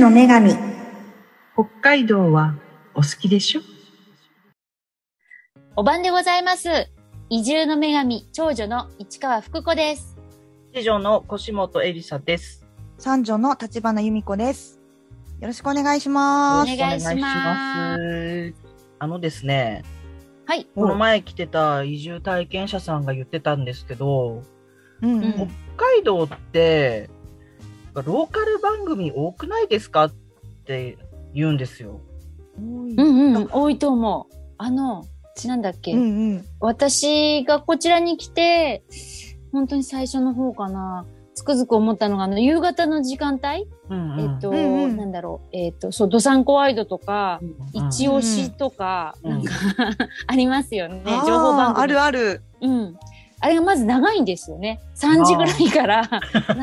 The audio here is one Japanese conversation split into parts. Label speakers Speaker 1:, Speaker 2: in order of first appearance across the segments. Speaker 1: の女神
Speaker 2: 北海道はお好きでしょ
Speaker 3: お晩でございます。移住の女神、長女の市川福子です。
Speaker 4: 次女の腰本エリサです。
Speaker 1: 三女の立花由美子ですよろしくお願いしま
Speaker 3: お
Speaker 1: す
Speaker 3: 願いします
Speaker 4: お願いします。あのですね、
Speaker 3: はい。
Speaker 4: この前来てた移住体験者さんが言ってたんですけど、
Speaker 1: うんうん
Speaker 3: うん
Speaker 4: 北海道って、ローカル番組多くないですかって言うんですよ。
Speaker 1: う
Speaker 3: う
Speaker 1: ん
Speaker 3: ん
Speaker 1: な
Speaker 3: うんん、多いと思う。あの、ちなんだっけ、
Speaker 1: うんうん
Speaker 3: 私がこちらに来て、本当に最初の方かな。つくづく思ったのが、あの、夕方の時間帯、
Speaker 4: うんうん
Speaker 3: えっと、
Speaker 1: うんうん
Speaker 3: なんだろう。えっと、そう、ドサンコワイドとか、一押しとか、
Speaker 4: うん
Speaker 3: なんかありますよね。情
Speaker 1: あー
Speaker 3: 報番組。
Speaker 1: あるある
Speaker 3: うん。あれがまず長いんですよね。3時ぐらいから、な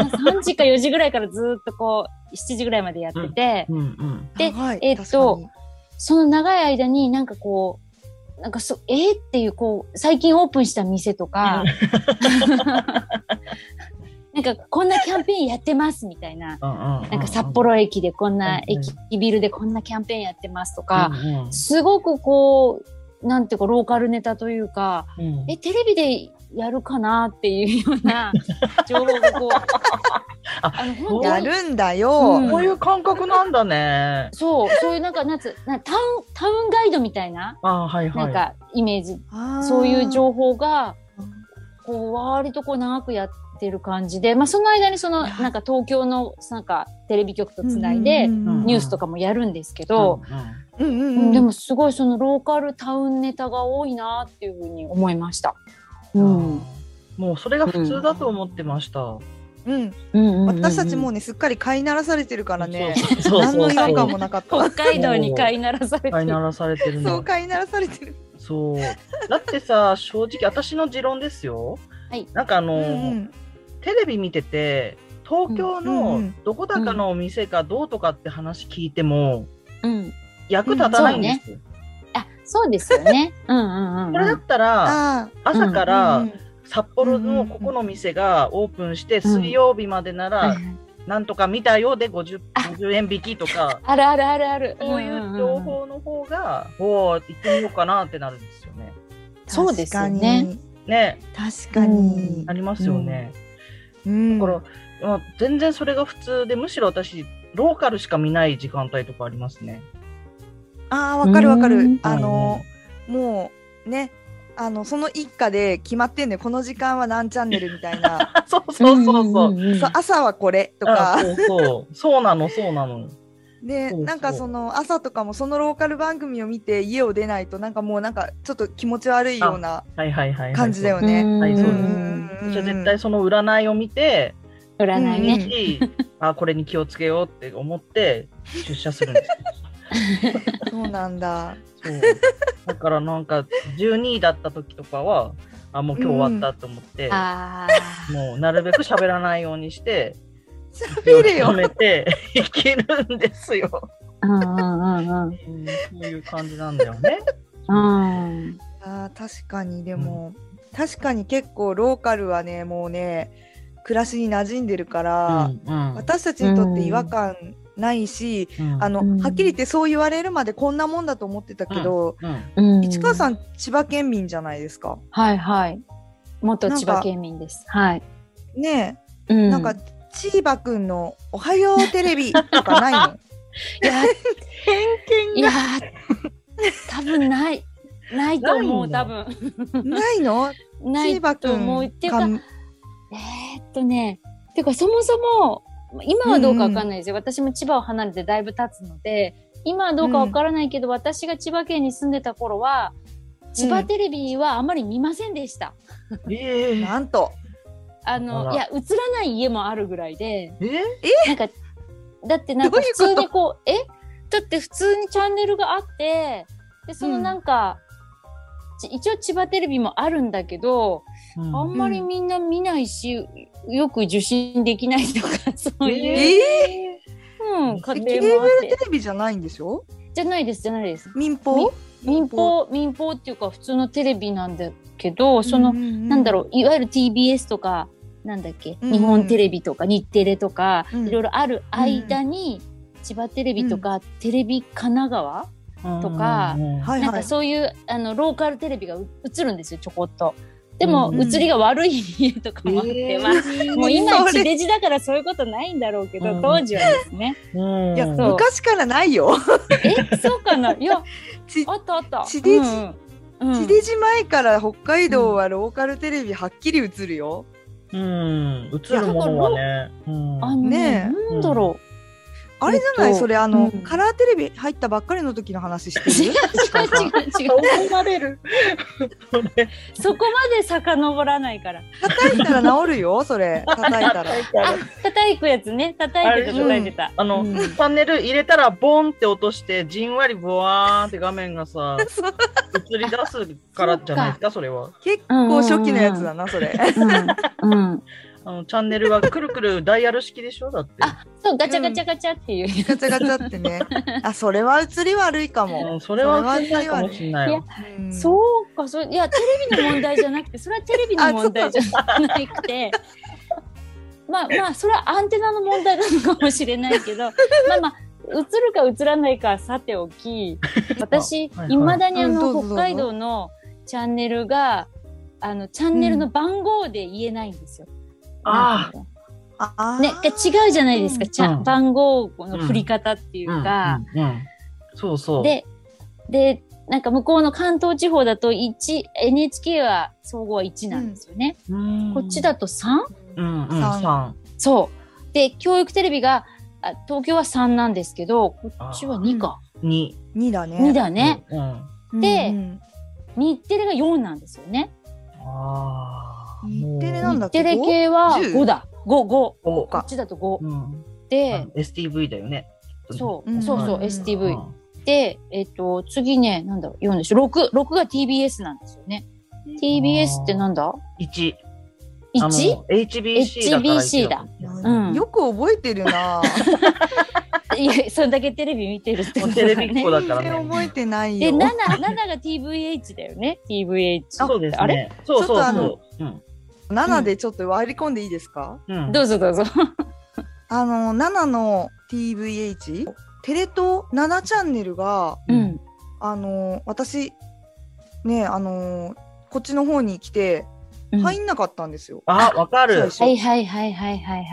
Speaker 3: 3時か4時ぐらいからずーっとこう、7時ぐらいまでやってて、
Speaker 4: うんうん
Speaker 3: で
Speaker 1: はい
Speaker 3: えっとその長い間になんかこう、なんかそ、えー、っていうこう、最近オープンした店とか、なんかこんなキャンペーンやってますみたいな。
Speaker 4: うんうんうん
Speaker 3: なんか札幌駅でこんな
Speaker 4: うんうん
Speaker 3: 駅ビルでこんなキャンペーンやってますと
Speaker 4: う
Speaker 3: か、
Speaker 4: ん
Speaker 3: すごくこう、なんていうかローカルネタというか、
Speaker 4: うんうん
Speaker 3: え、テレビでやるかなっていうよう な情報がこう、
Speaker 4: あ
Speaker 3: あの、本
Speaker 1: や
Speaker 3: 当に、
Speaker 1: るんだよ、
Speaker 3: うん
Speaker 4: こういう感覚なんだね。
Speaker 3: そう、そういうなんか、なんつ、なタウン、タウンガイドみたいな、
Speaker 4: あーはいはい。
Speaker 3: なんか、イメージ、
Speaker 1: あー
Speaker 3: そういう情報が
Speaker 1: うん、
Speaker 3: こう、割とこう、長くやってる感じで、まあ、その間にその、なんか、東京の、なんか、テレビ局とつないで
Speaker 1: う、んうんうん
Speaker 3: ニュースとかもやるんですけど、
Speaker 4: うんうん
Speaker 1: うんう
Speaker 3: うん
Speaker 1: うんん
Speaker 3: でもすごいそのローカルタウンネタが多いなっていうふうに思いました。うん。
Speaker 4: もうそれが普通だと思ってました。
Speaker 1: うん
Speaker 3: うんうんうんうん
Speaker 1: 私たちもうねすっかり飼いならされてるからね
Speaker 4: そうそうそう
Speaker 1: 何の違和 感もなかった
Speaker 3: 北海道に飼いならされて
Speaker 4: 飼い
Speaker 3: る
Speaker 4: な。らされてる
Speaker 1: そう
Speaker 4: の。
Speaker 1: 飼いならされてる
Speaker 4: そう。だってさ、正直私の持論ですよ。
Speaker 3: はい
Speaker 4: なんかあの、
Speaker 1: うんうん
Speaker 4: テレビ見てて、東
Speaker 1: う
Speaker 4: 京
Speaker 1: んうん
Speaker 4: のどこだかのお店かどうとかって話聞いても、
Speaker 3: うん。
Speaker 4: 役立たないんですよ。
Speaker 3: あ、そうですよ ね。うんうんうん。
Speaker 4: これだったら、
Speaker 1: あ
Speaker 4: 朝か
Speaker 1: あ
Speaker 4: ら札幌のここの店がオープンして、水曜日までな
Speaker 3: はい
Speaker 4: ら、
Speaker 3: はい
Speaker 4: なんとか見たようで 50, 50円引きとか、
Speaker 3: あるあるあるある。
Speaker 4: そうい
Speaker 3: ん
Speaker 4: うん情
Speaker 3: ん。
Speaker 4: 報の方が、おお、行ってみようかなってなるんですよね。
Speaker 3: そうですよね。
Speaker 4: ね、
Speaker 1: 確かに
Speaker 4: あ。りますよね。
Speaker 1: うん
Speaker 4: だから、まあ、全然それが普通で、むしろ私、ローカルしか見ない時間帯とかありますね。
Speaker 1: ああ、わかるわか
Speaker 3: う
Speaker 1: る
Speaker 3: ん。
Speaker 1: あの、もう、ね、あの、その一家で決まってんねこの時間は何チャンネルみたいな。
Speaker 4: あそうそうそうそう。
Speaker 3: んんん
Speaker 1: そう、朝はこれと
Speaker 4: あ
Speaker 1: か。
Speaker 4: そうそう。そうなの、そうなの。
Speaker 1: で、
Speaker 4: そうそう
Speaker 1: なんかその、朝とかもそのローカル番組を見て家を出ないと、なんかもうなんか、ちょっと気持ち悪いような
Speaker 4: はいはいはい、はい。
Speaker 1: 感じだよ
Speaker 3: うん
Speaker 1: ね。
Speaker 3: うん
Speaker 4: はいそううんで
Speaker 1: う
Speaker 4: す
Speaker 1: んうんうん
Speaker 4: 私は絶対その占いを見て、
Speaker 3: 占い
Speaker 1: うん
Speaker 3: ね。
Speaker 4: しあ、これに気をつけようって思って、出社するんですよ。
Speaker 1: そうなんだ。
Speaker 4: そう。だからなんか、12位だった時とかは、あ、もう今日終わったと思って、
Speaker 3: あ
Speaker 4: もうなるべく喋らないようにして、
Speaker 1: 喋れ
Speaker 4: 止
Speaker 1: よ。
Speaker 4: めて いけるんですよ。
Speaker 3: あ。うんうんうんう
Speaker 4: う
Speaker 3: ん
Speaker 4: んそういう感じなんだよね。
Speaker 3: うん。
Speaker 1: あー確かに、でも、確かに結構ローカルはね、もうね、暮らしに馴染んでるから、
Speaker 4: うん
Speaker 1: 私たちにとって違和感ないし、
Speaker 4: うん
Speaker 1: あの
Speaker 3: うん
Speaker 1: はっきり言ってそう言われるまでこんなもんだと思ってたけど、
Speaker 4: うん
Speaker 3: うん。
Speaker 1: 市川さ
Speaker 3: ん。
Speaker 1: ん千葉県民じゃないですか。
Speaker 3: はいはい。元
Speaker 1: なん
Speaker 3: 千
Speaker 1: か
Speaker 3: 葉県民です。はい。
Speaker 1: ね
Speaker 3: うん
Speaker 1: え、なんか千葉くんの「おはようテレビ」とかないの
Speaker 3: いや、
Speaker 4: 偏
Speaker 3: いやー、多分ない。ないと
Speaker 4: ない
Speaker 3: 思うん
Speaker 4: だ
Speaker 3: 多分。
Speaker 1: ないの
Speaker 3: な
Speaker 1: 千
Speaker 3: い
Speaker 1: 葉く
Speaker 3: と思う。っていうか、
Speaker 1: ん
Speaker 3: えーっとね、てかそもそも、今はどうかわかんないですよ、私も千葉を離れてだいぶ経つので、今はどうかわからないけど、私が千葉県に住んでた頃は、千葉テレビはあまり見ませんでした。
Speaker 4: えー
Speaker 1: なんと
Speaker 3: あ
Speaker 4: あ
Speaker 3: の、
Speaker 4: ら
Speaker 3: いや、映らない家もあるぐらいで、
Speaker 4: えー
Speaker 3: なんか、だってなんか
Speaker 1: どういう
Speaker 3: 普
Speaker 1: こと
Speaker 3: 通にこう、えだって普通にチャンネルがあって、で、そのなんか、ち一応千葉テレビもあるんだけど、あんまりみんな見ないし、よく受信できないとか、そういう。
Speaker 1: え
Speaker 3: うん、家
Speaker 1: えケー
Speaker 3: 庭もあっ
Speaker 1: ブル
Speaker 3: て。
Speaker 1: テレビじゃないんでしょ
Speaker 3: じゃないです、じゃないです。
Speaker 1: 民放
Speaker 3: 民放、民放っていうか普通のテレビなんだけど、その、な
Speaker 1: なん
Speaker 3: だろう、いわゆる TBS とか、なんだっけ、
Speaker 1: うん
Speaker 3: 日本テレビとか日テレとか、
Speaker 1: うん
Speaker 3: いろいろある間に、千葉テレビとか、テレビ神奈川とか
Speaker 4: うん
Speaker 1: はい
Speaker 3: なん
Speaker 1: は
Speaker 3: か
Speaker 1: い。
Speaker 3: そういうあのローカルテレビがう映るんですよちょこっと。でも、
Speaker 4: うん
Speaker 3: 映りが悪い家とかもあって、
Speaker 4: えー
Speaker 3: ま あもう今地
Speaker 1: それ
Speaker 3: デジだからそういうことないんだろうけど、
Speaker 4: うん
Speaker 3: 当時はですね
Speaker 4: うん
Speaker 1: いや、
Speaker 3: そう
Speaker 1: 昔からないよ。
Speaker 3: えそうかないや
Speaker 1: ち
Speaker 3: あったあった
Speaker 1: 地デジ
Speaker 3: うんうん
Speaker 1: 地デジ前から北海道はローカルテレビはっきり映るよ。
Speaker 4: うん、映るものはね。うん
Speaker 3: あのね
Speaker 1: ね
Speaker 3: なんだろ
Speaker 1: あれじゃな
Speaker 3: えっ
Speaker 1: い
Speaker 3: と
Speaker 1: それあの、
Speaker 3: うん
Speaker 1: カラーテレビ入ったばっかりの時の話し
Speaker 3: う、
Speaker 1: て
Speaker 3: 違う違
Speaker 1: る
Speaker 3: う違う
Speaker 4: そう思われる。それ
Speaker 3: そこまで遡らないから
Speaker 1: 叩いたら治るよそれ叩いたら
Speaker 3: あ叩くやつね叩いてた叩いてた
Speaker 4: あの、
Speaker 3: うん
Speaker 4: チャンネル入れたらボンって落としてじんわりボワーンって画面がさ
Speaker 1: そう
Speaker 4: 映り出すからじゃないですかそれは
Speaker 1: 結構初期のやつだなそれ
Speaker 3: うんうん
Speaker 4: あのチャンネルがくるくるダイヤル式でしょだって
Speaker 3: あそうガチャガチャガチャっていう、
Speaker 1: ガチャガチャってねあそれは映り悪いか
Speaker 4: う
Speaker 1: も
Speaker 4: ん、それは映んないかもしれない
Speaker 3: いや
Speaker 4: よ
Speaker 1: うん
Speaker 3: そうかそれいやテレビの問題じゃ なくてそれはテレビの問題じゃなくてまあまあそれはアンテナの問題なのかもしれない けどまあまあ映るか映らないかはさてお き私い
Speaker 4: はいはい
Speaker 3: まだにあ
Speaker 1: うんどう
Speaker 3: の
Speaker 1: ぞどうぞ
Speaker 3: 北海道のチャンネルがあのチャンネルの番号で言えないんですよ。
Speaker 4: あ
Speaker 3: なんていうの
Speaker 1: あー
Speaker 3: ね、で違うじゃないですか、ちゃ
Speaker 4: うん
Speaker 3: 番号の振り方っていうか、
Speaker 4: うんうんうんそうそう
Speaker 3: で、で、なんか向こうの関東地方だと1、NHK は総合は1なんですよね。こっちだ
Speaker 4: と
Speaker 3: と 3?
Speaker 4: うんうん
Speaker 1: 三
Speaker 4: 三
Speaker 3: そう。で、教育テレビが、あ東京は3なんですけど、こっちは2か。
Speaker 4: 二
Speaker 1: 2だね
Speaker 3: 2だね。
Speaker 4: うんあ
Speaker 3: で
Speaker 1: うん
Speaker 3: 日テレが4なんですよね。
Speaker 4: あー
Speaker 1: 日テレ
Speaker 4: も
Speaker 1: な
Speaker 4: うん
Speaker 1: だ
Speaker 3: 日
Speaker 1: っけ
Speaker 3: テレ系は
Speaker 1: 10
Speaker 3: 5だ。5、5。こ
Speaker 4: お
Speaker 1: か
Speaker 3: っちだと5。
Speaker 4: うんあ
Speaker 3: で
Speaker 4: の、STV だよね
Speaker 3: そう、
Speaker 1: うん
Speaker 3: そうそう、
Speaker 4: うん
Speaker 3: STV。
Speaker 4: ん
Speaker 3: で、えっ、と、次ね、なんだろう、4でしょ。6、6が TBS なんですよね。TBS ってなんだ
Speaker 4: 一あ
Speaker 3: ?1?
Speaker 4: の HBC だから
Speaker 3: HBC だ
Speaker 4: 一応
Speaker 3: うん
Speaker 1: よく覚えてるな
Speaker 3: いや、それだけテレビ見てるってこと
Speaker 4: テレ
Speaker 3: だ
Speaker 4: ビっ
Speaker 3: ね
Speaker 4: 子。だから
Speaker 1: 全然覚え
Speaker 4: ね。
Speaker 1: てない
Speaker 3: で、
Speaker 1: よ
Speaker 3: 7、7が TVH だよね。TVH。
Speaker 4: そうですね。
Speaker 3: あれ
Speaker 4: そうそう
Speaker 1: ちょっとあ
Speaker 4: そ
Speaker 1: の
Speaker 4: う。うん
Speaker 1: 7でちょっと割り込んでいいですか
Speaker 4: うん。
Speaker 3: どうぞどうぞ。
Speaker 1: あの7の TVH テレ東7チャンネルが
Speaker 3: うん。
Speaker 1: あの私ねあのこっちの方に来て
Speaker 3: うんは
Speaker 1: 入
Speaker 3: い
Speaker 1: んなかったんですよ、
Speaker 4: あ、わ
Speaker 1: そ
Speaker 4: か
Speaker 1: う
Speaker 4: る
Speaker 1: で。しょ
Speaker 3: はいはいはいはいはい。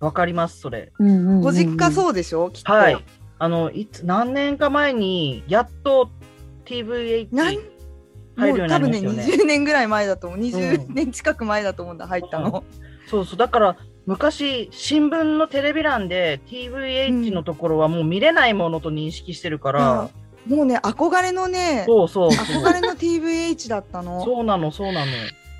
Speaker 4: わかります、それ。
Speaker 3: うんうんうんうん
Speaker 1: ご実家そうでしょきっと、
Speaker 4: はい。あの、いつ、何年か前に、やっと TVH
Speaker 1: なん
Speaker 4: 入る
Speaker 1: も
Speaker 4: よう
Speaker 1: う
Speaker 4: にな
Speaker 1: 多
Speaker 4: り
Speaker 1: 分
Speaker 4: ま
Speaker 1: ね
Speaker 4: すよ
Speaker 1: 20
Speaker 4: ね。
Speaker 1: 年ぐらい前だと思う
Speaker 4: うん
Speaker 1: 20年近く前だと思うんだ入ったの、
Speaker 4: そうそう。だから、昔、新聞のテレビ欄で TVH のところはもう見れないものと認識してるから、
Speaker 1: もうね憧れのね
Speaker 4: そうそうそう。
Speaker 1: 憧れの TVH だったの
Speaker 4: そうなの、そうなの。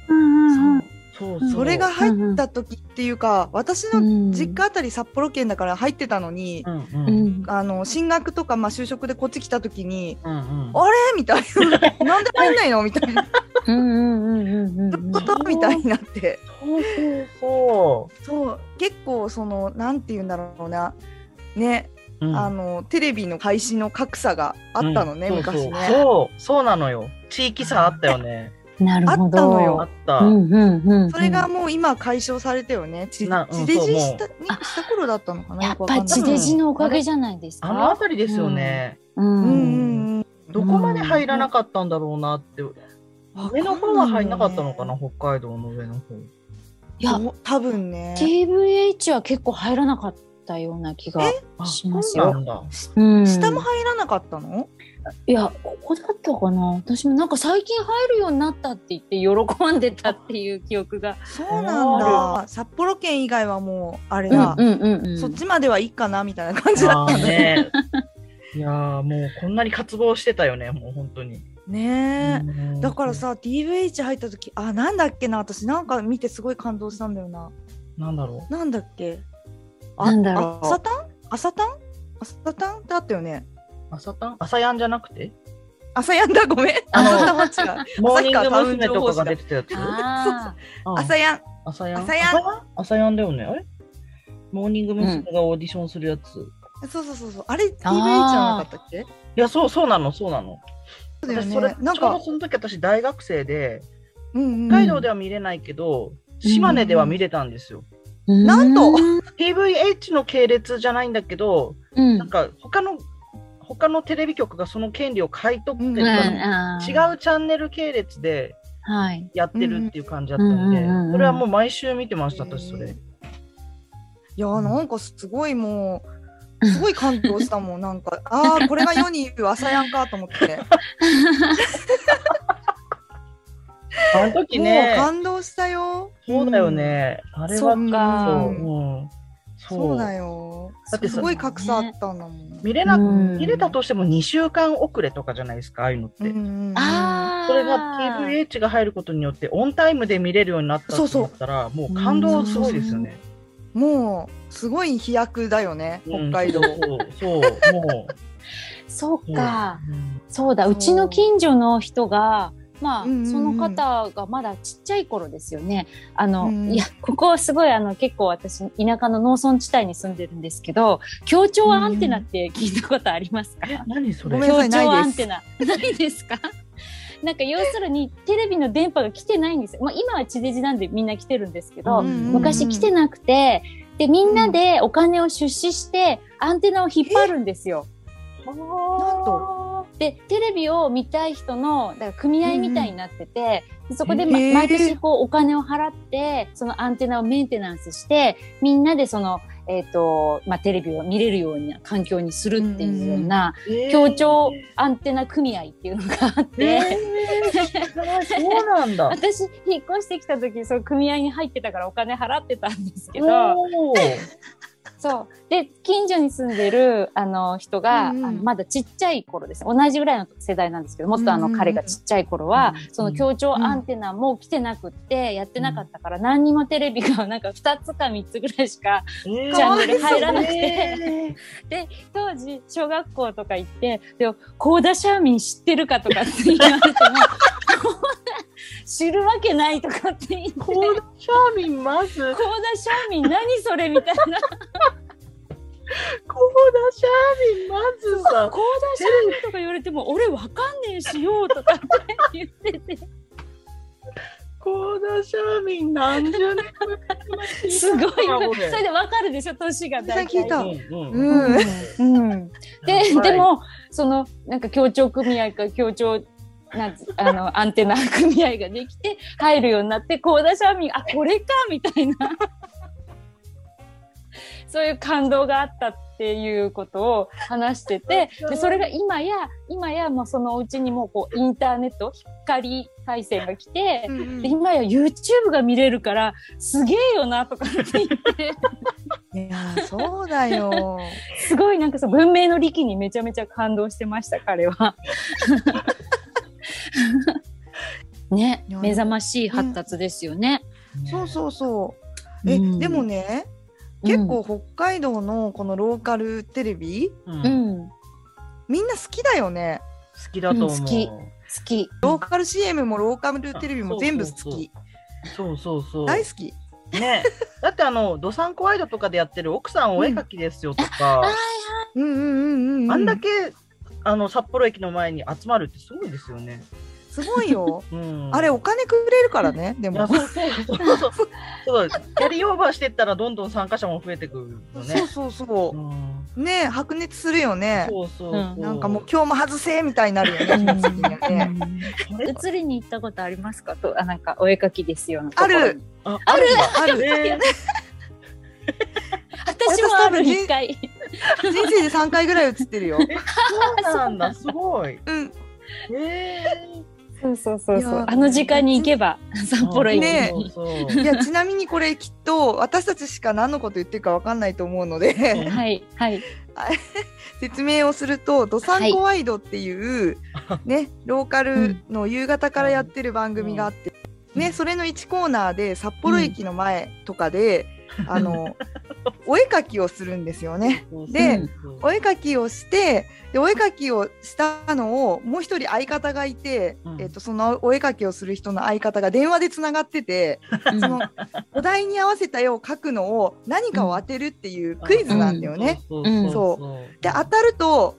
Speaker 3: うんうんうん。
Speaker 4: そうそう。
Speaker 1: それが入った時っていうか私の実家あたり札幌県だから入ってたのに
Speaker 4: う、んう。
Speaker 3: うんん。
Speaker 1: あの進学とか、まあ、就職でこっち来た時に
Speaker 4: うんうん
Speaker 1: あれみたいな。なんで入んないのみたいな。
Speaker 3: うんうんうんうんうんうん。
Speaker 1: どういうことみたいになって。
Speaker 4: そうそう そ
Speaker 1: そう。結構、その、なんて言うんだろうな。ね、
Speaker 4: う。うん
Speaker 1: あの、テレビの配信の格差があったのね、
Speaker 4: うん
Speaker 1: 昔
Speaker 4: そう
Speaker 1: ね。
Speaker 4: そうそうそうなのよ地域差あったよね
Speaker 3: なる
Speaker 1: あ
Speaker 3: ほど。
Speaker 1: ったの
Speaker 4: あ
Speaker 1: よ
Speaker 4: った、
Speaker 3: うんうんうんうん。
Speaker 1: それがもう今解消されたよね。地
Speaker 4: なう
Speaker 1: 地
Speaker 4: ん
Speaker 1: デジ
Speaker 4: そうもう
Speaker 1: したにした頃だったのかな
Speaker 3: や
Speaker 1: よ
Speaker 3: っ
Speaker 1: くわかん
Speaker 3: ぱ
Speaker 1: ない
Speaker 3: 地デジのおかげじゃないです
Speaker 4: あの
Speaker 3: か。
Speaker 4: 辺りですよね、
Speaker 3: う
Speaker 1: うん
Speaker 3: ん。
Speaker 1: うんうん。
Speaker 4: どこまで入らなかったんだろうなって、上の方は入んなかったのかな、
Speaker 1: わ
Speaker 4: 北海道の上の方
Speaker 3: いや
Speaker 1: んないよね、どう多分ね。
Speaker 3: TVH は結構入らなかったような気が
Speaker 4: あ
Speaker 3: します
Speaker 4: そうな
Speaker 3: よ。
Speaker 4: んだ
Speaker 3: うん
Speaker 1: 下も入らなかったの
Speaker 3: いやここだったかな私もなんか最近入るようになったって言って喜んでたっていう記憶が
Speaker 1: そうなんだ。札幌県以外はもう、あれだ。
Speaker 3: うんうんうん
Speaker 1: そっちまではいいかなみたいな感じだ
Speaker 4: あーねいやーもうこんなに渇望してたよねもう本当に、
Speaker 1: ねえ、
Speaker 4: うん
Speaker 1: だからさ DVH 入った時あなんだっけな私なんか見てすごい感動したんだよな
Speaker 4: なんだろ
Speaker 1: なんだっけ
Speaker 3: なんだろう
Speaker 1: 朝タン朝タン朝タンってあったよね
Speaker 4: う朝たん朝やんじゃなくて
Speaker 1: 朝やんだごめん
Speaker 4: あの
Speaker 1: 朝タンは違う
Speaker 4: モーニング
Speaker 1: タウン
Speaker 4: 娘。
Speaker 1: 情
Speaker 4: と
Speaker 1: 報
Speaker 4: か
Speaker 1: 誌
Speaker 4: が
Speaker 1: だ
Speaker 4: 出てたやつ
Speaker 3: あ
Speaker 4: うん
Speaker 1: 朝やん
Speaker 4: 朝やん
Speaker 1: 朝やん
Speaker 4: 朝やん朝やんだよねあれモーニング娘。がオーディションするやつ、い
Speaker 1: そうそうそうそうあれ DVH じゃなかったっけ
Speaker 4: やそうそうなのそうなの
Speaker 1: そうだよ
Speaker 4: 私それ
Speaker 1: ねなん
Speaker 4: ちょうど
Speaker 1: か
Speaker 4: その時私大学生で
Speaker 1: うんうん
Speaker 4: 北海道では見れないけど、島根では見れたんですよ、
Speaker 3: ー
Speaker 1: なんと
Speaker 3: う
Speaker 4: TVH の系列じゃないんだけど、
Speaker 3: ん。
Speaker 4: なんか他の他のテレビ局がその権利を買い取って
Speaker 3: うん
Speaker 4: るから、
Speaker 3: あー
Speaker 4: 違うチャンネル系列で
Speaker 3: はい。
Speaker 4: やってるっていう感じだったんで、
Speaker 3: うんうんうんうん
Speaker 4: それはもう毎週見てました、私そ
Speaker 1: へ
Speaker 4: れ
Speaker 1: ー。いやーなんかすごいもうすごい感動したもんなんかああこれが世に言う朝やんかと思って、
Speaker 4: あの時
Speaker 1: もう
Speaker 4: ね、
Speaker 1: 感動したよ
Speaker 4: そうだよね。あれは
Speaker 3: そっ
Speaker 4: そう,、
Speaker 3: か
Speaker 1: うん
Speaker 4: うん
Speaker 1: そ
Speaker 4: そうう
Speaker 1: だよ
Speaker 4: だってさ
Speaker 1: すごい格差あったんだもん、
Speaker 4: 見れな、
Speaker 3: うん
Speaker 4: 見れたとしても2週間遅れとかじゃないですか、ああいうのっ
Speaker 1: う
Speaker 4: て。
Speaker 1: んうんうん
Speaker 3: ああ。
Speaker 4: それが TVH が入ることによってオンタイムで見れるようになった
Speaker 1: そう
Speaker 4: と
Speaker 1: そう
Speaker 4: 思ったらもう感動すごいですよね。
Speaker 1: もうすごい飛躍だよね
Speaker 4: うん
Speaker 1: 北海道、
Speaker 4: そうそうも
Speaker 3: そう
Speaker 4: う
Speaker 3: か。
Speaker 4: うん
Speaker 3: そうだ、
Speaker 1: そう
Speaker 3: うちの近所の人が、まあ、
Speaker 1: うんうんうん
Speaker 3: その方がまだちっちゃい頃ですよね。あの、
Speaker 1: うん
Speaker 3: いや、ここはすごい、あの、結構私、田舎の農村地帯に住んでるんですけど、協調アンテナって聞いたことありますか、
Speaker 4: え何それ
Speaker 1: ごめんなさい
Speaker 3: 協調
Speaker 1: ない
Speaker 3: ア
Speaker 1: で
Speaker 3: ン
Speaker 1: す
Speaker 3: テナ。ないですか なんか、要するに、テレビの電波が来てないんですよ。まあ、今は地デジなんでみんな来てるんですけど、
Speaker 4: うんうんうん
Speaker 3: 昔来てなくて、で、みんなでお金を出資して、アンテナを引っ張るんですよ。
Speaker 1: なんと
Speaker 3: でテレビを見たい人のだから組合みたいになってて、でそこで、ま
Speaker 1: へー
Speaker 3: 毎年こうお金を払ってそのアンテナをメンテナンスしてみんなでその、えーとまあ、テレビを見れるような環境にするっていうような協調アンテナ組合っていうのがあっ
Speaker 4: えー
Speaker 3: て。
Speaker 4: えーそうなんだ。
Speaker 3: 私引っ越してきた時その組合に入ってたからお金払ってたんですけど、
Speaker 4: おー
Speaker 3: そう。で、近所に住んでる、あの、人が、
Speaker 1: うんうん
Speaker 3: あのまだちっちゃい頃ですね。同じぐらいの世代なんですけど、もっとあの、
Speaker 1: うんうんうん
Speaker 3: 彼がちっちゃい頃は、
Speaker 4: うんうん
Speaker 3: その協調アンテナも来てなくって、やってなかったから、何にもテレビが、なんか2つか3つぐらいしか、
Speaker 4: えー
Speaker 1: チャンネル入ら
Speaker 3: なくて
Speaker 4: え
Speaker 3: 当時、小学校とか行って、で、コーダシャーミン知ってるかとかって言われても、 知るわけないとかって言って、
Speaker 4: ー
Speaker 3: コ
Speaker 4: コー
Speaker 3: ーダ
Speaker 4: ダシャーミンまずコー
Speaker 3: シャーミン何それみたいな。
Speaker 4: ダシャーミンまずさ
Speaker 3: コーダシャーとか言われても俺わかんねえしようとかって言ってて
Speaker 4: コーダシャーミン何十年ぶり
Speaker 3: すごいそ
Speaker 4: そ
Speaker 3: れでわかるでしょ年が大体
Speaker 1: 聞いた
Speaker 4: うんうん
Speaker 1: うん、
Speaker 3: うん、で
Speaker 4: はい
Speaker 3: でもそのなんか協調組合か協調なんつあのアンテナ組合ができて入るようになってコーダシャーミンあこれかみたいな そういう感動があったっていうことを話しててでそれが今や今やもうそのうちにもうこうインターネット光回線が来て
Speaker 1: う、んうん
Speaker 3: で今や YouTube が見れるからすげえよなとかって言って。
Speaker 1: いやーそうだよ
Speaker 3: すごいなんかその文明の利器にめちゃめちゃ感動してました彼 は。ね、
Speaker 1: いや
Speaker 3: 目覚ましい発達ですよね。
Speaker 1: そうそうそうえ、
Speaker 3: うん
Speaker 1: でもね結構北海道のこのローカルテレビ
Speaker 4: うん
Speaker 3: う
Speaker 4: 好
Speaker 3: ん、好
Speaker 1: みんな好きだよね
Speaker 4: きだと思う、
Speaker 3: うん好きき。
Speaker 1: ローカル CM もローカルテレビも全部好き
Speaker 4: そうそうそうそうそう
Speaker 1: 大好き
Speaker 4: ねだってあのどさんこワイドとかでやってる奥さんお絵描きですよとか、
Speaker 1: うんうんうんうん
Speaker 4: あんだけあの札幌駅の前に集まるってすごいですよね、
Speaker 1: すごいよ
Speaker 4: うん、
Speaker 1: あれお金くれるからねで
Speaker 4: い
Speaker 1: も
Speaker 4: やそうそうそうそうそうキャリーオーバーしてったらどんどん参加者も増えてくるよ
Speaker 1: そう
Speaker 4: ね、、
Speaker 1: そうそううんね白熱するよね
Speaker 4: そうそうそう、
Speaker 3: うん
Speaker 1: なんかもう今日も外せみたいになるよね次にはね
Speaker 4: あれ
Speaker 3: 映りに行ったことありますかとあなんかお絵描きですよのとこ
Speaker 1: あ
Speaker 3: ろに
Speaker 1: る。
Speaker 4: あ
Speaker 1: あるあ
Speaker 4: あ
Speaker 1: る
Speaker 4: るえー
Speaker 3: 私もある一回。
Speaker 1: 人生で3回ぐらい映ってるよ
Speaker 4: そう なんだすごい
Speaker 1: うん
Speaker 4: え
Speaker 3: そうそうそうそ
Speaker 1: いうや。
Speaker 3: あの時間に行けば札
Speaker 4: ー、
Speaker 3: 幌駅
Speaker 1: ね
Speaker 4: そう
Speaker 3: に。
Speaker 4: そう
Speaker 1: いやちなみにこれきっと私たちしか何のこと言ってるかわかんないと思うので
Speaker 3: はいはい。
Speaker 1: 説明をすると「どさんこワイド」っていう、ね、ローカルの夕方からやってる番組があって、ね、それの1コーナーで札幌駅の前とかで、あのお絵描きをするんですよね。でお絵描きをしてでお絵描きをしたのをもう一人相方がいて、
Speaker 4: うん
Speaker 1: えっとそのお絵描きをする人の相方が電話でつながってて、そのお題に合わせた絵を描くのを何かを当てるっていうクイズなんだよね。
Speaker 4: そう
Speaker 3: うん
Speaker 4: そうそう
Speaker 1: で当たると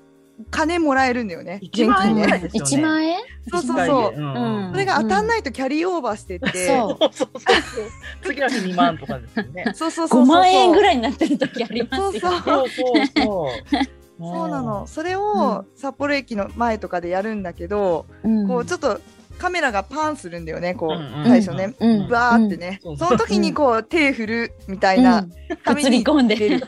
Speaker 1: 金もらえるんだよね。
Speaker 4: 1万円ぐらいですよね。
Speaker 3: 1万円
Speaker 1: そうそうそう。
Speaker 4: う
Speaker 3: うん
Speaker 1: それが当たんないとキャリーオーバーしてって。
Speaker 3: そう
Speaker 4: そうそうそう。次の日2万とかですよね。
Speaker 1: そうそうそうそう。
Speaker 3: 5万円ぐらいになってる時ありますよ
Speaker 1: そう そう
Speaker 4: そうそうそう。
Speaker 1: そうなの。それを札幌駅の前とかでやるんだけど、
Speaker 3: うん
Speaker 1: こうちょっとカメラがパンするんだよね。こう、
Speaker 4: うんうん
Speaker 1: 最初ね、
Speaker 3: うん
Speaker 1: バーってね、
Speaker 4: うん
Speaker 1: その時にこう手振るみたいな。
Speaker 3: う
Speaker 1: た
Speaker 3: ん、
Speaker 1: め
Speaker 3: 映り
Speaker 1: に
Speaker 3: 込んで
Speaker 1: 出る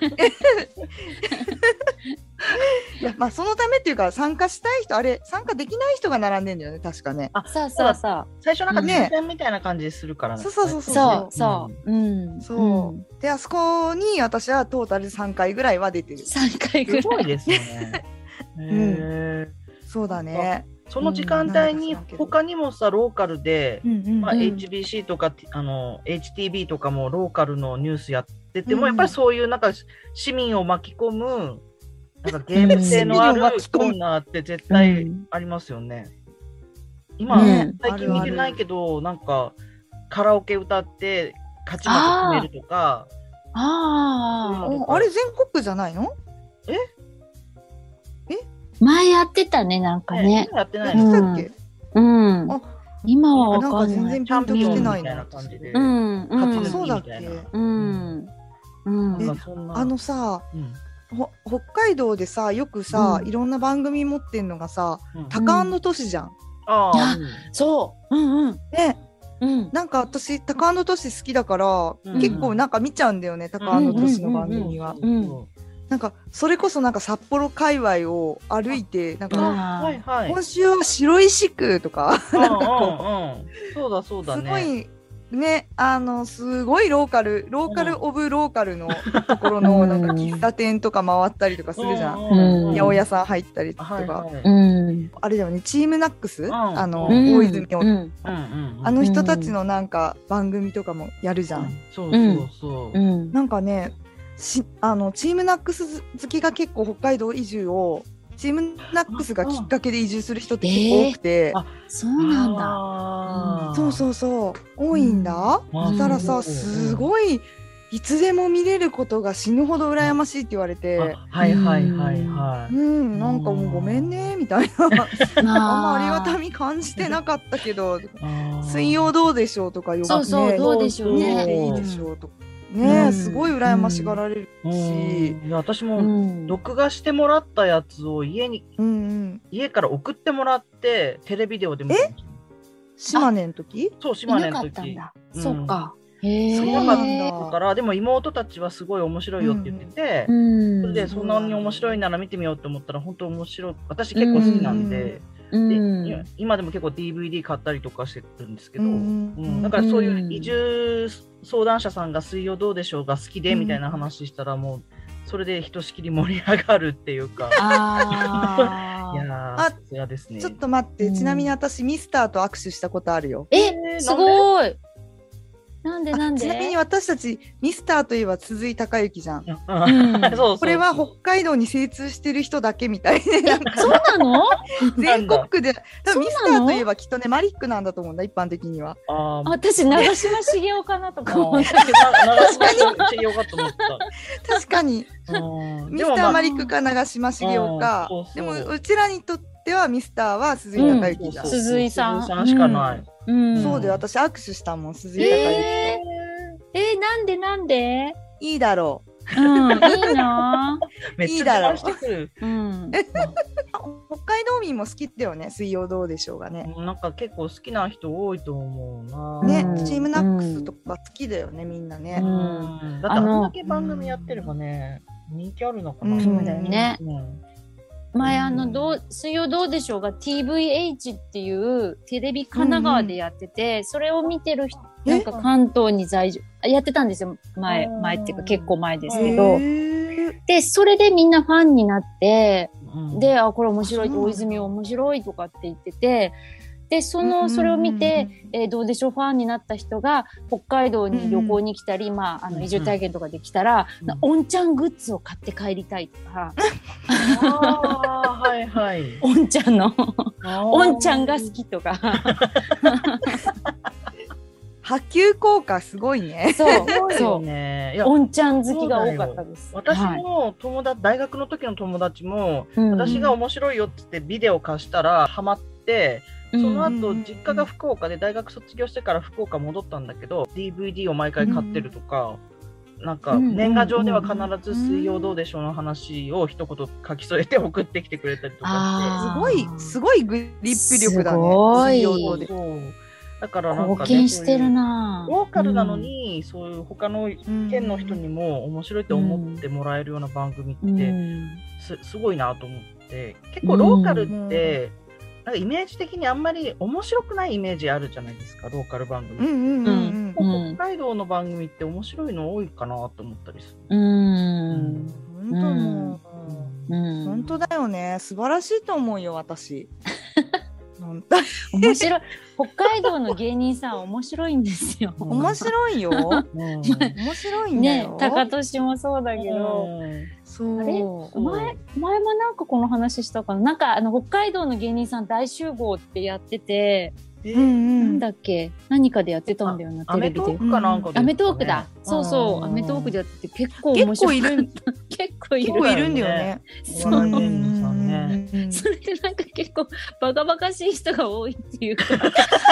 Speaker 1: いやまあそのためっていうか参加したい人あれ参加できない人が並んでんだよね確かね。
Speaker 3: そうそうそう
Speaker 4: 最初なんか
Speaker 1: ね
Speaker 4: 抽選みたいな感じするからね。
Speaker 1: そうそうそうそう
Speaker 3: そうそううん
Speaker 1: そう、であそこに私はトータル3回ぐらいは出てる。
Speaker 3: 三回ぐ
Speaker 4: すご
Speaker 3: ら
Speaker 4: い
Speaker 3: い
Speaker 4: で すね。へー
Speaker 1: そうだね。
Speaker 4: その時間帯
Speaker 1: うん
Speaker 4: に
Speaker 1: なんか知らんけど
Speaker 4: 他にもさローカルで、
Speaker 1: うんうん
Speaker 4: まあ、
Speaker 3: うん
Speaker 4: HBC とかあの HTB とかもローカルのニュースやってても、
Speaker 1: うん
Speaker 4: やっぱりそういうなんか市民を巻き込むなんかゲーム性のある
Speaker 1: 市民を巻き込む
Speaker 4: コーナーって絶対
Speaker 3: うん
Speaker 4: ありますよね。今、
Speaker 3: ね
Speaker 4: 最近
Speaker 1: ある
Speaker 4: 見
Speaker 1: ある
Speaker 4: てないけどなんかカラオケ歌って勝ち負け決めるとか
Speaker 3: ああ
Speaker 4: うん
Speaker 1: おあれ全国じゃないの？
Speaker 3: 前やってたねなんかね
Speaker 4: やってない
Speaker 1: やっ
Speaker 4: の、
Speaker 3: う
Speaker 1: て
Speaker 3: ん
Speaker 1: たっけ？
Speaker 3: うん
Speaker 1: あ
Speaker 3: 今はわ
Speaker 1: なん
Speaker 3: か
Speaker 1: か
Speaker 3: ん
Speaker 1: 全
Speaker 3: ない
Speaker 1: 然
Speaker 4: チ
Speaker 1: ピ
Speaker 4: ャ
Speaker 1: ン
Speaker 4: ン
Speaker 1: と
Speaker 4: ピ
Speaker 1: き
Speaker 4: オン
Speaker 1: て
Speaker 4: み
Speaker 1: な
Speaker 4: た
Speaker 1: い
Speaker 4: いな
Speaker 1: な。
Speaker 4: 感じで。
Speaker 3: うんう
Speaker 4: 勝
Speaker 1: あ
Speaker 4: ち
Speaker 1: そ
Speaker 4: 抜
Speaker 1: う
Speaker 4: き
Speaker 1: だ
Speaker 4: み
Speaker 1: っけ
Speaker 4: たいな。
Speaker 3: うんうん
Speaker 4: なんかそんな
Speaker 1: あのさ、
Speaker 4: うん
Speaker 1: ほ北海道でさよくさ、
Speaker 3: うん
Speaker 1: いろんな番組持ってんのがさ
Speaker 4: うん
Speaker 1: タカアンドトシじゃん。
Speaker 4: ああ、
Speaker 3: そううんうん
Speaker 1: ね
Speaker 3: うん
Speaker 1: なんか私タカアンドトシ好きだから、
Speaker 4: うん
Speaker 1: 結構なんか見ちゃうんだよねタカアンドトシの番組は。
Speaker 3: うん
Speaker 1: なんかそれこそなんか札幌界隈を歩いてなんか
Speaker 4: あはいはい。
Speaker 1: 今週は白石区とか、
Speaker 4: うんうんうんそうだそうだ
Speaker 1: す
Speaker 4: ね。
Speaker 1: ごいねあのすごいローカルローカルオブローカルのところ
Speaker 3: う
Speaker 1: の
Speaker 3: ん
Speaker 1: なんか喫茶店とか回ったりとかするじゃん。
Speaker 3: うんうん
Speaker 1: 八百屋さん入ったりとか、
Speaker 4: はいはい。
Speaker 3: うん
Speaker 1: あれだよねチームナックス、
Speaker 4: ん
Speaker 1: あの、
Speaker 4: うん
Speaker 1: 大泉洋
Speaker 3: う
Speaker 1: の
Speaker 3: ん
Speaker 4: うんうん
Speaker 1: あの人たちのなんか番組とかもやるじゃん。
Speaker 4: そうそうそうう。
Speaker 3: ん
Speaker 1: なんかねしあのチームナックス好きが結構北海道移住をチームナックスがきっかけで移住する人って結構多くて、
Speaker 4: ー
Speaker 3: そうなん だ
Speaker 4: だ
Speaker 1: そう
Speaker 4: う。
Speaker 1: そうそう多いんだ。
Speaker 4: あ
Speaker 1: そしたら
Speaker 4: う
Speaker 1: さ
Speaker 4: ん
Speaker 1: すごいいつでも見れることが死ぬほど羨ましいって言われ
Speaker 4: あ
Speaker 1: て。
Speaker 4: はいはいはいは
Speaker 1: う
Speaker 4: い。
Speaker 1: ん、なんかもうごめんねみたいなあんまありがたみ感じてなかったけど
Speaker 4: あー
Speaker 1: 水曜どうでしょうとかよく
Speaker 3: そうそう
Speaker 1: ね
Speaker 3: どうでしょうね
Speaker 1: 見れていいでしょうとかね、
Speaker 3: うん
Speaker 1: すごい羨ましがられる
Speaker 4: うん
Speaker 1: し、
Speaker 4: いや私
Speaker 3: う
Speaker 4: も
Speaker 3: ん
Speaker 4: 録画してもらったやつを家に
Speaker 1: うんうん、
Speaker 4: 家から送ってもらってテレビデオで見てました
Speaker 1: 島根の時
Speaker 4: そう
Speaker 3: い
Speaker 4: 島根
Speaker 3: な
Speaker 4: の
Speaker 3: かっ
Speaker 4: 時。
Speaker 3: たんだ
Speaker 4: うん
Speaker 3: そうかへえ
Speaker 1: そう
Speaker 4: な
Speaker 1: なん
Speaker 4: かっ
Speaker 1: だ
Speaker 4: だからでも妹たちはすごい面白いよって言ってて、
Speaker 3: うん
Speaker 4: それでそんなに面白いなら見てみようと思ったら本当面白い私結構好きなんで,、
Speaker 3: うん
Speaker 4: でい今でも結構 DVD 買ったりとかしてるんですけど、
Speaker 1: う
Speaker 4: うんんだからそういう移住相談者さんが「水曜どうでしょう」が好きでみたいな話したらもうそれでひとしきり盛り上がるっていうか。
Speaker 3: あ
Speaker 4: いや
Speaker 3: ー
Speaker 4: ー
Speaker 1: あ
Speaker 4: さすがですね。
Speaker 1: ちょっと待って、
Speaker 3: うん
Speaker 1: ちなみに私ミスターと握手したことあるよ。
Speaker 4: え
Speaker 3: え
Speaker 4: ー
Speaker 3: すごいなんで
Speaker 1: あ
Speaker 3: なんで
Speaker 1: ちなみに私たちミスターといえば鈴井孝之じゃん。
Speaker 4: うん
Speaker 3: うん
Speaker 4: そうそう
Speaker 1: これは北海道に精通してる人だけみたいで、なんか
Speaker 3: そうなの
Speaker 1: 全国区で、多分ミス
Speaker 3: そう
Speaker 1: タ
Speaker 3: な
Speaker 1: ー
Speaker 3: の
Speaker 1: といえばきっとね、マリックなんだと思うんだ、一般的には。
Speaker 4: あー
Speaker 3: 私長嶋茂雄かなと か思っ
Speaker 4: 確
Speaker 3: た
Speaker 4: かに。よかと思った。
Speaker 1: 確かに、
Speaker 4: うん
Speaker 1: ミ
Speaker 4: で
Speaker 1: ス
Speaker 4: も
Speaker 1: タ
Speaker 4: ま
Speaker 1: ー
Speaker 4: あ
Speaker 1: マリックか長嶋茂雄か
Speaker 4: うんそうそ。う
Speaker 1: でも、うちらにとってはミスターは鈴井孝之じゃん。
Speaker 3: そう鈴井さん
Speaker 4: 鈴井さんしかない。
Speaker 3: うん
Speaker 1: そうだよ、私握手したもん、鈴井孝之。
Speaker 3: えー、えー、なんでなんで
Speaker 1: いいだろ
Speaker 3: うんいいな
Speaker 4: めっちゃ出してくる。
Speaker 3: うん
Speaker 1: う。あ北海道民も好きだよね、水曜どうでしょうがね。
Speaker 4: なんか結構好きな人多いと思うな。
Speaker 1: ね
Speaker 3: うん、
Speaker 1: チームナックスとか好きだよね、みんなね。
Speaker 4: う。
Speaker 3: うん
Speaker 4: だってあんだけ番組やってればね、人気あるのか
Speaker 1: う
Speaker 4: な。
Speaker 1: んそうだよ
Speaker 3: ね
Speaker 4: うん。
Speaker 3: 前あのどう「水曜どうでしょう」が TVH っていうテレビ神奈川でやってて、それを見てる人
Speaker 1: え
Speaker 3: なんか関東に在住あやってたんですよ前
Speaker 4: うん
Speaker 3: 前っていうか結構前ですけ
Speaker 1: へ
Speaker 3: ど
Speaker 1: ー
Speaker 3: でそれでみんなファンになって
Speaker 4: うん、
Speaker 3: であこれ面白い
Speaker 1: あそうなん
Speaker 3: 大
Speaker 1: だ
Speaker 3: 泉洋面白いとかって言っててでそ
Speaker 1: うんうんうん
Speaker 3: のそれを見て、えーどうでしょうファンになった人が北海道に旅行に来たり、まあ、あ
Speaker 4: うん
Speaker 3: の
Speaker 4: うん
Speaker 3: 移住体験とかで来たら、
Speaker 4: うん
Speaker 3: なおんちゃんグッズを買って帰りたいとか、
Speaker 4: あーはい はい。
Speaker 3: おん ちゃんの。
Speaker 4: あー
Speaker 3: おんちゃんが好。きとか。
Speaker 1: 波及効果すごいね。
Speaker 3: そう
Speaker 4: そう
Speaker 3: そ
Speaker 4: よ
Speaker 3: う
Speaker 4: ね。いや
Speaker 3: おんちゃん好きが多かったです。
Speaker 4: 私
Speaker 3: はい
Speaker 4: の友達、大学の時の友達も、
Speaker 3: うん
Speaker 4: 私が面白いよって言ってビデオ貸したらハマって、
Speaker 3: うん
Speaker 4: その後実家が福岡で大学卒業してから福岡戻ったんだけど DVD を毎回買ってるとか、なんか
Speaker 3: うん
Speaker 4: 年賀状では必ず「水曜どうでしょう」の話を一言書き添えて送ってきてくれたりとか
Speaker 1: す
Speaker 3: あ
Speaker 1: ごい
Speaker 3: あー
Speaker 1: すごいグリップ力だね。
Speaker 3: すごい
Speaker 1: 水曜ど
Speaker 4: し
Speaker 1: う
Speaker 4: て
Speaker 1: で
Speaker 4: そうだからなんか、ね、
Speaker 3: 貢献してるな
Speaker 4: そういうローカルなのに、そういう他の県の人にも面白いと思ってもらえるような番組って、
Speaker 3: うんうん
Speaker 4: すすごいなと思って結構ローカルって、なんかイメージ的にあんまり面白くないイメージあるじゃないですかローカル番組、
Speaker 1: うんうんうん
Speaker 3: う
Speaker 1: うん
Speaker 3: ん
Speaker 4: 北海道の番組って面白いの多いかなと思ったりす
Speaker 3: う
Speaker 4: る、
Speaker 3: ん
Speaker 1: 本当も
Speaker 3: う
Speaker 1: うん本当だよね素晴らしいと思うよ 私。本当
Speaker 3: 面白い北海道の芸人さん面白いんですよ。
Speaker 4: うん
Speaker 1: 面白いよ。面
Speaker 4: うん
Speaker 1: 白いんだ
Speaker 3: ね
Speaker 1: よ。
Speaker 3: 高俊もそうだけど、
Speaker 1: そう。
Speaker 3: あれ前前もなんかこの話したかななんかあの北海道の芸人さん大集合ってやってて、
Speaker 4: え
Speaker 1: うんう
Speaker 3: なん
Speaker 1: ん
Speaker 3: だっけ何かでやってたんだよな
Speaker 4: ア
Speaker 3: テレ
Speaker 4: メ
Speaker 3: ビ
Speaker 4: トー
Speaker 3: で。
Speaker 4: クかなんかで
Speaker 3: アメトークだ、
Speaker 4: ん
Speaker 3: そうそうアメトークでやってて結構面
Speaker 1: 結
Speaker 3: 白
Speaker 1: 構
Speaker 3: い
Speaker 1: いるん
Speaker 3: 結構い
Speaker 1: 結
Speaker 3: る
Speaker 1: 構いるんだよね。
Speaker 3: そううん
Speaker 4: 芸人さんね
Speaker 1: うん
Speaker 3: それでなんか結構バカバカしい人が多いっていうか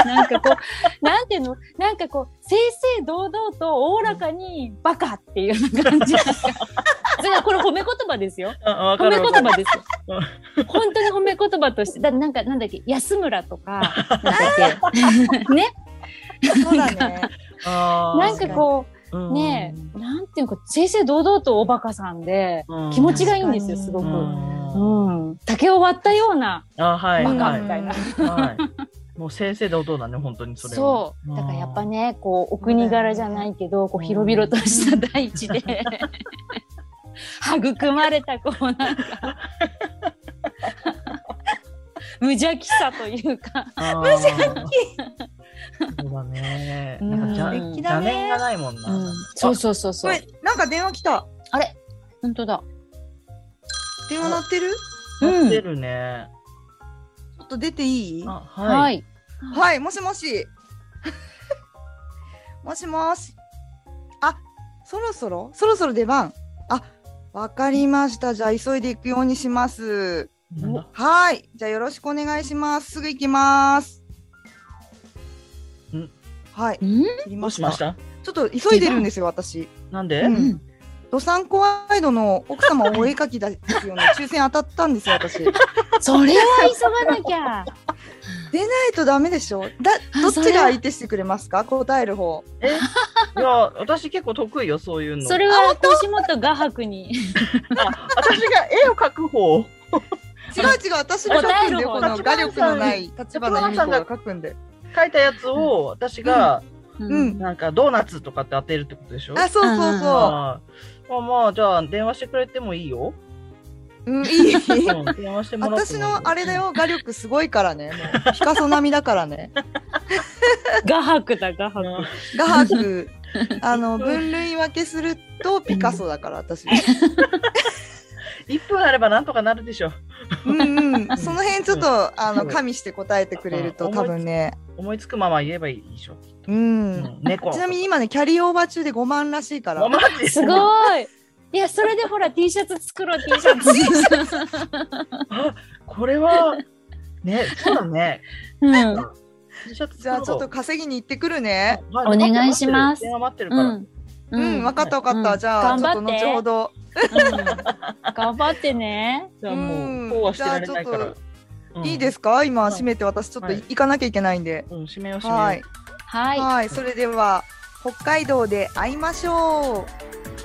Speaker 3: なんかこ うなんていうのなんかこう正々堂々とおおらかにバカっていう感 じなんかそれはこれ褒め言葉ですよ
Speaker 4: あわ
Speaker 3: 褒
Speaker 4: か
Speaker 3: め
Speaker 4: る
Speaker 3: 言
Speaker 4: わかる
Speaker 3: 葉ですよ。本当に褒め言葉として、だなんかなんだっけ、安村とか、なんだ っけ、ね、
Speaker 1: そうだね。
Speaker 4: あー
Speaker 3: なんかこ
Speaker 4: う
Speaker 3: う、
Speaker 4: ん
Speaker 3: ね、なんていうか、正々堂々とおバカさんで、
Speaker 4: うん
Speaker 3: 気持ちがいいんですよ、
Speaker 1: うん
Speaker 3: すご
Speaker 4: う
Speaker 3: く。
Speaker 4: ん
Speaker 3: うん、竹を割ったような、
Speaker 4: あはい
Speaker 3: バ
Speaker 4: は
Speaker 3: カ
Speaker 4: い
Speaker 3: みたいな。
Speaker 4: はいもう先生堂々だね本当にそれは
Speaker 3: そう、だからやっぱね、こう、お国柄じゃないけど、こう、広々とした大地で、育まれた、こう、なんか、無邪気さというか、
Speaker 4: 無邪気。そうだね。
Speaker 3: うん
Speaker 4: なんかじゃ
Speaker 1: 素敵だ
Speaker 4: 邪
Speaker 1: ね
Speaker 4: 念がないもん
Speaker 3: う
Speaker 4: な。
Speaker 3: ん、そうそうそう
Speaker 1: こ
Speaker 3: そう。
Speaker 1: れなんか電話来た。
Speaker 3: 本当だ。
Speaker 1: 電話鳴ってる？ち
Speaker 3: うん
Speaker 4: 出るね。
Speaker 1: ょっと出ていい？
Speaker 4: あ
Speaker 3: は
Speaker 4: はい。
Speaker 3: い。
Speaker 1: はい、もしもし。 もしもし。あ、そろそろそろそろ出番。あ、わかりました。じゃあ急いで行くようにします。
Speaker 4: なんだ
Speaker 1: はい。じゃあよろしくお願いします。すぐ行きます。
Speaker 4: ん
Speaker 1: はい。
Speaker 3: うん。
Speaker 1: 切り
Speaker 4: どうしました？
Speaker 1: ちょっと急いでるんですよ、私。
Speaker 4: なんで
Speaker 1: う？ん。ドサンコワイドの奥様お絵描きですよね。 抽選当たったんですよ、私。出ない
Speaker 3: それは急がなきゃ。
Speaker 1: とダメでしょ。だ、どっちが相手してくれますか答える方。
Speaker 4: え？いや私結構得意よそういうの。
Speaker 3: それは吉本画伯に
Speaker 4: あ私が絵を描く方。
Speaker 1: 違う違う、私が書くんで、この画力のない立
Speaker 4: 花
Speaker 1: 花
Speaker 4: さん
Speaker 1: 由美子が書くんで。
Speaker 4: 描いたやつを私が
Speaker 1: う
Speaker 3: うん
Speaker 4: なんかドーナツとかって当てるってことでしょ？
Speaker 1: あ、そうそうそ
Speaker 4: あーまあまあじゃあ電話してくれてもいいよ。
Speaker 1: う。うん、いい。
Speaker 4: うん電話してもらって
Speaker 1: 私
Speaker 4: もいいよ
Speaker 1: のあれだ。よ、画力すごいからね。もうピカソ並みだから ね。
Speaker 3: 画伯だ画
Speaker 4: う
Speaker 3: 伯
Speaker 4: ん
Speaker 1: 画伯、あの、分類分けするとピカソだから、 私。
Speaker 4: 一分あればなんとかなるでしょ。
Speaker 1: うんうん。その辺ちょっと、あ
Speaker 4: う
Speaker 1: の、
Speaker 4: ん
Speaker 1: 加味して答えてくれると
Speaker 4: うん
Speaker 1: 多分ね。
Speaker 4: 思いつくまま言えばいいでしょ。
Speaker 1: うん。
Speaker 4: 猫。
Speaker 1: ちなみに今ね、キャリーオーバー中で5万らしいから。
Speaker 4: マジ
Speaker 3: すごい。いやそれでほら T シャツ作ろう T シャツ。
Speaker 4: これは、ね、そうだね。
Speaker 3: うん。
Speaker 4: T シャツ
Speaker 1: じゃあちょっと稼ぎに行ってくるね。
Speaker 4: お
Speaker 3: お願いします
Speaker 4: 電話待ってるか
Speaker 3: う
Speaker 4: ら。
Speaker 3: ん。う
Speaker 1: うん、わかったわかった。
Speaker 3: うん
Speaker 1: じゃあ、ちょっと
Speaker 3: 頑張って
Speaker 1: 後ほど。
Speaker 3: 頑張ってね。
Speaker 4: じゃあも
Speaker 1: う
Speaker 4: う、
Speaker 1: ん
Speaker 4: こうはしてられないか
Speaker 1: じゃあ
Speaker 4: ら。
Speaker 1: ち。いいですすか今
Speaker 4: はい
Speaker 1: 閉めて私ちょっと
Speaker 4: はい
Speaker 1: 行かなきゃいけないんで。
Speaker 4: うん、締めよう、締
Speaker 1: は
Speaker 4: め
Speaker 1: い
Speaker 4: よ。
Speaker 3: はい。
Speaker 1: はい。それでは北海道で会いましょ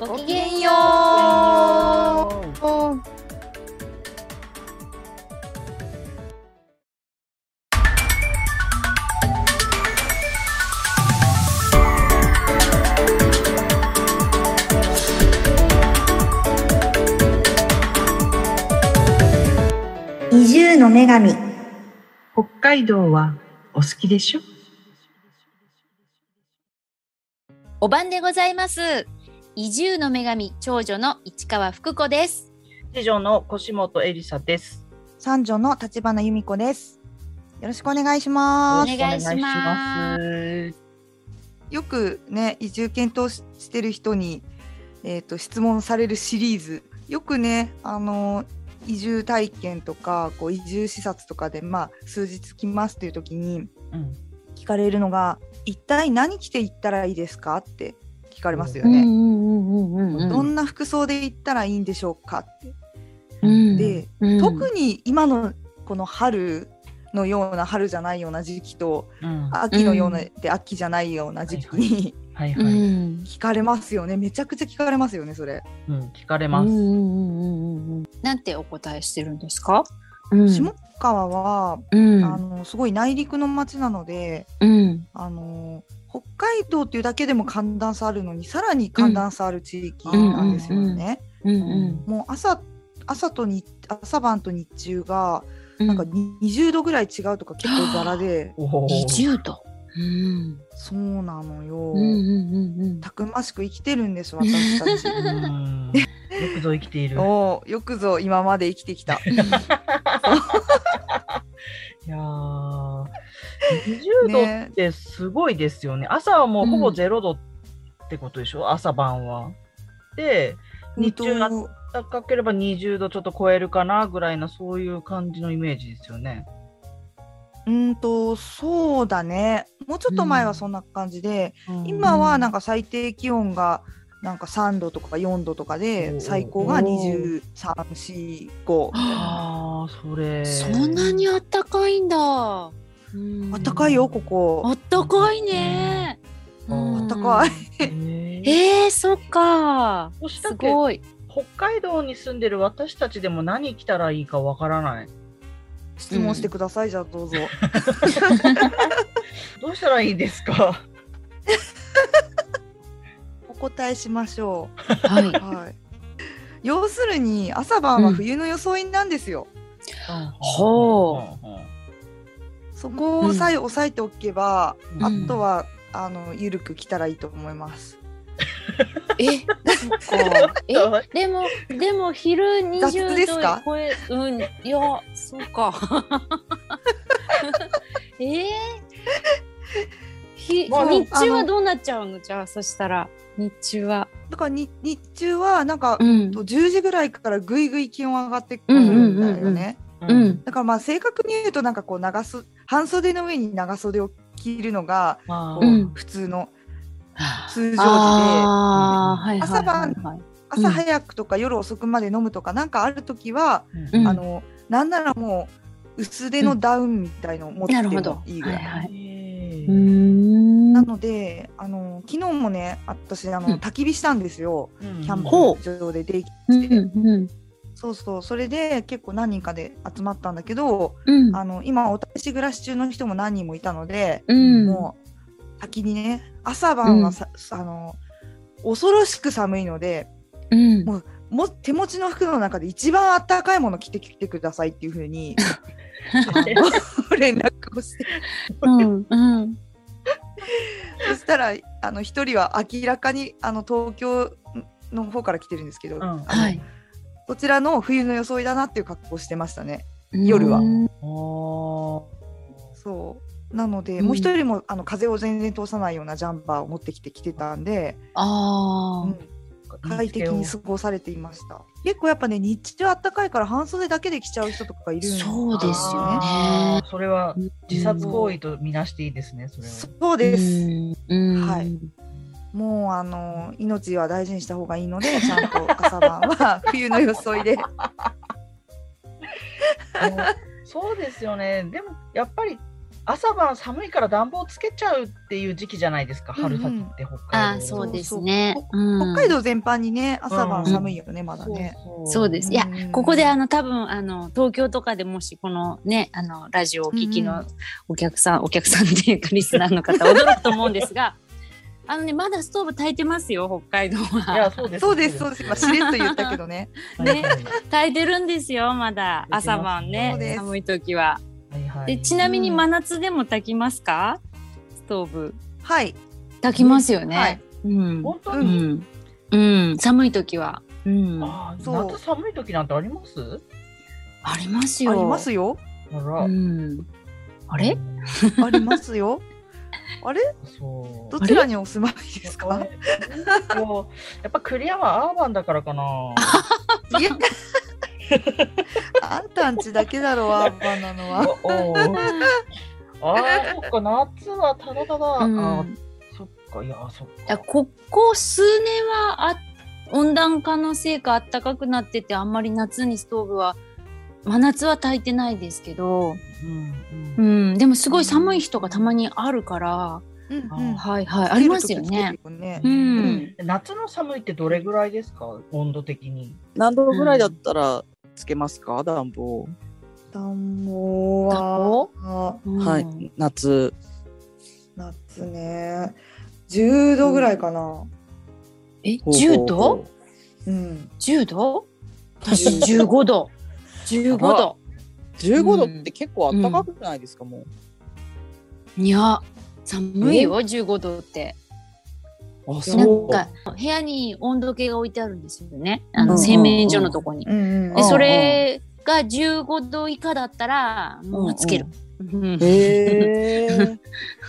Speaker 1: う。
Speaker 3: ごきげんよう。
Speaker 1: よ
Speaker 4: う。
Speaker 1: う。
Speaker 5: 移住の女神
Speaker 6: 北海道はお好きでしょ
Speaker 3: お晩でございます。移住の女神長女の市川福子です。
Speaker 4: 次女の腰本エリサです。
Speaker 1: 三女の立花由美子です。よろしくお願いし
Speaker 4: お
Speaker 1: ます。
Speaker 3: 願いします
Speaker 4: す。
Speaker 1: よくね移住検討ししてる人に、えー、と質問されるシリーズよくねあの移住体験とかこう移住視察とかで、まあ、数日来ますという時に
Speaker 4: うん
Speaker 1: 聞かれるのが「一体何着て行ったらいいですか?」って聞かれますよ
Speaker 3: うん
Speaker 1: ね。
Speaker 3: うんうんうんうん
Speaker 1: どんな服装で行ったらいいんでしょうかって。
Speaker 3: うん
Speaker 1: で、
Speaker 3: うん
Speaker 1: 特に今のこの春のような春じゃないような時期と
Speaker 4: うんは
Speaker 1: 秋のような、で秋じゃないような時期に
Speaker 4: いは
Speaker 3: う
Speaker 4: い、
Speaker 3: ん
Speaker 1: 聞かれますよねめちゃくちゃ聞かれますよねそれ、
Speaker 4: うん、聞かれ
Speaker 3: う
Speaker 4: ま
Speaker 3: んう
Speaker 4: す。
Speaker 3: んうんうんうんなんてお答えしてるんですか？うん
Speaker 1: 下川は、
Speaker 3: うん
Speaker 1: あのすごい内陸の町なので
Speaker 3: うん
Speaker 1: あの北海道っていうだけでも寒暖差あるのにさらに寒暖差ある地域なんですよね、
Speaker 3: うんうん
Speaker 1: もう朝朝と日朝晩と日中が
Speaker 3: うん
Speaker 1: なんか20度ぐらい違うとか結構ザラで、
Speaker 4: おお
Speaker 3: 二十度。うん
Speaker 1: そうなのよ、
Speaker 3: うんうんうんうん
Speaker 1: たくましく生きてるんです私た ち
Speaker 4: うんよくぞ生きている。
Speaker 1: おーよくぞ今まで生きてきた
Speaker 4: いやー20度
Speaker 1: ね
Speaker 4: ってすごいですよね。朝はもうほぼ
Speaker 3: うん
Speaker 4: 0度ってことでしょ、朝晩は。で、日中
Speaker 1: 本
Speaker 4: が
Speaker 1: 当
Speaker 4: 高ければ20度ちょっと超えるかなぐらいのそういう感じのイメージですよね。
Speaker 1: うーんとそうだねもうちょっと前はそんな感じで、今はなんか最低気温がなんか3度とか4度とか
Speaker 4: お
Speaker 1: で
Speaker 4: ー
Speaker 1: 最高が2345
Speaker 4: ああ、それ。
Speaker 3: そんなにあったかいんだ。あ
Speaker 1: あったかいよこ
Speaker 3: あ
Speaker 1: こ
Speaker 3: ったかいね。
Speaker 4: うん
Speaker 1: あったかい
Speaker 4: へー
Speaker 3: えー、そっか。
Speaker 4: そし
Speaker 3: す
Speaker 4: たけ北
Speaker 3: ごい。
Speaker 4: 海道に住んでる私たちでも何着たらいいかわからない。
Speaker 1: 質問してください、じゃあどうぞ
Speaker 4: どうしたらいいです か
Speaker 1: お答えしましょ、。
Speaker 3: はいう
Speaker 1: はい、要するに朝晩は冬の装いなんですよ、
Speaker 4: う
Speaker 3: ほ
Speaker 4: ん。
Speaker 1: そこをさえ押さえておけば、
Speaker 4: うん
Speaker 1: あとはあのゆるく着たらいいと思います。
Speaker 3: え、そっか。え、でも、でも昼二
Speaker 1: 雑
Speaker 3: 十度
Speaker 1: ですか
Speaker 3: 超え、うん、いや、そうか。 えー、ひ、
Speaker 1: まあ
Speaker 3: 日中
Speaker 1: あ
Speaker 3: は
Speaker 1: の
Speaker 3: どうなっちゃうのじゃあ、そしたら、日中は。
Speaker 1: だからに日中はなんか、
Speaker 3: ん
Speaker 1: と10時ぐらいからぐいぐい気温上がってくるんだよね。
Speaker 3: うんうんうんうんうん。
Speaker 1: だからまあ正確に言うとなんかこう長す半袖の上に長袖を着るのが
Speaker 4: まあ
Speaker 3: うん
Speaker 1: 普通の
Speaker 3: あ
Speaker 1: 通常時で
Speaker 3: あー、はい、はい。
Speaker 1: 朝晩
Speaker 3: はいはい
Speaker 1: 朝早くとか夜遅くまで飲むとかなんかある時は、
Speaker 4: う
Speaker 3: うん
Speaker 1: あのなんならもう薄手のダウンみたいのを持って
Speaker 3: なるほ
Speaker 1: も
Speaker 3: ど。
Speaker 1: いいぐ
Speaker 3: は
Speaker 1: ら
Speaker 3: い、
Speaker 1: い。
Speaker 3: はい。
Speaker 4: へ
Speaker 3: うー
Speaker 4: ー
Speaker 3: ん。
Speaker 1: なのであの昨日もね私あの、
Speaker 3: うん
Speaker 1: 焚き火したんですよ
Speaker 4: うん
Speaker 1: キャン
Speaker 3: ほ
Speaker 1: プ場ででき
Speaker 3: うん
Speaker 1: て、
Speaker 3: うん
Speaker 1: そうそうそれで結構何人かで集まったんだけど、
Speaker 3: うん
Speaker 1: あの今お試し暮らし中の人も何人もいたので、
Speaker 3: うん
Speaker 1: もう先にね朝晩はさ、あの恐ろしく寒いので
Speaker 3: うん
Speaker 1: もも手持ちの服の中で一番あったかいもの着てきてくださいっていうふうにあの連絡をして
Speaker 3: うんうん
Speaker 1: そしたらあの一人は明らかにあの東京の方から来てるんです けど、
Speaker 4: ん
Speaker 1: あの
Speaker 3: はい
Speaker 1: こちらの冬の装いだなっていう格好をしてましたね。夜は
Speaker 3: うん
Speaker 1: そうなので、
Speaker 3: うん
Speaker 1: もう一人もあの風を全然通さないようなジャンパーを持ってきてきてたんで、う
Speaker 3: あ
Speaker 1: ん快適に過ごされていました結構やっぱね日中あったかいから半袖だけで着ちゃう人とかいるん
Speaker 3: そうですよね
Speaker 4: あーそれは
Speaker 3: あ。
Speaker 4: 自殺行為とみなしていいですね、 それは。
Speaker 1: そうです、
Speaker 3: うん。
Speaker 1: はい
Speaker 3: うん
Speaker 1: もうあの命は大事にした方がいいのでちゃんと朝晩は冬の装いで
Speaker 4: あのそうですよね。でもやっぱり朝晩寒いから暖房つけちゃうっていう時期じゃないですか、
Speaker 1: うんうん
Speaker 4: 春先って北海道。
Speaker 3: あー、そうですね。
Speaker 1: 北
Speaker 3: 北
Speaker 1: 海道全般にね朝晩寒いよね、まだ
Speaker 4: そう
Speaker 1: ね
Speaker 4: そう
Speaker 3: そうです。いや、
Speaker 1: うん
Speaker 3: ここであの多分あの東京とかでもしこのねあのラジオをお聞き
Speaker 1: うんう
Speaker 3: の
Speaker 1: ん
Speaker 3: お客さん、お客さんっていうかリスナーの方驚くと思うんですがあのねまだストーブ焚いてますよ北海道
Speaker 4: い
Speaker 3: は
Speaker 4: や、そうです。
Speaker 1: そうですそうです今し
Speaker 4: ね。
Speaker 1: れっと言ったけどね
Speaker 4: はい
Speaker 3: 焚いてるんですよまだ
Speaker 4: てますね
Speaker 3: 朝晩
Speaker 1: そうで
Speaker 3: ね
Speaker 1: す
Speaker 3: 寒い時は
Speaker 4: はいはい
Speaker 3: でちなみに真夏でも焚きますかストーブ
Speaker 1: はい
Speaker 3: 炊きますよね。
Speaker 1: はい
Speaker 3: うん。
Speaker 4: 本当
Speaker 3: う
Speaker 4: に、
Speaker 3: ん。うん。寒い時は。うん。
Speaker 4: あ
Speaker 3: あ
Speaker 4: ー
Speaker 1: そう
Speaker 4: 夏寒い時なんてあります？
Speaker 3: ります
Speaker 1: あ
Speaker 3: よ。
Speaker 1: りますよ
Speaker 4: あら。
Speaker 3: うん。あれ？
Speaker 1: ありますよあれ
Speaker 4: そう
Speaker 1: どちらにお住まいですか
Speaker 4: ねもう やっぱクリアはアーバンだからか な。
Speaker 1: いや あんたんちだけだろアーバンなのは。
Speaker 4: おおーあーそっか夏はただただ、あ
Speaker 3: うん
Speaker 4: あーそっかいやーそっ
Speaker 3: だ
Speaker 4: か
Speaker 3: ここ数年はあ温暖化のせいか暖かくなっててあんまり夏にストーブは真夏は炊いてないですけど、
Speaker 4: うん
Speaker 3: う
Speaker 4: うん
Speaker 3: ん、でもすごい寒い日とかたまにあるから、
Speaker 1: うんうん
Speaker 3: はいはいありますよね。。
Speaker 1: ね
Speaker 3: う
Speaker 1: うんん、
Speaker 4: 夏の寒いってどれぐらいですか温度的に
Speaker 7: 何度ぐらいだったらつけますか、暖房。
Speaker 1: 暖房は
Speaker 3: 暖
Speaker 1: あ
Speaker 7: は
Speaker 3: うん
Speaker 7: い、夏。
Speaker 1: 夏ね10度ぐらいかな。
Speaker 3: え10度
Speaker 1: うん。
Speaker 3: 10度私15度15度
Speaker 7: ?15 度って結構暖かくないですか、も
Speaker 3: いや寒いよ15度って
Speaker 7: う。あ、
Speaker 3: な
Speaker 7: そ
Speaker 3: ん
Speaker 7: う。
Speaker 3: か部屋に温度計が置いてあるんですよねあ
Speaker 7: う
Speaker 3: の
Speaker 7: ん
Speaker 3: 洗面所のとこに
Speaker 1: う。んうん
Speaker 3: で
Speaker 7: あ
Speaker 3: それが15度以下だったらもうつける。うん
Speaker 7: へ ー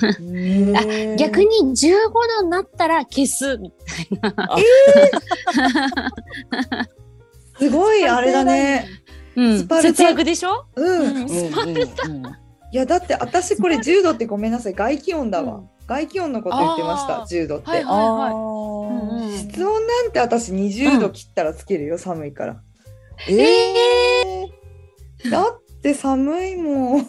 Speaker 3: あ
Speaker 7: へー
Speaker 3: 逆に15度になったら消すみたいな。
Speaker 1: すごいあれだね。
Speaker 3: うん
Speaker 1: スパルタ
Speaker 3: 節約でしょ、
Speaker 1: う。
Speaker 3: うんん
Speaker 7: うんうんうん
Speaker 1: いやだって私これ10度ってごめんなさい外気温だわ。外気温のこと言ってました
Speaker 3: あー
Speaker 1: 10度って。
Speaker 3: はいはいはい
Speaker 7: あ
Speaker 3: う
Speaker 7: ー
Speaker 3: んうん
Speaker 1: 室温なんて私20
Speaker 3: う
Speaker 1: 度
Speaker 3: ん
Speaker 1: 切ったらつけるよ、寒いから。
Speaker 7: え
Speaker 1: だって寒いもん。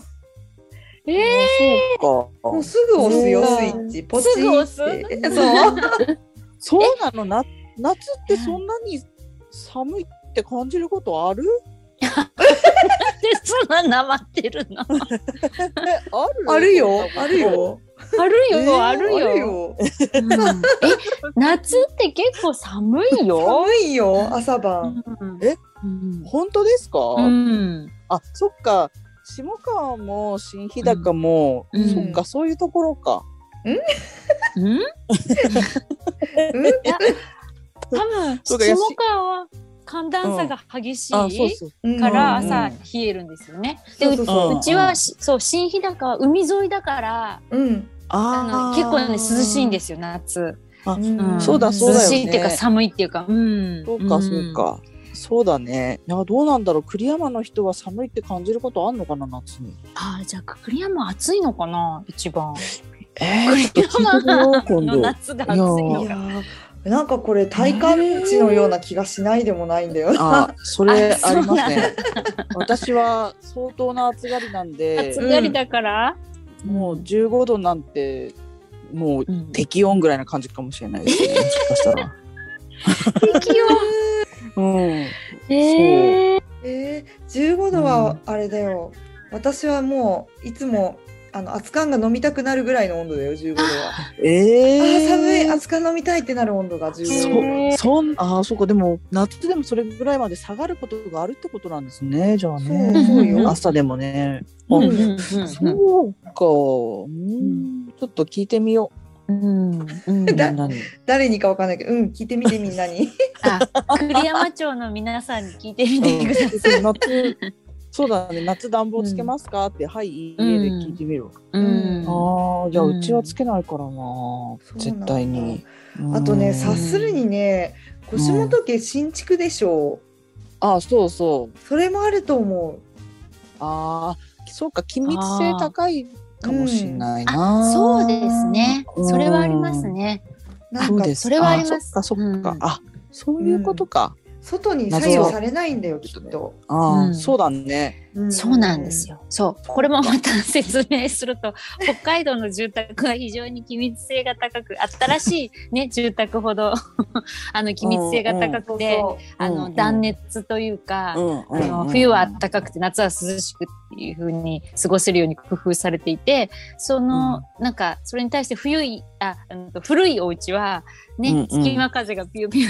Speaker 3: ええ
Speaker 7: ー、そ
Speaker 1: もう
Speaker 7: うか。
Speaker 1: すぐ押すよ
Speaker 7: そう
Speaker 1: スイッチ。ポチ
Speaker 3: すぐ押す
Speaker 1: ってそう。
Speaker 7: そうなのな夏ってそんなに寒いって感じることある？
Speaker 3: なんでそんななまってるの
Speaker 7: えある？
Speaker 1: あるよある。よ。
Speaker 3: あるよ、
Speaker 7: えー
Speaker 3: あるよ
Speaker 1: あるよ。
Speaker 3: うんえ夏って結構寒いよ、
Speaker 1: 寒いよ朝晩。
Speaker 3: うん
Speaker 7: え
Speaker 3: うん
Speaker 7: 本当ですか？
Speaker 3: うん
Speaker 7: あ、そっか。下川も新日高も、
Speaker 3: うん
Speaker 7: そっかそういうところか。
Speaker 3: うん、
Speaker 1: うん
Speaker 3: 多分
Speaker 7: そうかいや
Speaker 3: 下
Speaker 7: し
Speaker 3: 川は寒暖差が激しい、
Speaker 7: あ、そうそう。
Speaker 1: うん
Speaker 3: から
Speaker 7: うん
Speaker 3: 朝冷えるんですよね。で
Speaker 1: そうそうそう
Speaker 3: うちはしそう新日高は海沿いだから
Speaker 1: うん。
Speaker 3: あの結構ね涼しいんですよ夏、
Speaker 1: うん
Speaker 3: ん
Speaker 7: そうだそうだよね
Speaker 3: 涼しいっていうか寒いっていうか、うん、
Speaker 7: そうかそうか。そうだね。いやどうなんだろう。栗山の人は寒いって感じることあんのかな夏に。
Speaker 3: うん。あーじゃあ栗山暑いのかな一番。
Speaker 7: えー、ちょっと聞いてみよう今
Speaker 3: の
Speaker 7: 度。
Speaker 3: 夏が暑いの
Speaker 1: い
Speaker 3: か。
Speaker 1: やーなんかこれ体感値のような気がしないでもないんだよな。
Speaker 7: あ、それ
Speaker 3: あ
Speaker 7: あります
Speaker 3: そ
Speaker 7: ね。私は相当な暑がりなんで
Speaker 3: 暑、がりだから。
Speaker 7: もう15度なんてもう
Speaker 3: うん
Speaker 7: 適温ぐらいな感じかもしれないですね。もしかしたら。
Speaker 3: 適
Speaker 7: うん。
Speaker 3: 温。えー
Speaker 1: えー、15度はあれだよ。私はもういつもあの熱燗が飲みたくなるぐらいの温度だよ15度は。あ
Speaker 7: ええ
Speaker 1: ー寒い熱燗飲みたいってなる温度が15
Speaker 7: そ
Speaker 1: 度。
Speaker 7: う、そん、ああ、そうか、でも、夏でもそれぐらいまで下がることがあるってことなんですね、じゃあ
Speaker 1: そう
Speaker 7: ね。
Speaker 1: そうよ。
Speaker 7: 朝でもね。あ
Speaker 3: うん
Speaker 7: そうか、うん、ちょっと聞いてみよ
Speaker 3: うんうん
Speaker 7: う。みん
Speaker 1: だ
Speaker 7: なに。
Speaker 1: 誰にかわかんないけど、うん、聞いてみてみんな に。
Speaker 3: あ栗山町の皆さんに聞いてみてください。
Speaker 7: うん夏。そうだね、夏暖房つけますかって、はい、いいえで聞いてみるわ。
Speaker 3: うん
Speaker 7: ああ、じゃあ、
Speaker 3: うん
Speaker 7: うちはつけないからな、
Speaker 1: そうなん
Speaker 7: 絶
Speaker 1: だ
Speaker 7: 対に。うん
Speaker 1: あとね、察するにね、腰元家新築でしょう。
Speaker 7: ああ、そうそう。
Speaker 1: それもあると思
Speaker 7: ああ、そうか、気密性高いかもしれないな。
Speaker 3: あそうですね。
Speaker 7: うん
Speaker 3: それはありますね。
Speaker 1: う。なんか
Speaker 7: です
Speaker 3: それはあります
Speaker 7: そっかそっか。
Speaker 3: うん
Speaker 7: あ、そういうことか。
Speaker 1: 外に左右されないんだよ、きっと。
Speaker 7: ああ、
Speaker 3: うん
Speaker 7: そうだね。
Speaker 3: そうなんです
Speaker 1: よ。
Speaker 3: よ。そう。これもまた説明する と、北海道の住宅は非常に機密性が高く、新しい ね、住宅ほど、 あの、機密性が高
Speaker 1: そう
Speaker 3: くて、あ
Speaker 7: う
Speaker 3: の、
Speaker 7: ん
Speaker 3: 断熱というか、
Speaker 7: うん
Speaker 3: あの冬は暖かくて夏は涼しくっていう風に過ごせるように工夫されていてその、なんかそれに対して冬いあうんと古いお家はね、
Speaker 7: うんうん
Speaker 3: 隙間風がピューピュー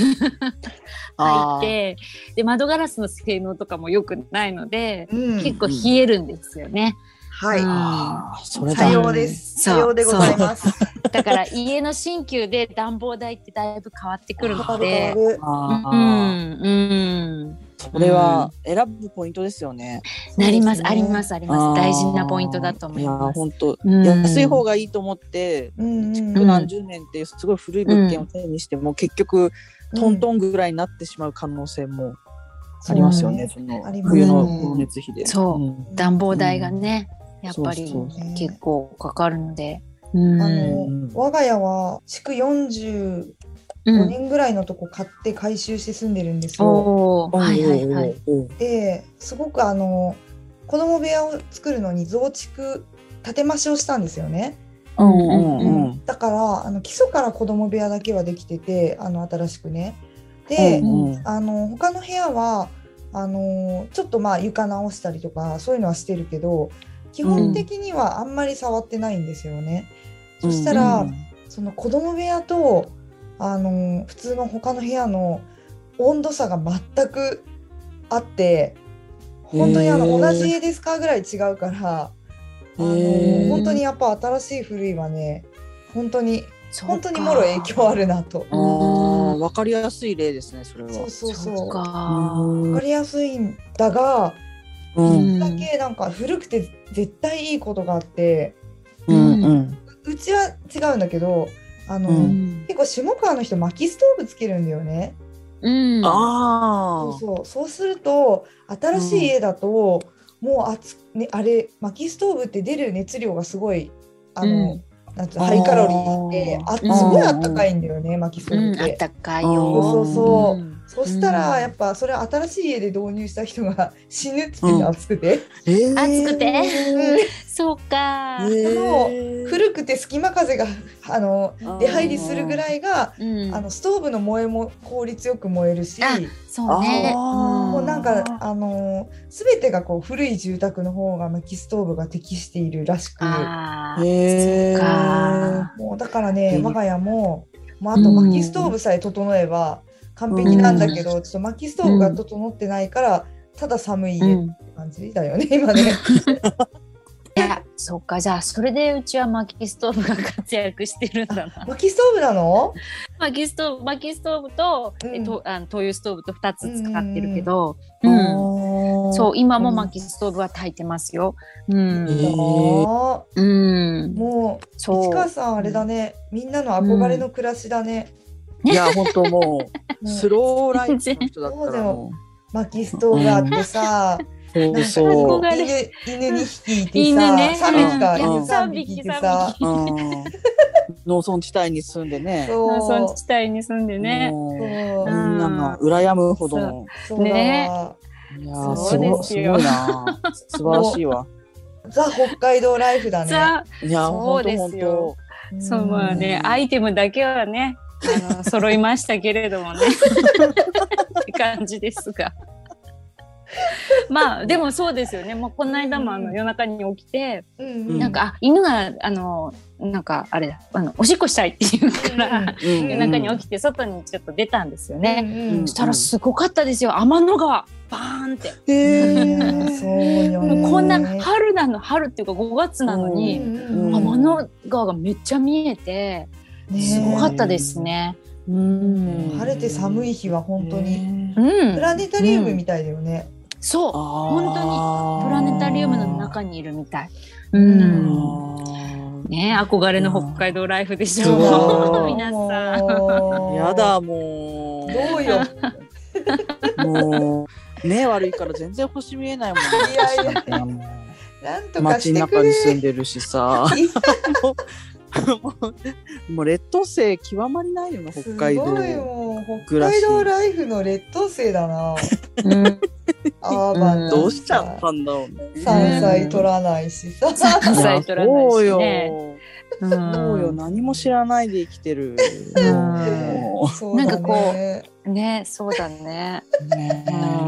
Speaker 3: 入ってで窓ガラスの性能とかも良くないので、
Speaker 1: うん
Speaker 3: 結構冷えるんですよね。
Speaker 1: はい。
Speaker 7: ああ、それ
Speaker 1: さ
Speaker 7: だ。
Speaker 1: ようです。
Speaker 3: そう
Speaker 1: さようでございます。
Speaker 3: だから家の新旧で暖房代ってだいぶ変わってくるの
Speaker 1: わかるわ
Speaker 3: で
Speaker 1: か。る
Speaker 7: あ
Speaker 3: うんうん
Speaker 7: それは選ぶポイントですよね。。
Speaker 3: なります、ありますす、あり
Speaker 7: あ
Speaker 3: ま
Speaker 7: ー
Speaker 3: す。大事なポイントだと思い
Speaker 7: や
Speaker 3: ま
Speaker 7: ー
Speaker 3: す。
Speaker 7: 本当、
Speaker 3: うん
Speaker 7: 安い方がいいと思って
Speaker 1: うんうん
Speaker 3: う
Speaker 1: うんん
Speaker 7: 何十年っていうすごい古い物件を手にしても、結局トントンぐらいになってしまう可能性もありますよね、その
Speaker 1: あります
Speaker 7: 冬の光熱費で。
Speaker 3: そうん暖房代がね、やっぱり
Speaker 7: そうそう
Speaker 1: そう
Speaker 3: 結構かかるので。うん
Speaker 1: あ
Speaker 7: うん
Speaker 1: の我が家は築45
Speaker 3: うん
Speaker 1: 年ぐらいのとこ買って改修して住んでるんですよ。
Speaker 3: おーはいはいはい。
Speaker 7: うん
Speaker 1: ですごくあの子供部屋を作るのに増築建て増しをしたんですよね。
Speaker 7: うんうんうん
Speaker 1: だからあの基礎から子供部屋だけはできててあの新しくね。で、
Speaker 7: うんうん
Speaker 1: あの他の部屋はあのちょっとまあ床直したりとかそういうのはしてるけど基本的にはあんまり触ってないんですよね。そしたら、
Speaker 7: うん
Speaker 1: その子供部屋とあの普通の他の部屋の温度差が全くあって本当にあの
Speaker 7: へー
Speaker 1: 同じ家ですかぐらい違うからあ
Speaker 7: へ
Speaker 1: の
Speaker 7: ー
Speaker 1: 本当にやっぱ新しい古いはね本当に
Speaker 3: そうか
Speaker 1: 本当にもろ影響あるなと
Speaker 7: ああ分かりやすい例ですねそれは。
Speaker 1: そうそうそう
Speaker 3: そう
Speaker 1: わ
Speaker 3: か。
Speaker 1: かりやすいんだが
Speaker 7: うん
Speaker 1: だけなんか古くて絶対いいことがあって
Speaker 7: うんうん
Speaker 1: うちは違うんだけどあの、
Speaker 7: う
Speaker 1: 結構下川の人薪ストーブつけるんだよね。
Speaker 3: うん。
Speaker 7: あ
Speaker 1: そ
Speaker 7: あ
Speaker 1: うそうそうすると新しい家だと、もうあつ、ね、あれ薪ストーブって出る熱量がすごいあの、なんつうの
Speaker 7: あー
Speaker 1: ハイカロリーであす
Speaker 3: うん
Speaker 1: ごいあったかいんだよね、薪スト
Speaker 3: う
Speaker 1: ーブっ
Speaker 3: ん、あ
Speaker 1: て
Speaker 3: っ。たかい
Speaker 7: うん
Speaker 3: よ。
Speaker 1: そうそうそうう、
Speaker 3: ん
Speaker 1: そしたら
Speaker 3: うん
Speaker 1: やっぱそれ新しい家で導入した人が 死ぬっつって
Speaker 7: うん
Speaker 1: た暑くて、
Speaker 7: えー
Speaker 3: 暑くて。
Speaker 1: う
Speaker 3: そう
Speaker 1: ん
Speaker 3: か。
Speaker 7: えー
Speaker 1: 古くて隙間風があの出入りするぐらいが
Speaker 3: うん。
Speaker 1: あのストーブの燃えも効率よく燃えるし。
Speaker 3: あそうね。
Speaker 7: あー
Speaker 1: もうなんか
Speaker 7: あ
Speaker 1: あのー全てがこう古い住宅の方が薪ストーブが適しているらしく
Speaker 3: ああ。
Speaker 7: へ
Speaker 3: そ
Speaker 7: ー
Speaker 3: っか
Speaker 1: もうだからね
Speaker 7: うん
Speaker 1: 我が家ももうあと薪ストーブさえ整えば完璧なんだけど、ちょっと薪ストーブが整ってないから、ただ寒い家って感じだよね、今 ね。
Speaker 3: いや、そっか。じゃあ、それでうちは薪ストーブが活躍してるんだな。
Speaker 1: 薪ストーブなの
Speaker 3: 薪ストーブ、薪ストーブと、
Speaker 1: うん
Speaker 3: えっと、あの、灯油ストーブと二つ使ってるけど。
Speaker 7: う
Speaker 3: うん。
Speaker 7: ん
Speaker 3: そう、今も薪ストーブは炊いてますよ。うん。
Speaker 7: へー
Speaker 1: あー
Speaker 3: うん。
Speaker 1: もう
Speaker 3: そう。
Speaker 1: 市川さんあれだねみんなの憧れの暮らしだね、
Speaker 7: いや本当も
Speaker 1: も
Speaker 7: う
Speaker 1: う
Speaker 7: スローライフの人だったらも
Speaker 1: 薪ストーブあってさ。
Speaker 7: うそうそう。
Speaker 3: 憧
Speaker 1: 犬犬2匹いて
Speaker 3: 犬
Speaker 1: さ、
Speaker 3: ね
Speaker 1: 3匹か、
Speaker 7: うん
Speaker 1: 犬
Speaker 7: うん
Speaker 1: 3匹いてさ、
Speaker 7: うん農村地帯に住んでね。
Speaker 1: そう
Speaker 3: 農村地帯に住んでね。
Speaker 7: もう
Speaker 1: そ
Speaker 7: み
Speaker 1: うん
Speaker 7: なが羨むほどの。
Speaker 1: そうだわ、
Speaker 7: いや
Speaker 1: そ
Speaker 7: ーす
Speaker 1: う
Speaker 7: ご
Speaker 3: で
Speaker 7: いす
Speaker 3: す
Speaker 7: ごい
Speaker 3: よ
Speaker 7: な。素晴らしいわ。
Speaker 1: ザ北海道ライフだね。
Speaker 3: さ
Speaker 7: いやー
Speaker 3: そ
Speaker 7: 本
Speaker 3: う
Speaker 7: 当
Speaker 3: です
Speaker 7: 本
Speaker 3: よ
Speaker 7: 当。
Speaker 1: ん
Speaker 3: そうまあね、アイテムだけはね、あの揃いましたけれどもね、って感じですが。まあでもそうですよね。もうこの間もあの夜中に起きて、
Speaker 1: うん
Speaker 3: なんかあ犬があのなんかあれだ、あのおしっこしたいって言うから、
Speaker 7: うん
Speaker 3: 夜中に起きて外にちょっと出たんですよね。
Speaker 1: ね
Speaker 3: そしたらすごかったですよ。天の川バーンって。
Speaker 7: きて
Speaker 1: そうよね。
Speaker 3: こんな春なの春っていうか5月なのに、
Speaker 1: うん
Speaker 7: あ
Speaker 3: 天の川がめっちゃ見えて、
Speaker 1: ね
Speaker 3: すごかったですね。うん。
Speaker 1: 晴れて寒い日は本当に、
Speaker 7: に。
Speaker 3: うん
Speaker 1: プラネタリウムみたいだよね。
Speaker 3: そう。
Speaker 7: 本
Speaker 3: プラネタリウムの中にいるみたい。う。
Speaker 7: うんん
Speaker 3: ね憧れの北海道ライフでし
Speaker 7: す
Speaker 3: ょ
Speaker 7: ご
Speaker 3: う。
Speaker 7: い
Speaker 3: 皆さん。
Speaker 1: さ
Speaker 7: や。だ
Speaker 1: ど
Speaker 7: もう。
Speaker 1: う よ。
Speaker 7: もう目悪いから全然星見えないもん。
Speaker 1: いやいや
Speaker 7: 私 なんて
Speaker 1: なんとかし
Speaker 7: 街
Speaker 1: て
Speaker 7: 中
Speaker 1: く
Speaker 7: に
Speaker 1: れ。
Speaker 7: 住んでる しさ。もうもう劣等生極まりないよな北
Speaker 1: す
Speaker 7: 海道。
Speaker 1: ごいもう北
Speaker 7: 暮らし
Speaker 1: 海道ライフの劣等生だな。アーバンだ
Speaker 7: どうしちゃったんだろうね。
Speaker 1: 山菜取らないしさ。
Speaker 3: 関西取らない
Speaker 7: そう
Speaker 3: し
Speaker 7: よ。
Speaker 3: ね。うん
Speaker 7: そうよ何も知らないで生きてる。
Speaker 3: うん
Speaker 7: も
Speaker 1: そうだね
Speaker 3: なんかこねそうだね。
Speaker 7: うね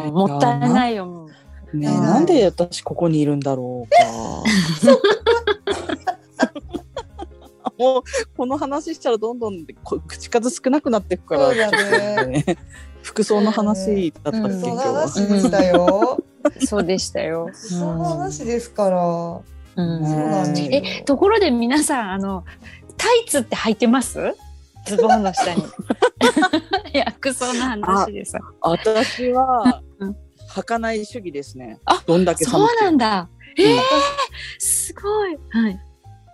Speaker 3: うんもったいないよ。
Speaker 7: い。ねなんで私ここにいるんだろうか。もうこの話したらどんどんこ口数少なくなっていくから
Speaker 1: そうだね
Speaker 7: ちょっとね服装の話だったっけ、
Speaker 3: うん
Speaker 1: そ
Speaker 7: 今
Speaker 1: の
Speaker 7: 日は
Speaker 1: 話でしたよ。
Speaker 3: そうでしたよ。
Speaker 1: その話ですから。
Speaker 3: うん
Speaker 1: そうなんですよ
Speaker 3: えところで皆さんあのタイツって履いてます？ズボンの下 に。いや、服装の話です。
Speaker 7: 私は
Speaker 3: うん
Speaker 7: 儚い主義ですね
Speaker 3: あ。
Speaker 7: どんだけ
Speaker 3: そう
Speaker 7: 寒くて
Speaker 3: なん
Speaker 7: も
Speaker 3: だ。えー、すごい。はい。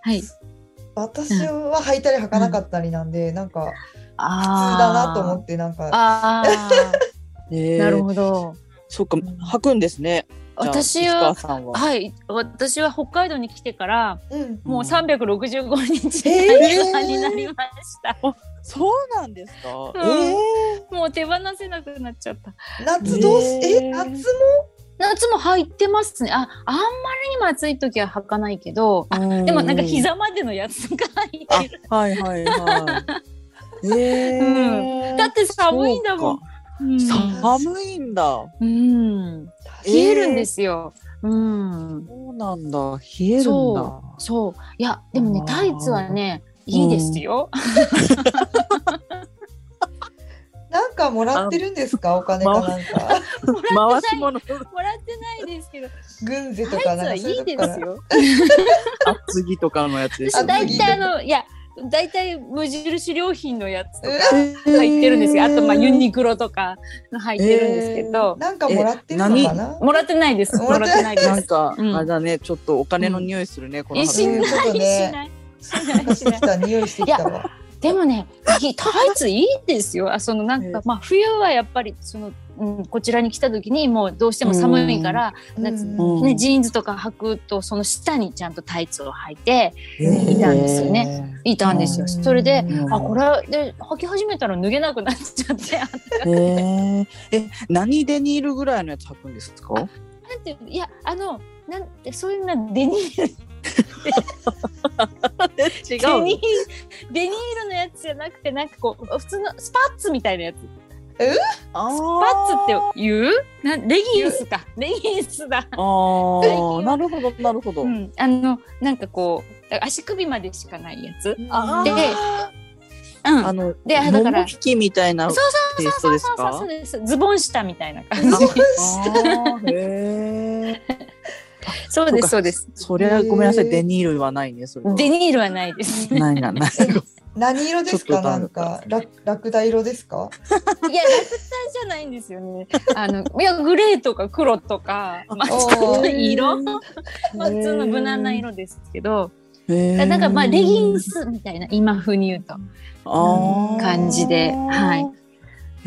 Speaker 3: はい。
Speaker 1: 私は履いたり履かなかったりなんで、なんか普
Speaker 3: あ
Speaker 1: 通だなと思
Speaker 3: て。
Speaker 1: ってなんか
Speaker 3: あ
Speaker 7: ね
Speaker 3: あ、
Speaker 7: え
Speaker 3: なるほど。
Speaker 7: そっか履くんですね。じゃあ
Speaker 3: 私
Speaker 7: 石
Speaker 3: は
Speaker 7: 川、さんは。
Speaker 3: はい、私は北海道に来てから、
Speaker 1: うん
Speaker 3: もううん365日
Speaker 1: えー
Speaker 3: 大ファンになりました。
Speaker 7: そうなんですか。
Speaker 3: うん
Speaker 1: え
Speaker 3: もう手放せなくなっちゃった。
Speaker 1: ー、夏どうす
Speaker 7: ねえ
Speaker 1: え夏も
Speaker 3: 夏も入ってますね。あ、あんまりにも暑い時は履かないけど、あ
Speaker 7: う
Speaker 3: でもなんか。膝までのやつとか履い
Speaker 7: あ
Speaker 3: てる。
Speaker 7: はいは いはい。ええ
Speaker 3: だって寒いんだもん。うん
Speaker 7: そうか寒いんだ。
Speaker 3: うん、冷えるんですよ。うん、
Speaker 7: そうなんだ。冷えるんだ
Speaker 3: そ。そう、いや、でもね
Speaker 7: あ、ー
Speaker 3: タイツはね、いいですよ。
Speaker 1: なんかもらってるんですかお金かなんか
Speaker 7: 回し物。
Speaker 3: もらってないですけど、
Speaker 1: 軍勢 とか
Speaker 3: タイツ
Speaker 1: なん
Speaker 3: は
Speaker 1: か
Speaker 3: い
Speaker 1: そういう
Speaker 3: い
Speaker 1: とこ
Speaker 3: で
Speaker 1: か
Speaker 3: す
Speaker 1: ら
Speaker 3: よ。
Speaker 7: 厚着とかのやつです
Speaker 3: 私
Speaker 7: よ
Speaker 1: あ
Speaker 7: ね。
Speaker 3: 大
Speaker 1: 次
Speaker 3: 体あの、いや、大体無印良品のやつとか
Speaker 7: えー
Speaker 3: 入ってるんですよ。あと、まあ、ユニクロとか入ってるんですけど、
Speaker 1: なんかもらってるのかな
Speaker 3: もらってないです。も
Speaker 1: もら
Speaker 3: ら
Speaker 1: っ
Speaker 3: っててないで
Speaker 7: なん
Speaker 3: す。
Speaker 7: か、
Speaker 3: うん
Speaker 7: あれだね、ちょっとお金の匂いするね、この
Speaker 3: え、し
Speaker 7: 話。
Speaker 1: ん
Speaker 3: ない、し
Speaker 1: そういうことね
Speaker 3: ない、しない、し
Speaker 1: して
Speaker 3: な
Speaker 1: き。
Speaker 3: い
Speaker 1: た匂いしてきたわ
Speaker 3: でもね、いいタイツいいですよ。あそのなん
Speaker 7: え
Speaker 3: か、まあ、冬はやっぱりその、うん、こちらに来た時にもうどうしても寒いから、夏
Speaker 1: うん
Speaker 7: うん
Speaker 3: ね、ジーンズとか履くとその下にちゃんとタイツを履いて
Speaker 1: ね
Speaker 3: いたんですよね。いたんですよ。
Speaker 1: うん
Speaker 3: それで、
Speaker 7: うん
Speaker 3: あこれで履き始めたら脱げなくなっちゃって。 あ
Speaker 7: へーえ、何でにいるぐらいのやつ履くんですか。
Speaker 3: なんていういやあのなんてそういうなデニール
Speaker 7: 違
Speaker 3: デニールデニールのやつじゃなくてなんかこう普通のスパッツみたいなやつ。スパッツ
Speaker 7: パ
Speaker 3: って言うなんレギンスかレギンスだ。
Speaker 7: あー
Speaker 3: 最近は
Speaker 7: なるほど、なるほど。
Speaker 3: うん、あのなんかこう足首までしかないやつ。
Speaker 7: あ
Speaker 3: で
Speaker 7: ー
Speaker 3: うん、
Speaker 7: あの、
Speaker 3: であだ
Speaker 7: だ
Speaker 3: か
Speaker 7: からら、引きみたいな
Speaker 3: そう
Speaker 7: テイストです
Speaker 3: そうそう
Speaker 7: か
Speaker 3: そう。ですズボン下みたいな感じ。
Speaker 7: あーへえ。
Speaker 3: そうですそうです。
Speaker 7: それはごめんなさ
Speaker 1: へ
Speaker 7: い、
Speaker 1: ー
Speaker 7: デニールはないね、それは。
Speaker 3: デニールはないです。
Speaker 7: ないな、ない。
Speaker 1: 何色です
Speaker 7: ちょ
Speaker 1: か
Speaker 7: っと
Speaker 1: な
Speaker 7: なんん
Speaker 1: か
Speaker 7: か
Speaker 1: ララクダ色ですか
Speaker 3: いやラクタじゃないんですよね。あのいやグレーとか黒とかまあちょっと 色、まあ、普通の無難な色ですけど、
Speaker 7: へー
Speaker 3: なんかまあレギンスみたいな今風に言うと。
Speaker 7: あー
Speaker 3: 感じではい。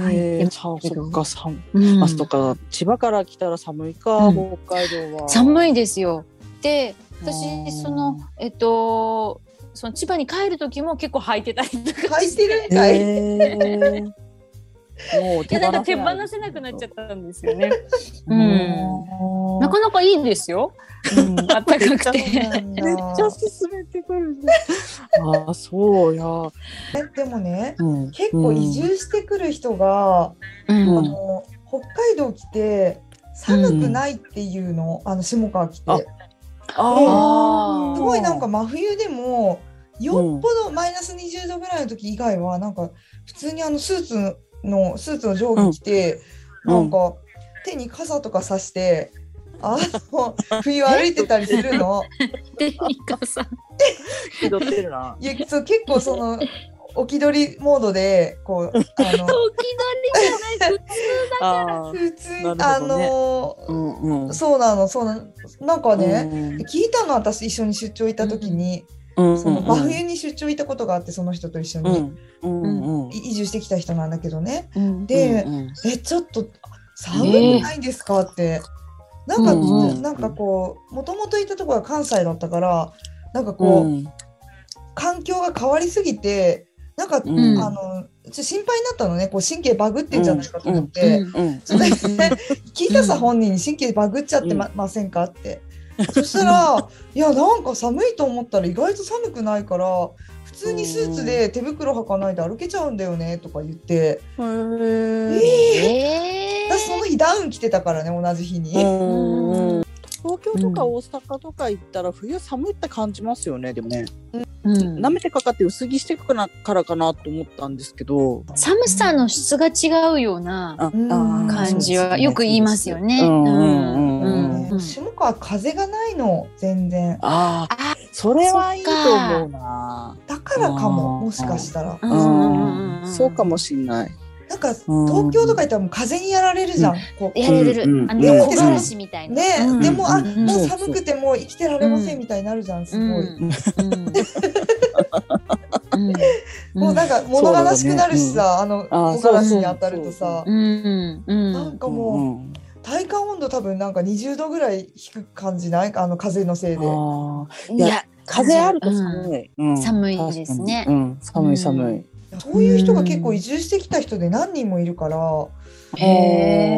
Speaker 3: はい
Speaker 7: へ
Speaker 3: でも
Speaker 7: ーさあそっか、寒
Speaker 3: うん
Speaker 7: マスとか、千葉から来たら寒いか、
Speaker 3: うん
Speaker 7: 北海道は。
Speaker 3: 寒いですよ。で
Speaker 7: あー
Speaker 3: 私そのえっとその千葉に帰る時も結構履いてたりとか
Speaker 1: 履いてるんかい、
Speaker 7: へーもう
Speaker 3: い
Speaker 7: 手
Speaker 3: や
Speaker 7: 放
Speaker 3: なん
Speaker 7: せ
Speaker 3: か手放せ
Speaker 7: ない
Speaker 3: なくなっちゃったんですよね。う
Speaker 7: う
Speaker 3: んなかなかいいですよ。うん、暖かくて。
Speaker 7: めっちゃ進めてくる ね。ああ、そうや。
Speaker 1: えでもね
Speaker 7: うん
Speaker 1: 結構移住してくる人が、
Speaker 3: うん
Speaker 1: あの北海道来て寒くないっていうの、あの下川来て
Speaker 7: あ
Speaker 3: あー
Speaker 1: すごいなんか真冬でもよっぽどマイナス20度ぐらいの時以外はなんか普通にあのスーツのスーツの上下着て、
Speaker 7: うん
Speaker 1: なんか手に傘とかさしてあの冬歩いてたりする の。
Speaker 3: で、ミカさん。
Speaker 7: 気取ってるな。
Speaker 1: いやそう結構その置き取りモードでこうあの
Speaker 3: 時々じゃない。
Speaker 7: ああ、
Speaker 1: 普通、
Speaker 7: なるほどね
Speaker 1: あの
Speaker 7: うんうん。
Speaker 1: そうなのそうなのなんかね、
Speaker 7: ね。
Speaker 1: 聞いたの私一緒に出張行った時に、
Speaker 7: うん
Speaker 1: その真冬に出張行ったことがあってその人と一緒
Speaker 7: う
Speaker 1: に、
Speaker 7: んうんうんうん。
Speaker 1: 移住してきた人なんだけどね
Speaker 3: うん
Speaker 1: で、
Speaker 7: うんうん
Speaker 1: えちょっと寒くないんですかって、なんか、
Speaker 7: うんうん
Speaker 1: なんかこうもともといたところが関西だったからなんかこう、
Speaker 7: うん
Speaker 1: 環境が変わりすぎてなんか、
Speaker 7: うん
Speaker 1: あのちょっと心配になったのねこう神経バグってんじゃないかと思って、
Speaker 7: うん
Speaker 1: それで聞いたさ
Speaker 3: うん
Speaker 1: 本人に神経バグっちゃってま,、せんかって。そしたら「いやなんか寒いと思ったら意外と寒くないから普通にスーツで手袋履かないで歩けちゃうんだよね」とか言って
Speaker 7: へえ
Speaker 3: え
Speaker 1: 私その日ダウン着てたからね同じ日に。
Speaker 7: うんうん東京とか
Speaker 3: うん
Speaker 7: 大阪とか行ったら冬寒いって感じますよねでもね、
Speaker 3: うん
Speaker 7: 舐めてかかって薄着してくかなからかなと思ったんですけど
Speaker 3: 寒さの質が違うような
Speaker 7: あ
Speaker 1: うん
Speaker 7: あー
Speaker 3: 感じ
Speaker 7: そうです
Speaker 3: は
Speaker 7: ね
Speaker 3: よく言いますよね。
Speaker 7: うんうん
Speaker 3: うん
Speaker 7: うん
Speaker 3: うんうん
Speaker 1: 下川風がないの全然
Speaker 7: ああ
Speaker 3: あ
Speaker 7: それはいいと思うな
Speaker 1: だかからかも
Speaker 7: あー
Speaker 1: もしかしたら
Speaker 3: うん
Speaker 7: うんそうかもしんない。
Speaker 1: なんか東京とか行ったらもう風にやられるじゃん、こう
Speaker 3: やられる、
Speaker 7: うんうん
Speaker 3: あの
Speaker 7: ね
Speaker 3: 木枯らしみたいな。
Speaker 1: ねえ、
Speaker 3: うん
Speaker 1: でもあ、
Speaker 7: うん
Speaker 1: もう寒くてもう生きてられませんみたいになるじゃんすごい、
Speaker 3: うんうんうん
Speaker 1: もうなんか物悲しくなるしさ、あ
Speaker 7: あ
Speaker 1: の
Speaker 7: ー
Speaker 1: 木枯らしに当たるとさ、
Speaker 3: うんうん
Speaker 1: なんかもう、
Speaker 7: ん
Speaker 1: 体感温度多分なんか20度ぐらい低く感じないあの風のせいで。
Speaker 7: あー
Speaker 3: いや
Speaker 7: 風あると寒い。うん
Speaker 3: 寒いですね
Speaker 7: 確かにうん寒い寒い。
Speaker 1: そういう人が結構移住してきた人で何人もいるから、
Speaker 3: へえ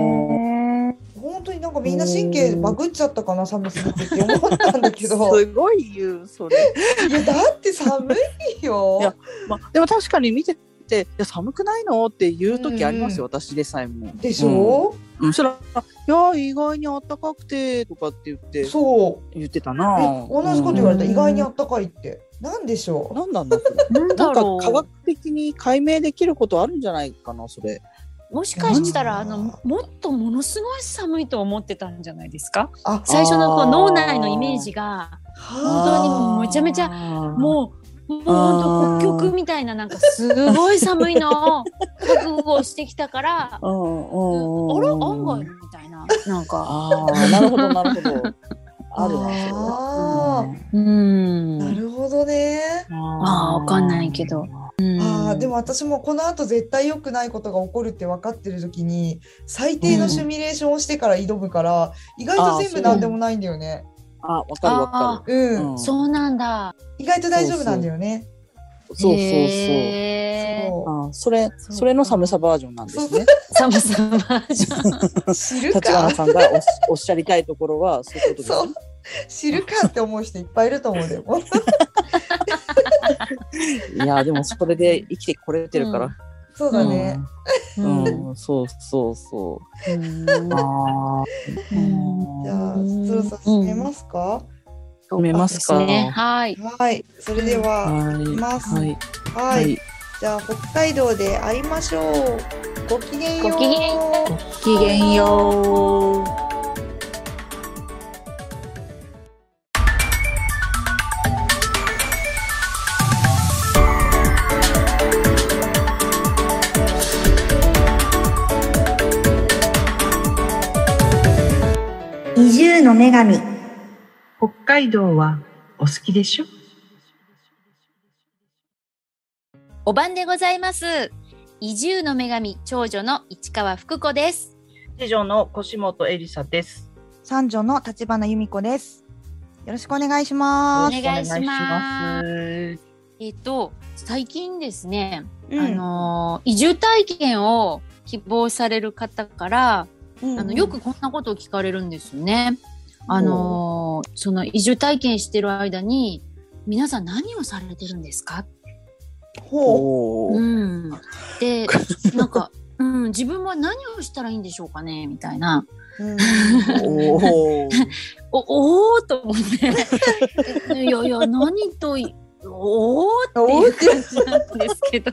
Speaker 1: 本当になんかみんな神経バグっちゃったかな寒すぎてって思ったんだけどい
Speaker 7: すごい言うそれ。
Speaker 1: やだって寒いよ
Speaker 7: いやまあでも確かに見てていや寒くないのって言う時ありますよ、私でさえも。
Speaker 1: でしょ、
Speaker 7: うん。そしたらあいや意外に暖かくてとかって言って
Speaker 1: そう
Speaker 7: 言ってた
Speaker 1: え
Speaker 7: な。
Speaker 1: 同じこと言われた、
Speaker 3: うん
Speaker 1: 意外にあったかいってなんでしょ
Speaker 7: なん なんだろう。
Speaker 3: なん
Speaker 7: な
Speaker 3: だ
Speaker 7: んか
Speaker 3: ろ
Speaker 7: 科
Speaker 3: う
Speaker 7: 学的に解明できることあるんじゃないかなそれ。
Speaker 3: もしかしたらあ
Speaker 1: うん
Speaker 3: のもっとものすごい寒いと思ってたんじゃないですか
Speaker 1: うあ
Speaker 3: 最初のこう脳内のイメージが
Speaker 1: は
Speaker 3: 本当にもうめちゃめちゃ
Speaker 7: ゃ
Speaker 3: もうもう本当北極みたいななんかすごい寒いのを覚悟をしてきたから
Speaker 7: うんう
Speaker 3: あれ
Speaker 7: んうん
Speaker 3: 案外みたいななんか
Speaker 7: ああなるほどなるほどある
Speaker 1: あ
Speaker 7: わ
Speaker 1: ー
Speaker 3: うん
Speaker 1: なるほどね、
Speaker 3: あーわかんないけど
Speaker 1: ああでも私もこのあと絶対良くないことが起こるって分かってる時に最低のシミュレーションをしてから挑むから、意外と全部何でもないんだよね。
Speaker 7: あわかるわか
Speaker 1: う
Speaker 7: る
Speaker 1: ん、
Speaker 7: ん
Speaker 3: そうなんだ
Speaker 1: 意外と大丈夫なんだよね。
Speaker 7: そうそうそう
Speaker 3: へー
Speaker 1: そ
Speaker 7: あーそれ
Speaker 3: う
Speaker 7: それの寒さバージョンなんですね
Speaker 3: 寒さバー ジョン
Speaker 1: う知る
Speaker 7: 立花
Speaker 1: か
Speaker 7: さんがおっしおっしゃりたいところはそういうことですね
Speaker 1: そう知るかって思う人いっぱいいると思う でも
Speaker 7: いやーでもそれで生きてこれてるから、うん
Speaker 1: そうだね。
Speaker 7: うんそうそうそうあー
Speaker 1: じ
Speaker 7: うん
Speaker 1: ゃあそろそろ締めますか、
Speaker 7: 止めますか
Speaker 3: ねはい
Speaker 1: はいそれでは
Speaker 7: はい
Speaker 1: います
Speaker 7: はい
Speaker 1: はい、じゃあ北海道で会いましょうごきげんよう
Speaker 3: ごきげんよう
Speaker 7: ごきげんよう
Speaker 8: 移住の女神。
Speaker 2: 北海道はお好きでしょ
Speaker 3: お晩でございます移住の女神長女の市川福子です
Speaker 4: 次女の腰本エリサです。
Speaker 9: 三女の立花由美子です。よろしくお願いしま
Speaker 3: お
Speaker 9: す。
Speaker 3: 願いしますえっと最近ですね、あのー移住体験を希望される方から、あのよくこんなことを聞かれるんですよね。あのーその移住体験してる間に皆さん何をされてるんですか、
Speaker 1: ほう
Speaker 3: うん、 でなんか、うん、自分は何をしたらいいんでしょうかねみたいな
Speaker 1: うん
Speaker 7: おお。
Speaker 3: おおーと思 っていやいや何といおおっていう感じなんですけど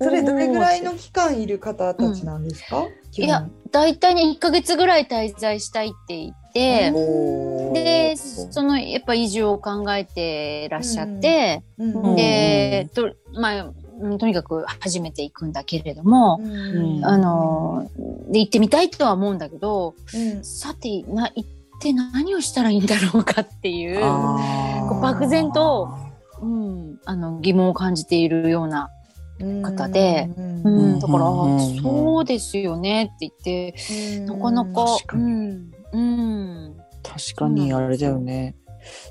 Speaker 1: それどれぐらいの期間いる方たちなんですか、基
Speaker 3: い
Speaker 1: 本
Speaker 3: や大体ね1ヶ月ぐらい滞在したいって言ってでそのやっぱ移住を考えてらっしゃって、
Speaker 1: うん
Speaker 7: うん
Speaker 3: でと,、まあ、うんとにかく初めて行くんだけれども、
Speaker 1: うん
Speaker 3: あので行ってみたいとは思うんだけど
Speaker 1: うん
Speaker 3: さてな行って何をしたらいいんだろうかっていう。
Speaker 1: こう
Speaker 3: 漠然とうん、あの疑問を感じているような、方で、
Speaker 1: うん
Speaker 3: う
Speaker 1: うん
Speaker 3: ん、だから、あ
Speaker 7: うんうんうん
Speaker 3: そうですよねって言って、なかなか、
Speaker 7: 確か
Speaker 3: う
Speaker 7: に
Speaker 3: ん、うん、
Speaker 7: 確かにあれだよね。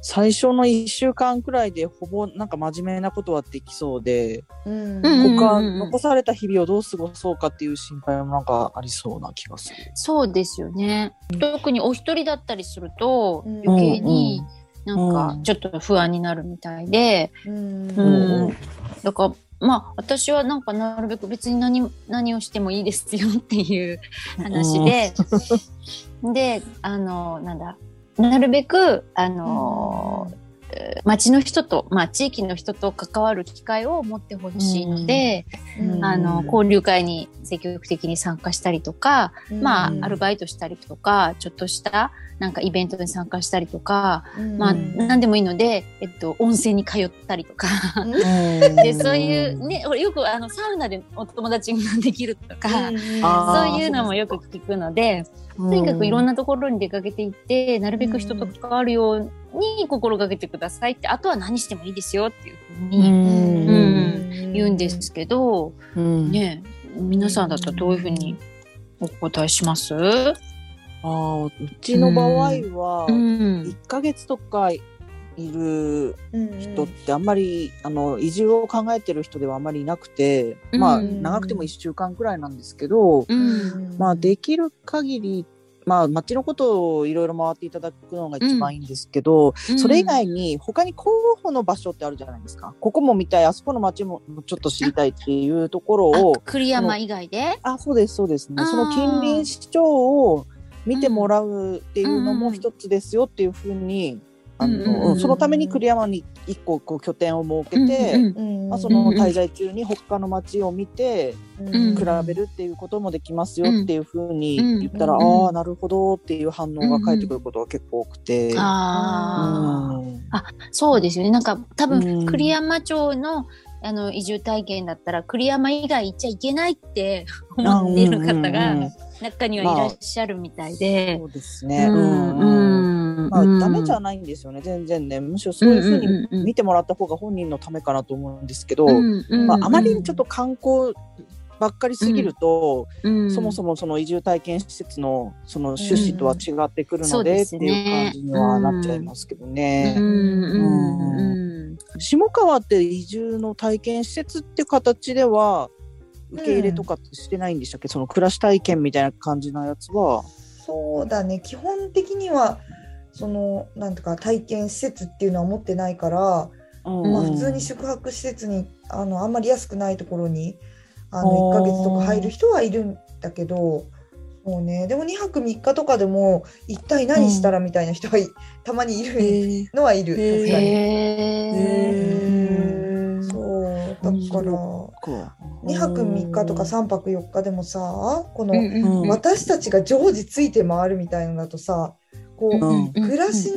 Speaker 7: 最初の1週間くらいでほぼなんか真面目なことはできそうで、
Speaker 1: うん
Speaker 3: うんうん
Speaker 7: 他残された日々をどう過ごそうかっていう心配もなんかありそうな気がする。
Speaker 3: そうですよね。特にお一人だったりすると、
Speaker 1: うん
Speaker 3: 余計になん
Speaker 7: う
Speaker 3: か
Speaker 7: ん
Speaker 3: ちょっと不安になるみたいで、
Speaker 1: うん
Speaker 3: う
Speaker 7: うん
Speaker 3: ん、だから。まあ、私はなんかなるべく別に何何をしてもいいですよっていう話で、であのなんだなるべくあの、町の人と、まあ、地域の人と関わる機会を持ってほしいので、
Speaker 7: うん
Speaker 3: あの交流会に積極的に参加したりとか、まあ、アルバイトしたりとかちょっとしたなんかイベントに参加したりとか、まあ、何でもいいので、えっと、温泉に通ったりとか。でそういう、ね、俺よくあのサウナでお友達ができるとか、
Speaker 7: あー
Speaker 3: そういうのもよく聞くので、
Speaker 7: と
Speaker 3: とにかくいろん
Speaker 7: な
Speaker 3: なところに出かけていって、なるべく人と関わるように心がけてくださいって、あとは何してもいいですよっていうふうに言うんですけど、
Speaker 7: ね、
Speaker 3: ねえ、皆さんだったらどういうふうにお答えします
Speaker 7: ああうちの場合は
Speaker 3: うん
Speaker 7: 1ヶ月とかいる人ってあんまり、あの移住を考えてる人ではあんまりいなくて、
Speaker 3: うん
Speaker 7: まあ長くても1週間くらいなんですけど、
Speaker 3: うん
Speaker 7: まあできる限りまあ町のことをいろいろ回っていただくのが一番いいんですけど、それ以外に他に候補の場所ってあるじゃないですかここも見たいあそこの町もちょっと知りたいっていうところ
Speaker 3: あ
Speaker 7: を
Speaker 3: 栗山以外で
Speaker 7: あそうですそうですね
Speaker 3: あー
Speaker 7: その近隣市長を見てもらうっていうの
Speaker 3: うん
Speaker 7: も一つですよっていうふうに、あ
Speaker 3: うんうん
Speaker 7: の
Speaker 3: うん
Speaker 7: うんそのために栗山に一個こう拠点を設けて、
Speaker 3: うん
Speaker 7: まあ、そ
Speaker 3: うん
Speaker 7: の
Speaker 3: うん
Speaker 7: 滞在中に他の町を見て
Speaker 3: うん
Speaker 7: 比べるっていうこともできますよっていうふうに
Speaker 3: うん
Speaker 7: 言ったら、
Speaker 1: うん
Speaker 3: うん
Speaker 7: ああなるほどっていう反応が返ってくることが結構多くて。うん
Speaker 3: ああ、そうですよねなんか多
Speaker 7: う
Speaker 3: 分
Speaker 7: ん
Speaker 3: 栗山町のあの移住体験だったら栗山以外行っちゃいけないって
Speaker 7: あ
Speaker 3: 思っている方
Speaker 7: う
Speaker 3: が
Speaker 7: んうんうん
Speaker 3: 中にはいらっしゃるみたいで
Speaker 7: そ。うですね、
Speaker 3: うん
Speaker 7: う
Speaker 3: うん
Speaker 7: んまあ、ダメじゃ
Speaker 3: ん。
Speaker 7: ないんですよね全然ねむしろそういうふうに見てもらった方が本人のためかなと思うんですけど、まあ、あまりにちょっと観光ばっかりすぎると、そもそ
Speaker 3: も
Speaker 7: もその移住体験施設のその趣旨とは違ってくる
Speaker 3: そ
Speaker 7: の
Speaker 3: う
Speaker 7: で
Speaker 3: で
Speaker 7: って
Speaker 3: す
Speaker 7: いう
Speaker 3: ね
Speaker 7: 感じにはなっちゃいますけどね。
Speaker 3: うんうん
Speaker 7: 下川って移住の体験施設って形では受け入れとかってしてないんでしたっけ、その暮らし体験みたいな感じのやつは。
Speaker 1: そうだね基本的にはそのなんとか体験施設っていうのは持ってないから、まあ、普通に宿泊施設にあのあんまり安くないところにあの1
Speaker 7: あ
Speaker 1: ヶ
Speaker 7: ー
Speaker 1: 月とか入る人はいるんだけどそう、ね、でも2泊3日とかでも一体何したらみたいな人はい、たまにい
Speaker 7: え
Speaker 1: るのはいる、
Speaker 7: へー
Speaker 1: 確かに。
Speaker 3: へえ。
Speaker 1: うんそうだから
Speaker 7: か
Speaker 1: 2泊3日とか3泊4日でもさこの
Speaker 7: うんうん
Speaker 1: 私たちが常時ついて回るみたいなのだとさこう
Speaker 7: うん
Speaker 1: 暮らし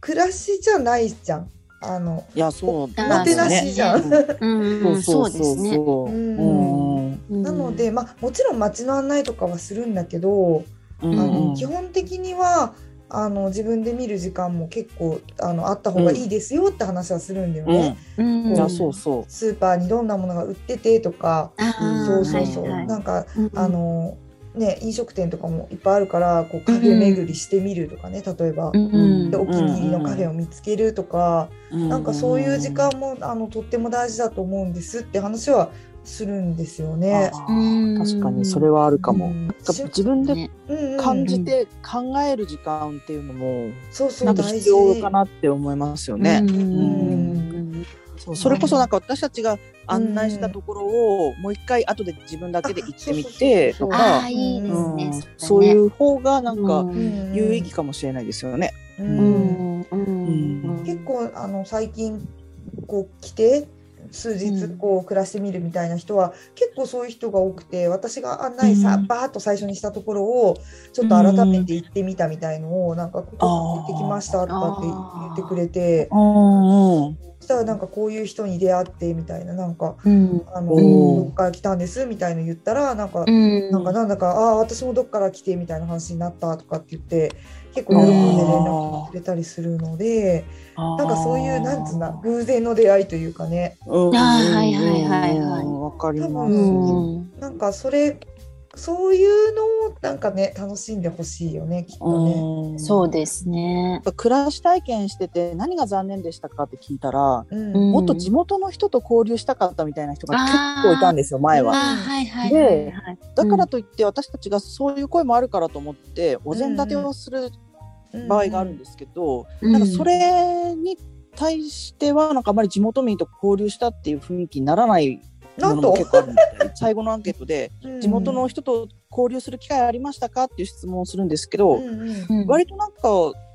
Speaker 1: 暮らしじゃないじゃん。あの
Speaker 7: いやそう
Speaker 3: お
Speaker 1: もてなしじゃん。
Speaker 3: うんそうですね。
Speaker 7: そう
Speaker 1: うん
Speaker 7: うん
Speaker 1: なので、まあ、もちろん街の案内とかはするんだけど、
Speaker 7: うん
Speaker 1: あの基本的にはあの自分で見る時間も結構あのあった方がいいですよって話はするんだよね。
Speaker 3: うん
Speaker 7: いやそうそう
Speaker 1: スーパーにどんなものが売っててとか、
Speaker 3: あー
Speaker 1: そうそうそう、
Speaker 3: はいはい
Speaker 1: なんか、
Speaker 3: うん
Speaker 1: あのね飲食店とかもいっぱいあるからこうカフェ巡りしてみるとかね、例えば
Speaker 3: う。ん
Speaker 1: でお気に入りのカフェを見つけるとか、なんかそういう時間もあのとっても大事だと思うんですって話はするんですよね。
Speaker 7: あ
Speaker 3: うん
Speaker 7: ー確かにそれはあるかも、
Speaker 1: うん
Speaker 7: なんか自分で
Speaker 3: ね
Speaker 1: うんうん
Speaker 7: 感じて考える時間っていうのも
Speaker 1: そうそ
Speaker 7: な
Speaker 1: うん
Speaker 7: か
Speaker 1: 大
Speaker 7: 必
Speaker 1: 事
Speaker 7: 要かなって思いますよね、
Speaker 3: うん
Speaker 1: うん
Speaker 7: そうそれこそなんか私たちが案内したところをもう一回後で自分だけで行ってみてと
Speaker 3: あ
Speaker 7: か
Speaker 3: あ、いいです
Speaker 7: うん
Speaker 3: ね。
Speaker 7: そういうう方がなん
Speaker 3: う
Speaker 7: か
Speaker 3: ん
Speaker 7: 有益かもしれないですよね。
Speaker 1: う
Speaker 3: うんんうん
Speaker 1: 結構あの最近こう来て数日こう暮らしてみるみたいな人は結構そういう人が多くて私が案内さ
Speaker 7: うん
Speaker 1: バーッと最初にしたところをちょっと改めて行ってみたみたいのをなんかここ行ってきましたとかって言ってくれて
Speaker 7: うんうん
Speaker 1: そしたらなんかこういう人に出会ってみたいななんか
Speaker 3: うん
Speaker 1: あの
Speaker 7: おー
Speaker 1: どっから来たんですみたいの言ったらなんか
Speaker 3: うん
Speaker 1: なんかなんだか、ああー、私もどっから来てみたいな話になったとかって言って、結構喜んで連絡くれたりするので、なんかそういう、なんつうな、偶然の出会いというかね、
Speaker 7: うん
Speaker 3: あーはいはいはいはい
Speaker 7: うんわかりま
Speaker 1: 多
Speaker 7: す。
Speaker 1: 分
Speaker 3: うん
Speaker 1: なんかそれ、そういうのをなんかね、楽しんでほしいよね、きっとね。
Speaker 7: うん
Speaker 3: そうですね。
Speaker 7: やっぱ暮らし体験してて何が残念でしたかって聞いたら、
Speaker 1: うん
Speaker 3: うん
Speaker 7: もっと地元の人と交流したかったみたいな人が結構いたんですよ前
Speaker 3: あ
Speaker 7: は。
Speaker 3: あ、はいはいはい
Speaker 7: で
Speaker 3: はい。
Speaker 7: だからといって私たちがそういう声もあるからと思ってお膳立てをする場合があるんですけど、なんかそれに対してはなんかあまり地元民と交流したっていう雰囲気にならない
Speaker 1: な
Speaker 7: も
Speaker 1: ん
Speaker 7: のも結
Speaker 1: と、
Speaker 7: 構あるみたい最後のアンケートで
Speaker 1: うん
Speaker 7: 地元の、人と交流する機会ありましたかっていう質問をするんですけど、
Speaker 1: うんうん
Speaker 3: うん
Speaker 7: 割となんか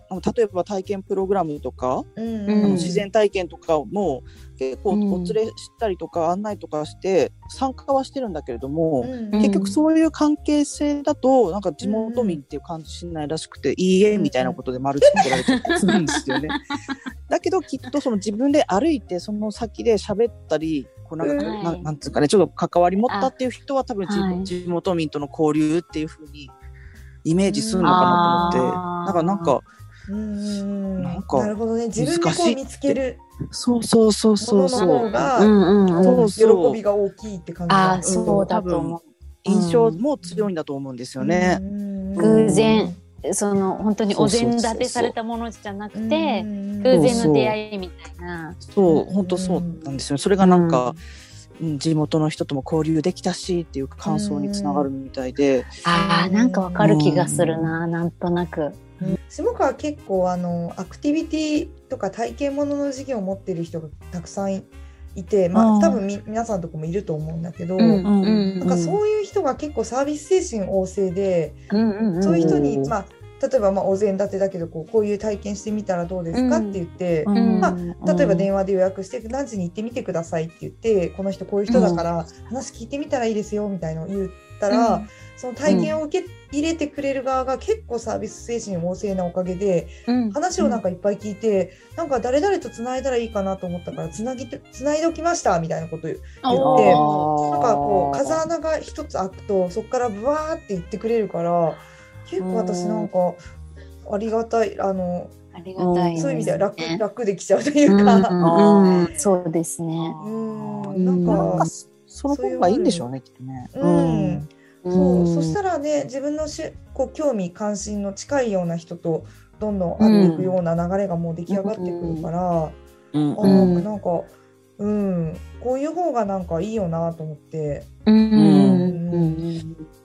Speaker 7: あの例えば体験プログラムとか、
Speaker 1: うん
Speaker 3: うん
Speaker 7: あの自然体験とかも結構お
Speaker 3: うん
Speaker 7: 連れしたりとか案内とかして参加はしてるんだけれども、
Speaker 1: うん
Speaker 3: うん
Speaker 7: 結局そういう関係性だとなんか地元民っていう感じしないらしくて、いいえみたいなことで丸つけられちゃったりするんですよね。 だけどきっとその自分で歩いてその先で喋ったりこうなんか、
Speaker 3: うん
Speaker 7: なんなんつうかねちょっと関わり持ったっていう人は多分地,、
Speaker 3: はい
Speaker 7: 地元民との交流っていうふうにイメージするのかなと思って。
Speaker 3: あー
Speaker 7: だからなんか
Speaker 1: うん
Speaker 7: なんか
Speaker 1: なるほどね自分で
Speaker 7: 難
Speaker 1: こ
Speaker 7: しいう
Speaker 1: 見つける
Speaker 7: そうそうそうそ
Speaker 1: ものの
Speaker 7: うそ
Speaker 1: 方
Speaker 7: う
Speaker 1: が
Speaker 3: うんうんうん
Speaker 7: そうそう
Speaker 1: 喜びが大きいって感じ
Speaker 3: ああ、
Speaker 1: だん
Speaker 3: そうだと思う。
Speaker 7: 印象も強いんだと思うんですよね。
Speaker 1: うん
Speaker 3: 偶然その本当にお膳立てされたものじゃなくて、偶然の出会いみたいな。
Speaker 7: そう本当そうなんですよ。それがなんか、うん地元の人とも交流できたしっていう感想につながるみたいで、
Speaker 3: ああ、なんかわかる気がするな、なんとなく。
Speaker 1: 下川結構あのアクティビティとか体験ものの事業を持ってる人がたくさんいいて、ま
Speaker 7: う
Speaker 1: あ、
Speaker 7: ん
Speaker 1: 多分み皆さんのとこもいると思うんだけど、
Speaker 3: うんうん
Speaker 1: なんかそういう人が結構サービス精神旺盛で、
Speaker 3: うん
Speaker 1: そういう人
Speaker 7: う
Speaker 1: に、
Speaker 7: ん
Speaker 1: まあ、例えばまあお膳立てだけどこうこういう体験してみたらどうですかって言って、
Speaker 3: ん
Speaker 1: まあ
Speaker 7: あ
Speaker 1: 例えば電話で予約して何時に行ってみてくださいって言ってこの人こういう人だから話聞いてみたらいいですよみたいのを言ったら、その体験を受け入れてくれる側が結構サービス精神旺盛なおかげで
Speaker 3: うん
Speaker 1: 話をなんかいっぱい聞いて、なんか誰々とつないだらいいかなと思ったからつなぎてつないでおきましたみたいなこと言う
Speaker 3: お
Speaker 1: で
Speaker 3: ー
Speaker 1: なんかこう風穴が一つ開くとそこからブワーって言ってくれるから結構私なんかありがたいあの
Speaker 3: ありがたいですね。
Speaker 1: そういう意味では楽,、
Speaker 3: うん
Speaker 1: 楽できちゃうというか。
Speaker 3: うんうんそうですね。
Speaker 1: うん
Speaker 3: なんか
Speaker 7: なんかそその方がいいんでしょうねきっとね。
Speaker 1: うん、そう、そした
Speaker 3: ら
Speaker 1: らね、自分のし、こう興味関心の近いような人と。どんどん会っていくような流れがもう出来上がってくるから、
Speaker 7: うん
Speaker 1: あ
Speaker 3: ん
Speaker 1: あなんか、うん、こういう方がなんかいいよなと思って。
Speaker 3: うんうん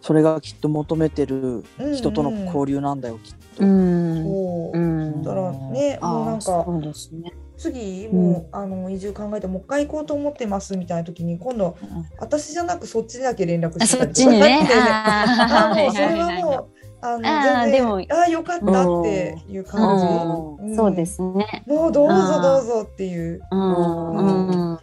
Speaker 7: それがきっと求めてる
Speaker 1: うん
Speaker 7: 人との交流なんだよきっ
Speaker 3: う
Speaker 7: と。
Speaker 3: んうん
Speaker 1: そうう、
Speaker 3: ん
Speaker 1: だからね、もうなん
Speaker 3: あー
Speaker 1: か、
Speaker 3: そうですね。
Speaker 1: 次、もう、あの移住考えて、もう一回行こうと思ってますみたいな時に、今度。私じゃなく、そっちだけ連絡してたり
Speaker 3: あそ
Speaker 1: と
Speaker 3: っ
Speaker 1: か
Speaker 3: ちにね。
Speaker 1: あ
Speaker 3: あ
Speaker 1: あ
Speaker 3: ー
Speaker 1: もうそれはもう、あの
Speaker 3: あー
Speaker 1: 全然
Speaker 3: でも
Speaker 1: ああよかったっていう感じ、
Speaker 7: うん
Speaker 1: ん
Speaker 3: そうで。すね。
Speaker 1: もうどう
Speaker 3: あ
Speaker 1: ぞ
Speaker 3: ー
Speaker 1: どうぞっていう。
Speaker 3: うんうん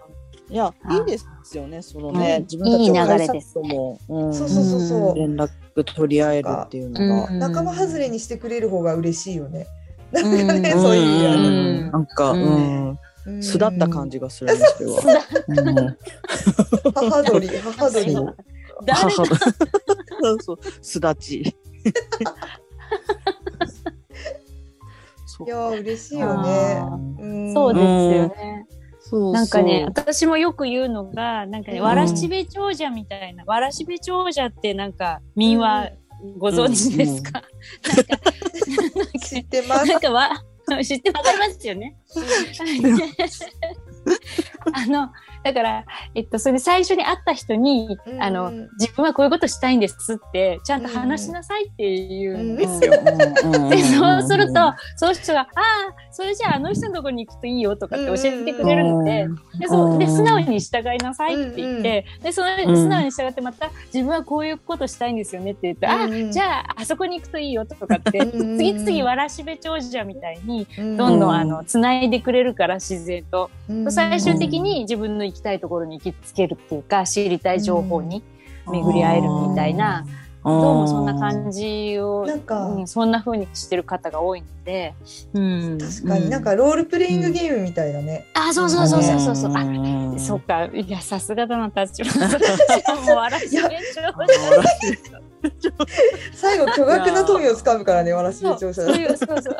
Speaker 7: いやいいですよねそのね、
Speaker 3: うん
Speaker 7: 自分たち
Speaker 3: いい
Speaker 7: の
Speaker 3: 流れ
Speaker 7: 会
Speaker 3: で
Speaker 7: 社
Speaker 3: す
Speaker 7: と
Speaker 3: ね
Speaker 7: も、うん
Speaker 1: そうそうそうそう。
Speaker 7: 連絡取り合えるっていうのが。
Speaker 3: うん
Speaker 1: 仲間外れにしてくれる方が嬉しいよね。なんんかね、
Speaker 3: うん
Speaker 1: そういう意味ではね
Speaker 3: ん
Speaker 7: なんか、
Speaker 3: う
Speaker 7: うんん、
Speaker 1: うん
Speaker 7: 巣立った感じがするんですよ。うん
Speaker 1: 母鳥母鳥
Speaker 7: そ
Speaker 1: の
Speaker 7: う
Speaker 3: 誰だ
Speaker 7: 母のそうそう巣立ち。そう
Speaker 1: いやー嬉しいよね
Speaker 3: あ。
Speaker 1: うん
Speaker 3: そうですよね。
Speaker 7: そう
Speaker 3: なんかね、
Speaker 7: そう
Speaker 3: 私もよく言うのが、なんかね、
Speaker 1: うん
Speaker 3: わらしべ長者みたいな、わらしべ長者ってなんか、民話ご存知ですか、なんか、なんか
Speaker 1: 知ってます
Speaker 3: な。んかわ、知ってわかりますよね。あの、だから、えっと、それで最初に会った人に、
Speaker 1: うん
Speaker 3: あの、自分はこういうことしたいんですって、ちゃんと話しなさいっていう
Speaker 1: うんん
Speaker 3: ですよ。
Speaker 7: うんうん
Speaker 3: で、
Speaker 7: ん
Speaker 3: そうんすると、その人が、ああ、それじゃああの人のとこに行くといいよとかって教えてくれるので
Speaker 7: う、
Speaker 3: で、そううんで素直に従いなさいって言って、で、その
Speaker 7: うん
Speaker 3: 素直に従ってまた、自分はこういうことしたいんですよねって言って、ああ、じゃああそこに行くといいよとかって、
Speaker 1: うん
Speaker 3: 次々わらしべ長者みたいに、
Speaker 1: あ、
Speaker 3: どんど
Speaker 7: うんん
Speaker 3: あの、つないでくれるから自然と。
Speaker 1: うん
Speaker 3: 最終的に自分の行きたいところに行きつけるっていうか、知りたい情報に巡り合えるみたいな、どうもそんな感じを、
Speaker 1: なんか
Speaker 3: うん、そんな風にしてる方が多いので、うん、
Speaker 1: 確かになんかロールプレイングゲームみたいだね。
Speaker 3: あそうそうそうそうそうそう、あ
Speaker 7: ん
Speaker 3: そっかいやさすがだな立場私はもう 笑い
Speaker 1: いや最後巨額な富を掴むからね、わらしべ
Speaker 3: そうそ
Speaker 1: 長者だ
Speaker 3: うそういうそうそう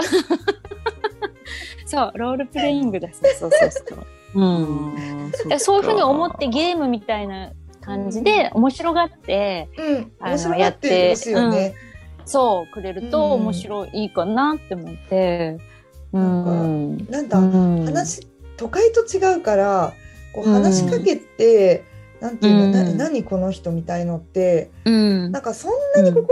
Speaker 3: そうロールプレイングだそうそうそうそう
Speaker 7: うんそっ
Speaker 3: いや
Speaker 7: か
Speaker 3: そういうふうに思ってゲームみたいな感じで面白がって
Speaker 1: うん、
Speaker 3: あの
Speaker 1: 面白がってですよね。
Speaker 3: そうくれると
Speaker 1: うん
Speaker 3: 面白いかなって思ってうん
Speaker 1: なんだ、
Speaker 3: 話
Speaker 1: 話都会と違うからこう
Speaker 3: うん
Speaker 1: 話しかけて、なんていうの、
Speaker 3: うん
Speaker 1: な何この人みたいのって
Speaker 3: うん
Speaker 1: なんかそんなに心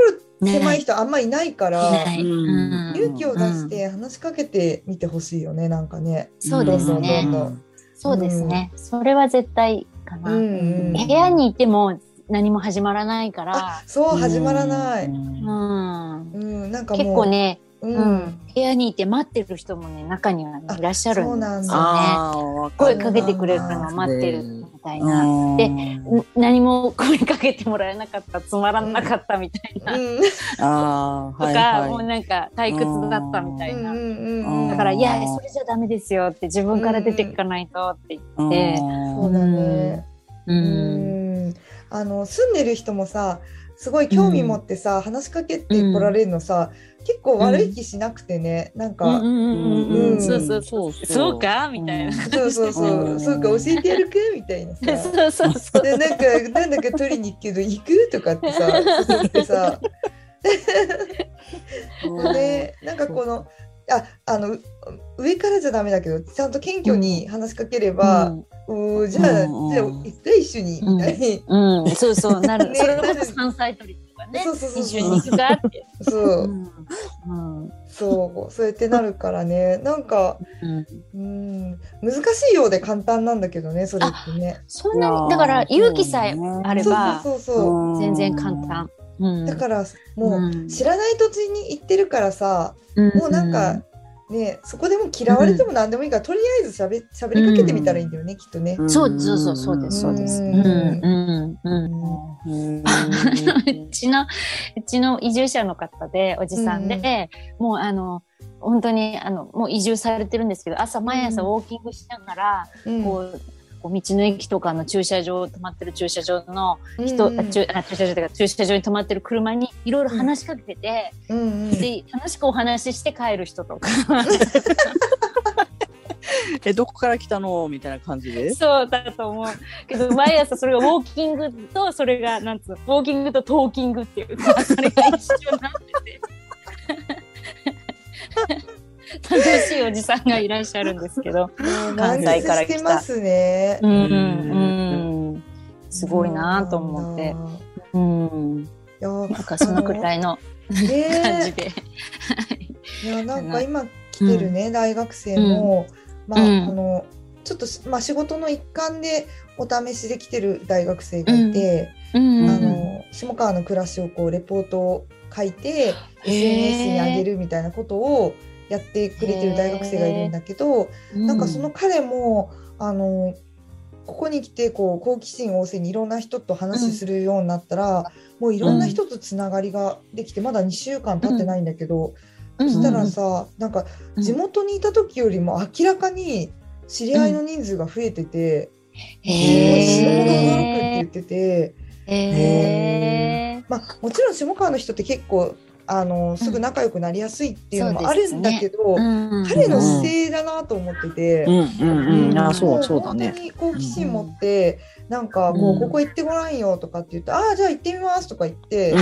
Speaker 1: 狭い
Speaker 3: 人
Speaker 1: 人あんまいないから、
Speaker 3: ない
Speaker 7: うん
Speaker 3: うん
Speaker 1: 勇気を出して話しかけてみてほしいよねなんかね。
Speaker 3: そうです
Speaker 1: どんど
Speaker 3: ね
Speaker 1: んどん
Speaker 3: そうですね。それは絶対かな。
Speaker 1: うんうん
Speaker 3: 部屋にいても何も始まらないから
Speaker 1: あ、そう始まらない。
Speaker 7: うん
Speaker 3: うん
Speaker 1: うん、なんか
Speaker 3: 結
Speaker 1: も
Speaker 3: 構
Speaker 1: う、
Speaker 3: ね、
Speaker 1: うん
Speaker 3: うん、部屋にいて待ってる人もね中にはね、
Speaker 1: あ
Speaker 3: いらっしゃるんで
Speaker 1: そうなん
Speaker 3: す
Speaker 1: だ
Speaker 3: よね。
Speaker 7: あーわか
Speaker 3: 声
Speaker 7: る
Speaker 3: かけてくれるのを待ってるみたいな。
Speaker 7: うん
Speaker 3: でん何も声かけてもらえなかったつまらなかった みたいな、と
Speaker 7: あー
Speaker 3: か、
Speaker 7: はいはい
Speaker 3: もうなんか退屈だったみたいな、
Speaker 7: うん
Speaker 3: だから「
Speaker 7: うん
Speaker 3: いやそれじゃダメですよ」って自分から出ていかないとって言って、
Speaker 1: そうだね。
Speaker 7: う
Speaker 1: うんん。あの住んでる人もさ、すごい興味持ってさ、話しかけてこられるのさ、結構悪い気しなくてね、なん
Speaker 3: うんう
Speaker 1: か、
Speaker 3: んうんう
Speaker 1: うん
Speaker 3: んそうそうそう
Speaker 7: そうそう
Speaker 3: そうかみたいな、
Speaker 1: そうそうそうう、
Speaker 7: ん
Speaker 1: そうか教えてやるかみたいなさ。
Speaker 3: そうそうそう
Speaker 1: でなんかなんだか取りに行くけど行くとかってさ誘ってさでなんかこのああのう上からじゃダメだけどちゃんと謙虚に話しかければ、うーじゃあ、
Speaker 7: うん
Speaker 1: じゃあ一対一緒にみたいに、
Speaker 3: うん、そうそうなる、
Speaker 1: ね
Speaker 3: それこそ山菜取りとかね
Speaker 1: そうそうそう
Speaker 3: 一
Speaker 1: そ
Speaker 3: 緒に行
Speaker 1: う
Speaker 3: くかって、
Speaker 1: そううん
Speaker 3: うん
Speaker 1: そうそうやってなるからねなんか
Speaker 7: うん
Speaker 1: うん難しいようで簡単なんだけどねそれってね。
Speaker 3: そんなにだから勇気さえあれ
Speaker 1: そう
Speaker 3: ば
Speaker 1: そうそうそう
Speaker 3: 全然簡単、うん、
Speaker 1: だからもう、
Speaker 3: うん
Speaker 1: 知らない土地に行ってるからさ、もうなんか、ねそこでも嫌われても何でもいいから、とりあえずしゃべ喋りかけてみたらいいんだよね、きっとね。
Speaker 3: そうそうそうそうですそうです。う
Speaker 1: うんん
Speaker 3: うんう
Speaker 7: うん
Speaker 3: ん。うちのうちの移住者の方でおじさんで、もうあの本当にあのもう移住されてるんですけど朝毎朝ウォーキングしながら、
Speaker 1: うん
Speaker 3: こう。こう道の駅とかの駐車場止まってる駐車場の人、
Speaker 1: うんうん
Speaker 3: 駐あ駐車場というか駐車場に止まってる車にいろいろ話しかけてて、
Speaker 1: うんうん
Speaker 3: で楽しくお話しして帰る人とか
Speaker 7: えどこから来たのみたいな感じで。
Speaker 3: そうだと思うけど毎朝それがウォーキングとそれがなんつうのウォーキングとトーキングっていうかそれが一緒になってて 楽しいおじさんがいらっしゃるんですけど
Speaker 1: 満
Speaker 3: 関西
Speaker 1: 喫
Speaker 3: から
Speaker 1: し
Speaker 3: 来た
Speaker 1: てますね。
Speaker 3: うんんすごいなと思ってうん
Speaker 1: そうなんだ。
Speaker 3: なんかそのくら
Speaker 1: い
Speaker 3: いの
Speaker 1: や、
Speaker 3: 感じ
Speaker 1: ね
Speaker 3: で
Speaker 1: え、いやなんか今来てるね、大学生も、まあ、
Speaker 3: うん
Speaker 1: あのちょっとしまあ仕事の一環でお試しで来てる大学生がいて、
Speaker 3: うん
Speaker 1: あの下川の暮らしをこうレポートを書いて
Speaker 3: へー
Speaker 1: SNS に上げるみたいなことをやってくれてる大学生がいるんだけど、なんかその彼もあのここに来てこう好奇心旺盛にいろんな人と話しするようになったら、もういろんな人とつながりができてまだ2週間経ってないんだけど、
Speaker 3: うん
Speaker 1: そしたらさなんか
Speaker 3: うん
Speaker 1: 地元にいた時よりも明らかに知り合いの人数が増えてて、
Speaker 3: へ
Speaker 1: もう死ぬほど驚くって
Speaker 3: え
Speaker 1: 言ってて。
Speaker 3: へえ
Speaker 1: まあ、もちろん下川の人って結構あのすぐ仲良くなりやすいっていうの
Speaker 3: そ
Speaker 1: も
Speaker 3: うで
Speaker 1: あ
Speaker 3: すね
Speaker 1: るんだけど、彼の姿勢だなと思ってて、
Speaker 7: うんうんうん。あそう
Speaker 1: も
Speaker 7: そうだ
Speaker 1: 本
Speaker 7: ね。
Speaker 1: 当に好奇心持って、なんかもうここ行ってごらんよとかって言って、ああじゃあ行ってみますとか言って、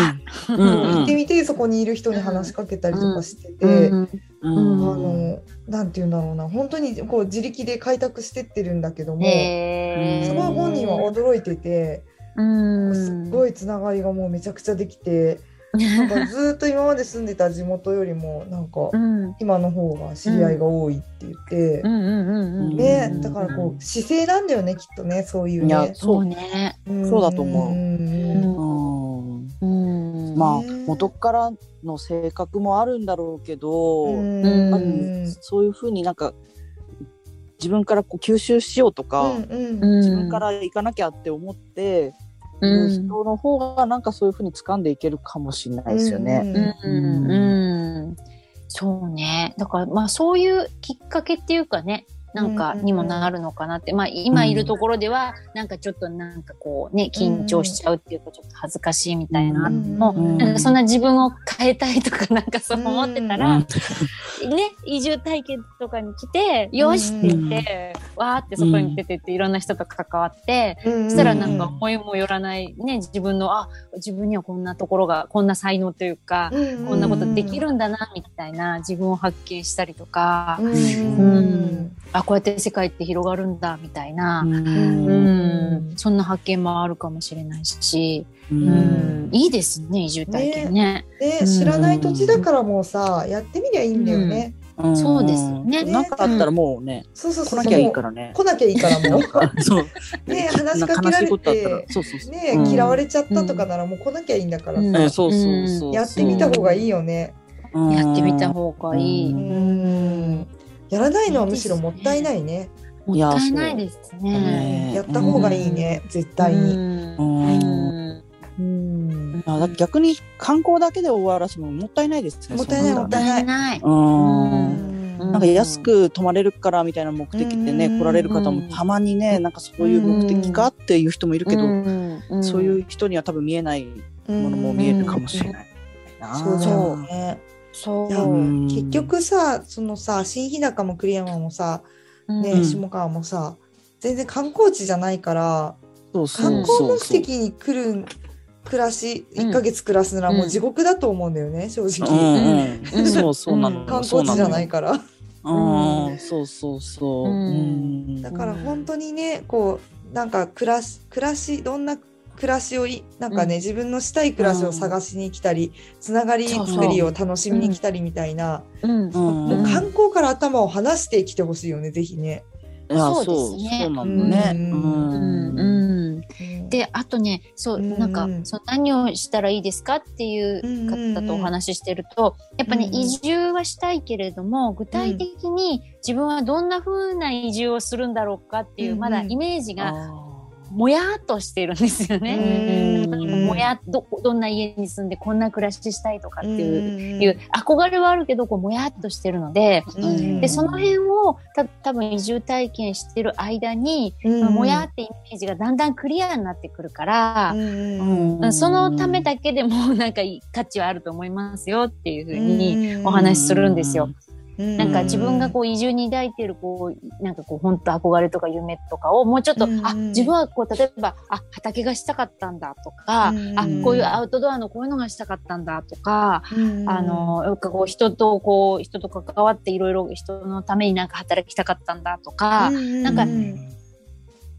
Speaker 7: うん
Speaker 1: 行
Speaker 7: う
Speaker 1: ってみてそこにいる人に話しかけたりとかしてて、あ
Speaker 7: んうん。
Speaker 1: のなんて言うんだろうな本当にこう自力で開拓してってるんだけども、
Speaker 3: へえ
Speaker 1: すごい本人は驚いてて、
Speaker 3: うん
Speaker 1: すっごいつながりがもうめちゃくちゃでき て。なんかずーっと今まで住んでた地元よりもなんか
Speaker 3: うん
Speaker 1: 今の方が知り合いが多いって言って、
Speaker 3: うんうんうんうん
Speaker 1: ね
Speaker 7: うん
Speaker 1: だからこう姿勢なんだよねきっとねそういう
Speaker 7: いや
Speaker 1: ね。
Speaker 3: そうね。
Speaker 1: ん
Speaker 7: そうだと思うんうん
Speaker 3: うん
Speaker 7: まあ
Speaker 1: ね
Speaker 7: 元からの性格もあるんだろうけど、
Speaker 1: うん
Speaker 3: うん
Speaker 7: やっぱりそういうふうになんか自分からこう吸収しようとか、
Speaker 1: うんうん
Speaker 3: 自
Speaker 7: 自分から行かなきゃって思って、
Speaker 3: うん
Speaker 7: 人の方がなんかそういうふうに掴んでいけるかもしれないですよね。
Speaker 3: うんうんそうね。だからまあそういうきっかけっていうかね。なんかにもなるのかなって、まあ今いるところではなんかちょっとなんかこうね緊張しちゃうっていうかちょっと恥ずかしいみたいなのも、
Speaker 1: うん
Speaker 3: なんかそんな自分を変えたいとかなんかそう思ってたら、
Speaker 7: うん
Speaker 3: ね移住体験とかに来てよしって言って、わーって外に出てっていろんな人と関わって、
Speaker 1: うん
Speaker 3: そしたらなんか思いもよらないね自分のあ自分にはこんなところがこんな才能というか、こんなことでき、るんだなみたいな自分を発見したりとか、
Speaker 1: うんうん
Speaker 3: うんあこうやって世界って広がるんだみたいな、
Speaker 1: ん
Speaker 3: う
Speaker 1: うんん
Speaker 3: そんな発見もあるかもしれないし、
Speaker 7: う
Speaker 3: うんんいいですね移住体験ね。
Speaker 1: で知らない土地だからもうさやってみりゃいいんだよね。
Speaker 7: うん
Speaker 3: そうですよね
Speaker 7: なんかあったらもうね、
Speaker 1: そうそうそ
Speaker 7: 来
Speaker 1: う
Speaker 7: なきゃいいからね。
Speaker 1: 来なきゃいいからも う。
Speaker 7: そう。
Speaker 1: ね話しかけられて
Speaker 7: 悲しいことあったらそうそうそう。
Speaker 1: ね、
Speaker 7: うん
Speaker 1: 嫌われちゃったとかならもう来なきゃいいんだからさ、
Speaker 3: うん
Speaker 7: うんそうそうそう。
Speaker 1: やってみた方がいいよね。
Speaker 3: やってみた方がいい。
Speaker 7: う
Speaker 1: うんやらないのはむしろもったいないね。
Speaker 3: もったいないですね。
Speaker 7: ね
Speaker 1: やった方がいいね、絶対に。
Speaker 7: う
Speaker 3: うん
Speaker 7: ん
Speaker 1: うん
Speaker 7: あだって逆に観光だけで終わらすのももったいないですね。
Speaker 1: もったいない
Speaker 7: そ
Speaker 1: も
Speaker 7: う
Speaker 1: っ
Speaker 7: だ
Speaker 1: た
Speaker 7: ね
Speaker 1: いない。
Speaker 3: ない。
Speaker 7: うん
Speaker 3: うん
Speaker 7: なんか安く泊まれるからみたいな目的でね、
Speaker 1: うん
Speaker 7: 来られる方もたまにね、なんかそういう目的かっていう人もいるけど、
Speaker 3: ど
Speaker 7: そういうう人には多分見えない
Speaker 1: うん
Speaker 7: ものも見えるかもしれないな。
Speaker 1: そうだよね。
Speaker 3: そ
Speaker 1: いや
Speaker 3: う。
Speaker 7: ん
Speaker 1: 結局さそのさ新日高も栗山もさ、ね
Speaker 7: うん
Speaker 1: 下川もさ全然観光地じゃないから
Speaker 7: そうそう
Speaker 1: 観
Speaker 7: そ
Speaker 1: 光
Speaker 7: う
Speaker 1: 目的に来る暮らし
Speaker 3: うん
Speaker 1: 1ヶ月暮らすならもううん地獄だと思うんだよね正
Speaker 7: う
Speaker 1: 直、
Speaker 7: んうん
Speaker 3: うん
Speaker 7: そうそうなの、
Speaker 3: うん
Speaker 1: 観光地じゃないから
Speaker 7: そうのうんそうそうそう、
Speaker 3: うん
Speaker 7: うん
Speaker 1: だから本当にねこうなんか暮らし暮らしどんな暮らしをいなんかね、
Speaker 3: う
Speaker 1: 自分のしたい暮らしを探しに来たりつながり
Speaker 3: そうそう
Speaker 1: 作りを楽しみに来たりみたいな、
Speaker 3: うん
Speaker 7: うん
Speaker 1: もう観光から頭を離してきてほしいよねぜひね。
Speaker 7: いや
Speaker 3: そ
Speaker 7: そうう
Speaker 3: ですね
Speaker 7: そうなのね。
Speaker 1: うん
Speaker 3: うん
Speaker 7: うん
Speaker 3: うん
Speaker 1: うん
Speaker 3: であとねそう、
Speaker 1: うんうん
Speaker 3: なんかそう何をしたらいいですかっていう方とお話ししてると、やっぱね、
Speaker 1: うんうん
Speaker 3: 移住はしたいけれども具体的に自分はどんな風な移住をするんだろうかっていう、
Speaker 1: うんうん
Speaker 3: まだイメージが
Speaker 7: あ
Speaker 3: もやーっとしてるんですよね。
Speaker 7: ー
Speaker 3: なんか
Speaker 1: うん
Speaker 3: もやっどどんな家に住んでこんな暮らししたいとかって
Speaker 1: う
Speaker 3: いう,、
Speaker 1: ん
Speaker 3: いう憧れはあるけどこうもやっとしてるので
Speaker 7: ー
Speaker 1: うん
Speaker 3: でその辺をた多分移住体験してる間に
Speaker 1: うん
Speaker 3: もやってイメージがだんだんクリアになってくるから、
Speaker 1: うん
Speaker 3: うんそのためだけでもなんかいい価値はあると思いますよっていうふうに
Speaker 1: うん
Speaker 3: お話しするんですよ。
Speaker 1: うん
Speaker 3: なんか自分がこう移住に抱いてるこうなんかこう本当憧れとか夢とかをもうちょっと、
Speaker 1: うん
Speaker 3: あ自分はこう例えばあ畑がしたかったんだとか、
Speaker 1: うん
Speaker 3: あこういうアウトドアのこういうのがしたかったんだとか、
Speaker 1: うん
Speaker 3: あのなんかこう人とこう人と関わっていろいろ人のためになんか働きたかったんだとか、
Speaker 1: うん
Speaker 3: なんか
Speaker 1: うん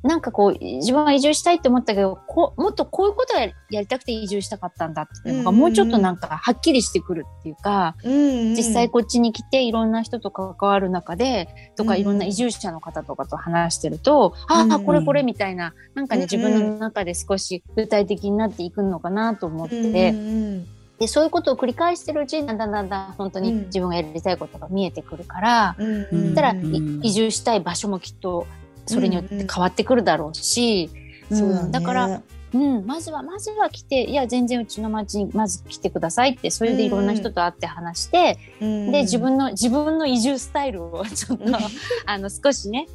Speaker 3: なんかこう自分は移住したいって思ったけどこうもっとこういうことをやりたくて移住したかったんだっていうのが、
Speaker 1: うんうんうん
Speaker 3: もうちょっとなんかはっきりしてくるっていうか、
Speaker 1: うん
Speaker 3: 実際こっちに来ていろんな人と関わる中でと
Speaker 1: うん
Speaker 3: か、
Speaker 1: うん
Speaker 3: いろんな移住者の方とかと話してると、
Speaker 1: うん
Speaker 3: あ
Speaker 1: う
Speaker 3: あ
Speaker 1: ん
Speaker 3: これこれみたいななんか
Speaker 1: うん
Speaker 3: ね、
Speaker 1: うん
Speaker 3: 自分の中で少し具体的になっていくのかなと思って、
Speaker 1: うんうん
Speaker 3: でそういうことを繰り返してるうちにだんだんだんだん本当に
Speaker 1: うん
Speaker 3: 自分がやりたいことが見えてくるから、
Speaker 1: うん
Speaker 7: そ
Speaker 3: そしたら、
Speaker 1: うん
Speaker 3: い移住したい場所もきっとそれによって変わってくるだろうし、うん
Speaker 1: そうだね
Speaker 3: から、うん、まずはまずは来ていや全然うちの町にまず来てくださいってそれでいろんな人と会って話して、
Speaker 1: うん
Speaker 3: で自分の自分の移住スタイルをちょっと、
Speaker 1: うん
Speaker 3: あの少しね、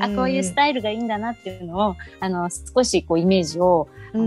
Speaker 3: あこういうス
Speaker 1: イ
Speaker 3: タイルがいいんだなっていうのをあの少しこうイメージを、あの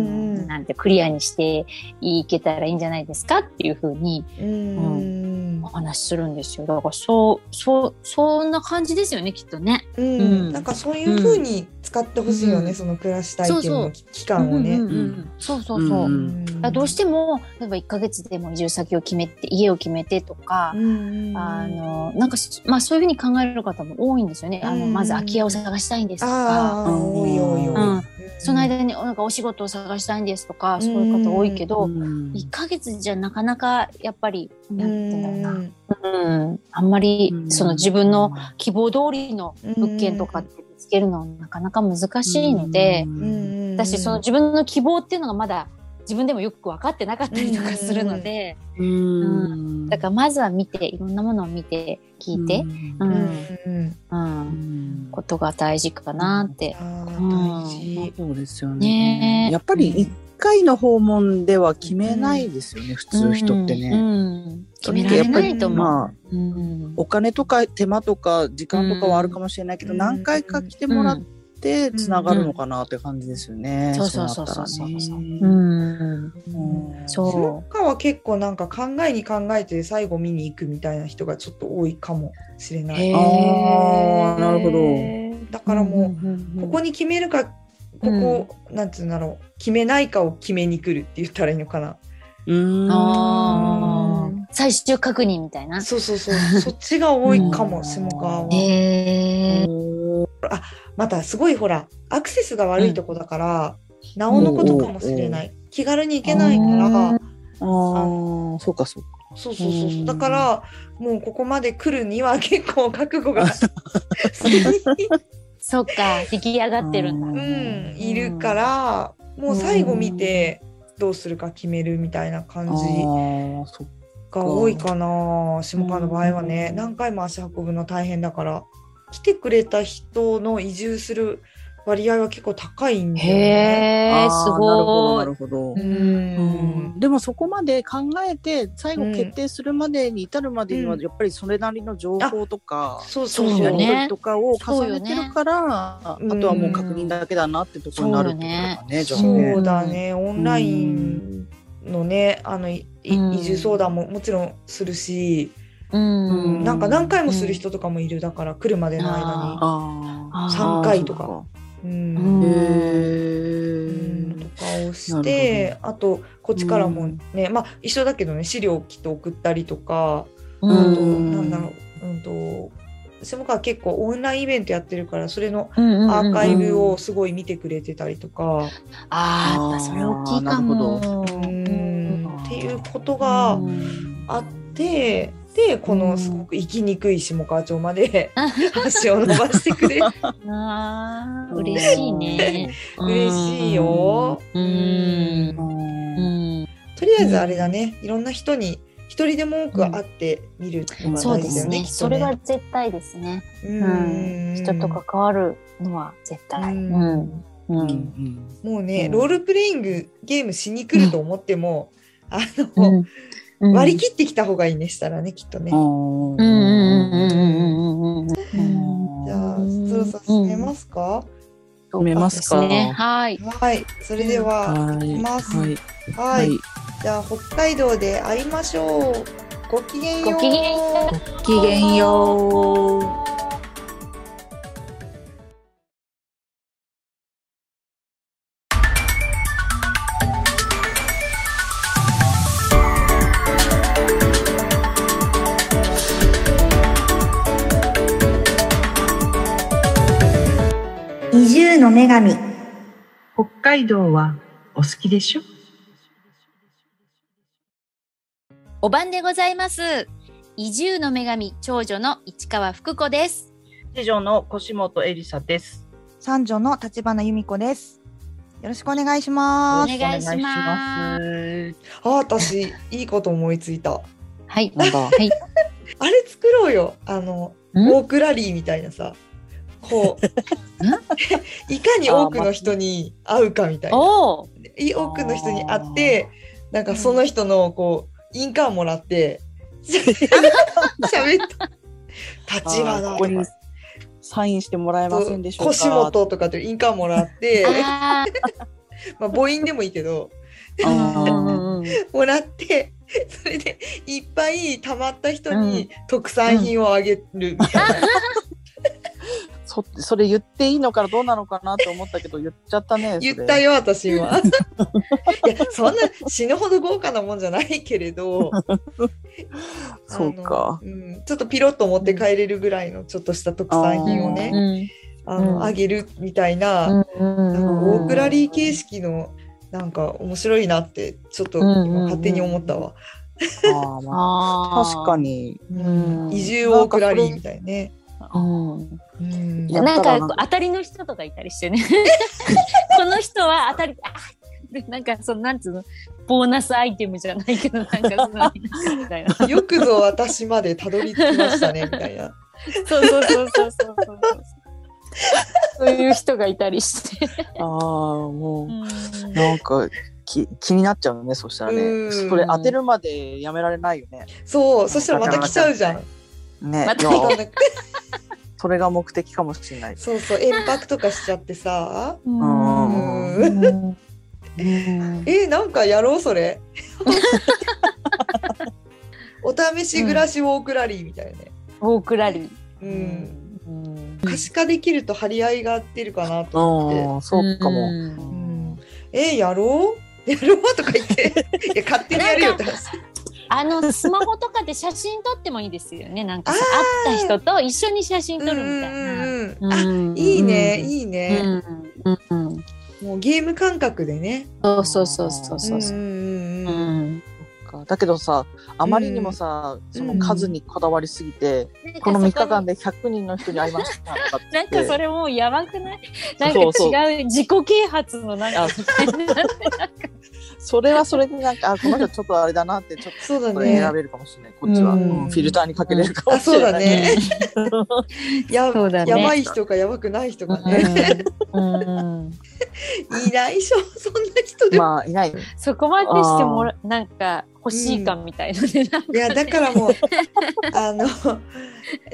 Speaker 3: なんてクリアにしていけたらいいんじゃないですかっていうふうに
Speaker 1: うん
Speaker 3: お話しするんですよだからそうそうそんな感じですよねきっとね。
Speaker 1: うんなんかそういう風に使ってほしいよ
Speaker 3: うん
Speaker 1: ねその暮らし体験の期間を
Speaker 3: う
Speaker 1: ね
Speaker 3: んうんうんそうそうそう。
Speaker 7: うんうん
Speaker 3: だからどうしても例えば1ヶ月でも移住先を決めて家を決めてとか、
Speaker 1: うん
Speaker 3: あのなんかそ、まあ、そういうふうに考える方も多いんですよね。あ
Speaker 1: うん
Speaker 3: の
Speaker 1: うん
Speaker 3: まず空き家を探したいんですとか、
Speaker 1: あー多い多い
Speaker 3: うん
Speaker 1: 多い
Speaker 3: その間になんかお仕事を探したいんですとか、そういう方多いけど、1ヶ月じゃなかなかやっぱりなんて言うんだろうな、うんあんまりその自分の希望通りの物件とかって見つけるのはなかなか難しいので。
Speaker 1: うん
Speaker 3: だしその自分の希望っていうのがまだ自分でもよく分かってなかったりとかするので、
Speaker 7: うん
Speaker 3: だからまずは見ていろんなものを見て聞いて、うん
Speaker 1: うん
Speaker 3: うん
Speaker 7: うん
Speaker 3: ことが大事かなって。
Speaker 1: あー大事
Speaker 7: そうですよ
Speaker 3: ね
Speaker 7: ね。
Speaker 3: え
Speaker 7: やっぱり一回の訪問では決めないですよね、普通人って
Speaker 3: う
Speaker 7: ね。
Speaker 3: ん、決
Speaker 7: そ
Speaker 3: め
Speaker 7: れ
Speaker 3: ら
Speaker 7: ってや
Speaker 3: れ
Speaker 7: っぱ
Speaker 3: な
Speaker 7: り
Speaker 3: いと思う。
Speaker 7: まあ
Speaker 3: うん
Speaker 7: お金とか手間とか時間とかはあるかもしれないけど、
Speaker 1: うん
Speaker 7: 何回か来てもらってつながるのかなって感じですよね。
Speaker 3: そうそうそうそうそう
Speaker 7: なったらね
Speaker 3: うん、
Speaker 7: うん
Speaker 3: そ
Speaker 1: 下は結構なんか考えに考えて最後見に行くみたいな人がちょっと多いかもしれ
Speaker 3: う。
Speaker 1: ない。
Speaker 3: へー
Speaker 7: あーなるほど
Speaker 1: だからも
Speaker 3: うんうん
Speaker 1: う
Speaker 3: うんう
Speaker 1: こ
Speaker 3: ん
Speaker 1: こに決めるかここ、なんつうんだろう決めないかを決めに来るって言ったらいいのかな。
Speaker 7: うん
Speaker 3: あー最終確認みたいな。
Speaker 1: そうそうそうそっちが多いかも下川は。
Speaker 3: へえ。
Speaker 1: またすごいほらアクセスが悪いとこだから、なおのことかもしれない気軽に行けないから。
Speaker 7: あーそうかそうか。
Speaker 1: そうそうそう
Speaker 7: う
Speaker 1: そ
Speaker 7: ん
Speaker 1: う。だから、もうここまで来るには結構覚悟が
Speaker 3: そっか、出来上がってるんだ。
Speaker 1: う
Speaker 7: うん
Speaker 1: ん、いるから、もう最後見てどうするか決めるみたいな
Speaker 7: あ
Speaker 1: 感じ
Speaker 7: ーそっ
Speaker 1: が多いかな下川の場合はね、何回も足運ぶの大変だから来てくれた人の移住する割合は結構高いんだよね。
Speaker 3: へえ、
Speaker 7: あー
Speaker 3: す
Speaker 7: なるほど、な
Speaker 3: ごい。
Speaker 7: るほ
Speaker 1: う。
Speaker 7: どうん
Speaker 1: ん
Speaker 7: でもそこまで考えて最後
Speaker 1: うん
Speaker 7: 決定するまでに至るまでには
Speaker 1: うん
Speaker 7: やっぱりそれなりの情報とか、
Speaker 1: そうそう
Speaker 3: そう
Speaker 1: そ
Speaker 3: よ
Speaker 1: う
Speaker 3: ね
Speaker 7: とかを重ねてるから、
Speaker 1: うよね
Speaker 7: あとはもう確認だけだなってところになるってことだね、じゃあ
Speaker 1: そ
Speaker 7: ね
Speaker 1: うだね、オンラインのね、あのいい
Speaker 3: うん
Speaker 1: 移住相談ももちろんするし、
Speaker 3: うん。
Speaker 1: なんか何回もする人とかもいるだから来るまでの間
Speaker 3: あ
Speaker 7: あー
Speaker 1: 三回とか
Speaker 7: あ
Speaker 1: に、う
Speaker 3: うん
Speaker 1: ん
Speaker 7: ー
Speaker 1: うんと
Speaker 7: へ
Speaker 1: かをして、あとこっちからもね、まあ一緒だけどね、資料をきっと送ったりとか、
Speaker 3: う
Speaker 1: あと
Speaker 3: ん。
Speaker 1: なんだろう、うんと下川結構オンラインイベントやってるから、それの
Speaker 3: うんうんうん
Speaker 1: アーカイブをすごい見てくれてたりとか、
Speaker 3: ああ、やっぱそれ大きいか
Speaker 7: あーな
Speaker 3: も。
Speaker 1: うんっていうことが
Speaker 3: うん
Speaker 1: あってでこ
Speaker 3: うん
Speaker 1: のすごく生きにくい下川町ま で足を伸ばしてくれる
Speaker 3: あー嬉しいね。
Speaker 1: 嬉しいよ。
Speaker 3: う
Speaker 7: ー
Speaker 3: ん。
Speaker 7: うん
Speaker 3: うん。
Speaker 1: とりあえずあれだねいろんな人に一人でも多く会ってみるのが
Speaker 3: そう
Speaker 1: 大
Speaker 3: で
Speaker 1: 事だ
Speaker 3: す
Speaker 1: よね。
Speaker 3: ね。
Speaker 1: きっ
Speaker 3: そ
Speaker 1: と
Speaker 3: れ
Speaker 1: ね
Speaker 3: が絶対ですね。
Speaker 1: うん
Speaker 3: 人と関わるのは絶対。
Speaker 1: う
Speaker 3: うん
Speaker 1: ん。
Speaker 3: うん。
Speaker 1: もう
Speaker 7: う
Speaker 1: ね
Speaker 7: ん
Speaker 1: ロールプレイングゲームしに来ると思ってもあの
Speaker 3: うん
Speaker 1: 割り切ってきた方がいいねしたらねきっとね。
Speaker 3: うんうんうんうんうんうんうんうん。
Speaker 1: じゃあ
Speaker 3: うん
Speaker 1: そろそろ締めますか。
Speaker 7: 止めますか。
Speaker 3: そうですね。はい。
Speaker 1: はいそれでは
Speaker 7: はい
Speaker 1: いきます。
Speaker 7: はい
Speaker 1: は
Speaker 7: はいい。
Speaker 1: じゃあ北海道で会いましょう。ごきげんよう。
Speaker 3: ごきげんよ
Speaker 7: ごきげんよう。
Speaker 8: 移住の女神。
Speaker 2: 北海道はお好きでしょ
Speaker 3: お晩でございます。移住の女神長女の市川福子です。
Speaker 4: 次女の腰本エリサです。
Speaker 9: 三女の立花由美子です。よろしくお願いし
Speaker 4: よ
Speaker 9: ま
Speaker 4: ろ
Speaker 9: す。
Speaker 4: く。
Speaker 3: お願いします
Speaker 1: あ、私、いいこと思いついた。
Speaker 3: はい。
Speaker 7: な んだ。
Speaker 3: はい。
Speaker 1: あれ作ろうよ。あの、ウ
Speaker 3: ん
Speaker 1: ォークラリーみたいなさ。こ う。いかに多くの人に会うかみたいな。
Speaker 3: おお。
Speaker 1: い多くの人に会って、なんかその人のこう、印鑑もらって。喋った。立
Speaker 7: あー
Speaker 1: 花
Speaker 7: ことこ
Speaker 1: か
Speaker 7: にサインしてもらえませんでしょうか。
Speaker 1: 腰元とかって印鑑もらって、
Speaker 3: あ
Speaker 1: まあ母音でもいいけど。
Speaker 7: あ
Speaker 3: あ。
Speaker 1: もらって それでいっぱい貯まった人に特産品をあげるみたいな、
Speaker 7: ーそそれ言っていいのかどうなのかなと思ったけど言っちゃったね。それ
Speaker 1: 言った。よ私今 いやそんな死ぬほど豪華なもんじゃないけれ ど
Speaker 7: そうか
Speaker 1: あの。うん、ちょっとピロッと持って帰れるぐらいのちょっとした特産品を
Speaker 3: う
Speaker 1: ね
Speaker 3: ん。
Speaker 1: あの、
Speaker 3: うん
Speaker 1: あげるみたいな,、なんかウォークラリー形式のなんか面白いなってちょっと
Speaker 3: うんうんう
Speaker 1: 今
Speaker 3: ん
Speaker 1: 勝手に思ったわ、
Speaker 7: あーま
Speaker 3: あ
Speaker 7: あ
Speaker 3: あ。
Speaker 7: 確か。に。
Speaker 3: ん
Speaker 1: 移住ウォークラリーみたいなね。
Speaker 3: うん。
Speaker 1: うん
Speaker 7: や
Speaker 3: な
Speaker 7: っ
Speaker 3: ん
Speaker 7: たら
Speaker 3: か当たりの人とかいたりしてね。この人は当たり、あなんかそのなんつうの、ボーナスアイテムじゃないけど、なんかその、みたいな。
Speaker 1: よくぞ私までたどり着きましたねみたいな。
Speaker 3: そうそうそうそうそうそう。そういう人がいたりして。
Speaker 7: ああもうなんかき気になっちゃうね。そしたら
Speaker 1: う
Speaker 7: ね。
Speaker 1: ん
Speaker 7: それ当てるまでやめられないよね。
Speaker 1: そう、そしたらまた来ちゃうじゃ ん。
Speaker 7: ね。
Speaker 3: また
Speaker 7: い
Speaker 1: そ
Speaker 7: や
Speaker 1: う
Speaker 7: それが目的かもしれない。
Speaker 1: そうそう、延泊とかしちゃってさ。
Speaker 3: う
Speaker 1: うんん。え、なんかやろう、それ。 お試し暮らしウォークラリーみたいなね。
Speaker 3: ウォークラリー。
Speaker 1: う。
Speaker 7: うんん。
Speaker 1: 可視化できると張り合いが出るかなと思
Speaker 7: ああそうかも。
Speaker 3: うん
Speaker 1: って。うん。え、やろう。やろうとか言って。 いや、勝手にやるよって話。
Speaker 3: あの、スマホとかで写真撮ってもいいですよね。なんかさ会った人と一緒に写真
Speaker 1: うん
Speaker 3: 撮
Speaker 1: う
Speaker 3: るみたいな。
Speaker 1: んうん。あ、
Speaker 3: うん
Speaker 1: いいね、いい
Speaker 3: うん
Speaker 1: ね。
Speaker 3: うんうん
Speaker 1: もうゲーム感覚でね。
Speaker 3: そうそうそうそうそうそう。
Speaker 1: んうんうん
Speaker 3: う
Speaker 1: うん。
Speaker 3: ん
Speaker 7: かだけどさあまりにもさ、その数にこだわりすぎて、この3日間で100人の人に会いました とかって
Speaker 3: なんかそれもうやばくない
Speaker 7: そ
Speaker 3: な
Speaker 7: う
Speaker 3: か
Speaker 7: ん そう
Speaker 3: 違う自己啓発のなんか
Speaker 7: あ
Speaker 3: みたいな
Speaker 7: それはそれでなんかあこの人ちょっとあれだなってちょっ
Speaker 1: そうだ
Speaker 7: とこれ
Speaker 1: ね
Speaker 7: 選。べるかもしれない、こっちは、
Speaker 1: うん
Speaker 7: うんフィルターにかけれるかも
Speaker 1: あ、
Speaker 7: し
Speaker 1: そう
Speaker 7: れ
Speaker 1: だ
Speaker 7: ない
Speaker 1: ね。や、
Speaker 3: そうだね
Speaker 1: やばい人かやばくない人かね。
Speaker 3: うん
Speaker 1: いないでしょ、そんな人でも。
Speaker 7: まあいない
Speaker 3: そこまでしてもらなんか欲しいかみたいなね。なんか
Speaker 1: いや、だからもう、 あの、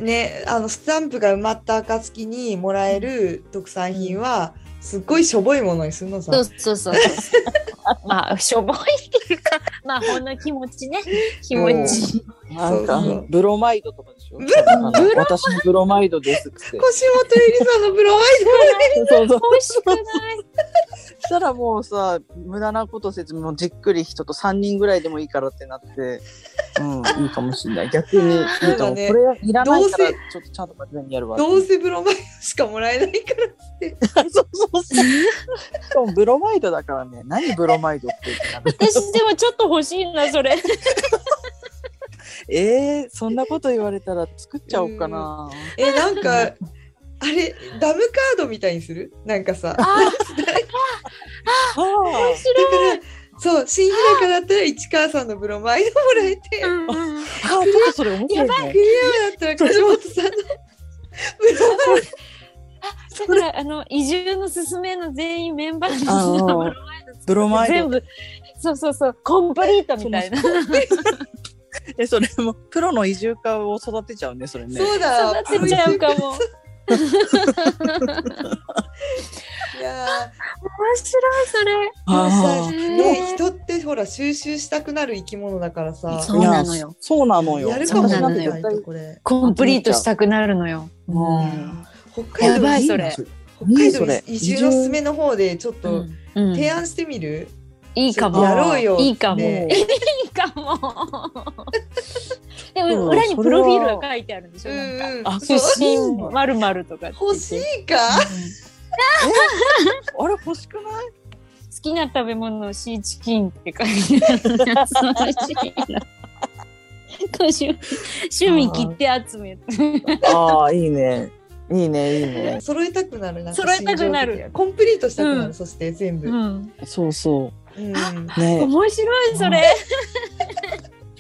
Speaker 1: ね、あの、スタンプが埋まった暁にもらえる特産品は、すっごいしょぼいものにするのさ。
Speaker 3: そうそうそうそう。 まあしょぼいっていうか、 まあほんの気持ちね、気持ち。
Speaker 7: なんか
Speaker 1: そうそう
Speaker 7: ブロマイドとかでしょ
Speaker 1: ブ
Speaker 7: あの私のブロマイドですって
Speaker 1: 腰元ゆりさんのブロワイ
Speaker 7: そうそう
Speaker 3: 美味しくない。
Speaker 7: したらもうさ無駄なことせずもうじっくり人と3人ぐらいでもいいからってなって、うん、いいかもし れない逆にいい
Speaker 1: そう
Speaker 7: と
Speaker 1: だ
Speaker 7: 思う、
Speaker 1: ね
Speaker 7: これいらないか
Speaker 1: どう
Speaker 7: らちょっとちゃんと真面目にやるわ
Speaker 1: ド、どうせブロワイドしかもらえないから。
Speaker 7: そうそうそうしかもブロマイドだからね何ブロマイドってってなる
Speaker 3: 私でもちょっと欲しいなそれ。
Speaker 7: えー、そんなこと言われたら作っちゃおうかな、
Speaker 1: え、なんか、あれ、ダムカードみたいにするなんかさ。
Speaker 3: あ
Speaker 7: は
Speaker 1: だから、そう、新日高だったら市川さんのブロマイドもらえて、ク
Speaker 3: あ、うんうん
Speaker 7: ああーちょっとそれ面白いね
Speaker 1: リアだったら梶本さんのブロマイ
Speaker 3: だからあの移住のすすめの 全員メンバー
Speaker 7: あ
Speaker 3: の
Speaker 7: のブロマイド
Speaker 3: 全部そうそうそうコンプリートみたいな。
Speaker 7: えそれもプロの移住家を育てちゃうねそれね
Speaker 1: ド。そうだ、
Speaker 3: 育てちゃうかも。
Speaker 1: いやー
Speaker 3: 面白いそれ。
Speaker 1: もうさ
Speaker 7: ー
Speaker 1: ね、人ってほら収集したくなる生き物だからさ
Speaker 3: そうなのよ
Speaker 7: いやそうなのよ
Speaker 1: やるかもしれ
Speaker 3: そうなのよ
Speaker 1: ないとこれ
Speaker 3: コンプリートしたくなるのよ。
Speaker 7: うん
Speaker 1: 北海
Speaker 3: やばい
Speaker 1: 道
Speaker 3: それ
Speaker 1: 北海
Speaker 7: それ
Speaker 1: 道移住のすすめの方でちょっと
Speaker 3: うん
Speaker 1: 提案してみる、
Speaker 3: いいかも。
Speaker 1: やろうよ
Speaker 3: いいかも。
Speaker 1: ね
Speaker 3: いいか も。で
Speaker 7: うん
Speaker 3: も裏にプロフィールが書いてあるんでし
Speaker 1: う
Speaker 3: ょ。
Speaker 1: ん
Speaker 3: なんか
Speaker 1: うん
Speaker 7: あ
Speaker 3: 出
Speaker 1: そう
Speaker 3: 身まるまるとかって言って。
Speaker 1: 欲しいか
Speaker 7: あれ欲しくない
Speaker 3: 好きな食べ物のシーチキンって書いてあるやつのシーチキンだ趣味趣味切って集めて
Speaker 7: ああ、いいね。いいね、いいね。
Speaker 1: 揃えたくなるなんか
Speaker 3: 揃えたくなる
Speaker 1: 心情的にコンプリートしたくなる、
Speaker 3: うん
Speaker 1: そして全部、
Speaker 3: う
Speaker 1: うん
Speaker 3: ん、
Speaker 7: そうそ
Speaker 1: あ
Speaker 7: う。ね、
Speaker 3: 面白いそれ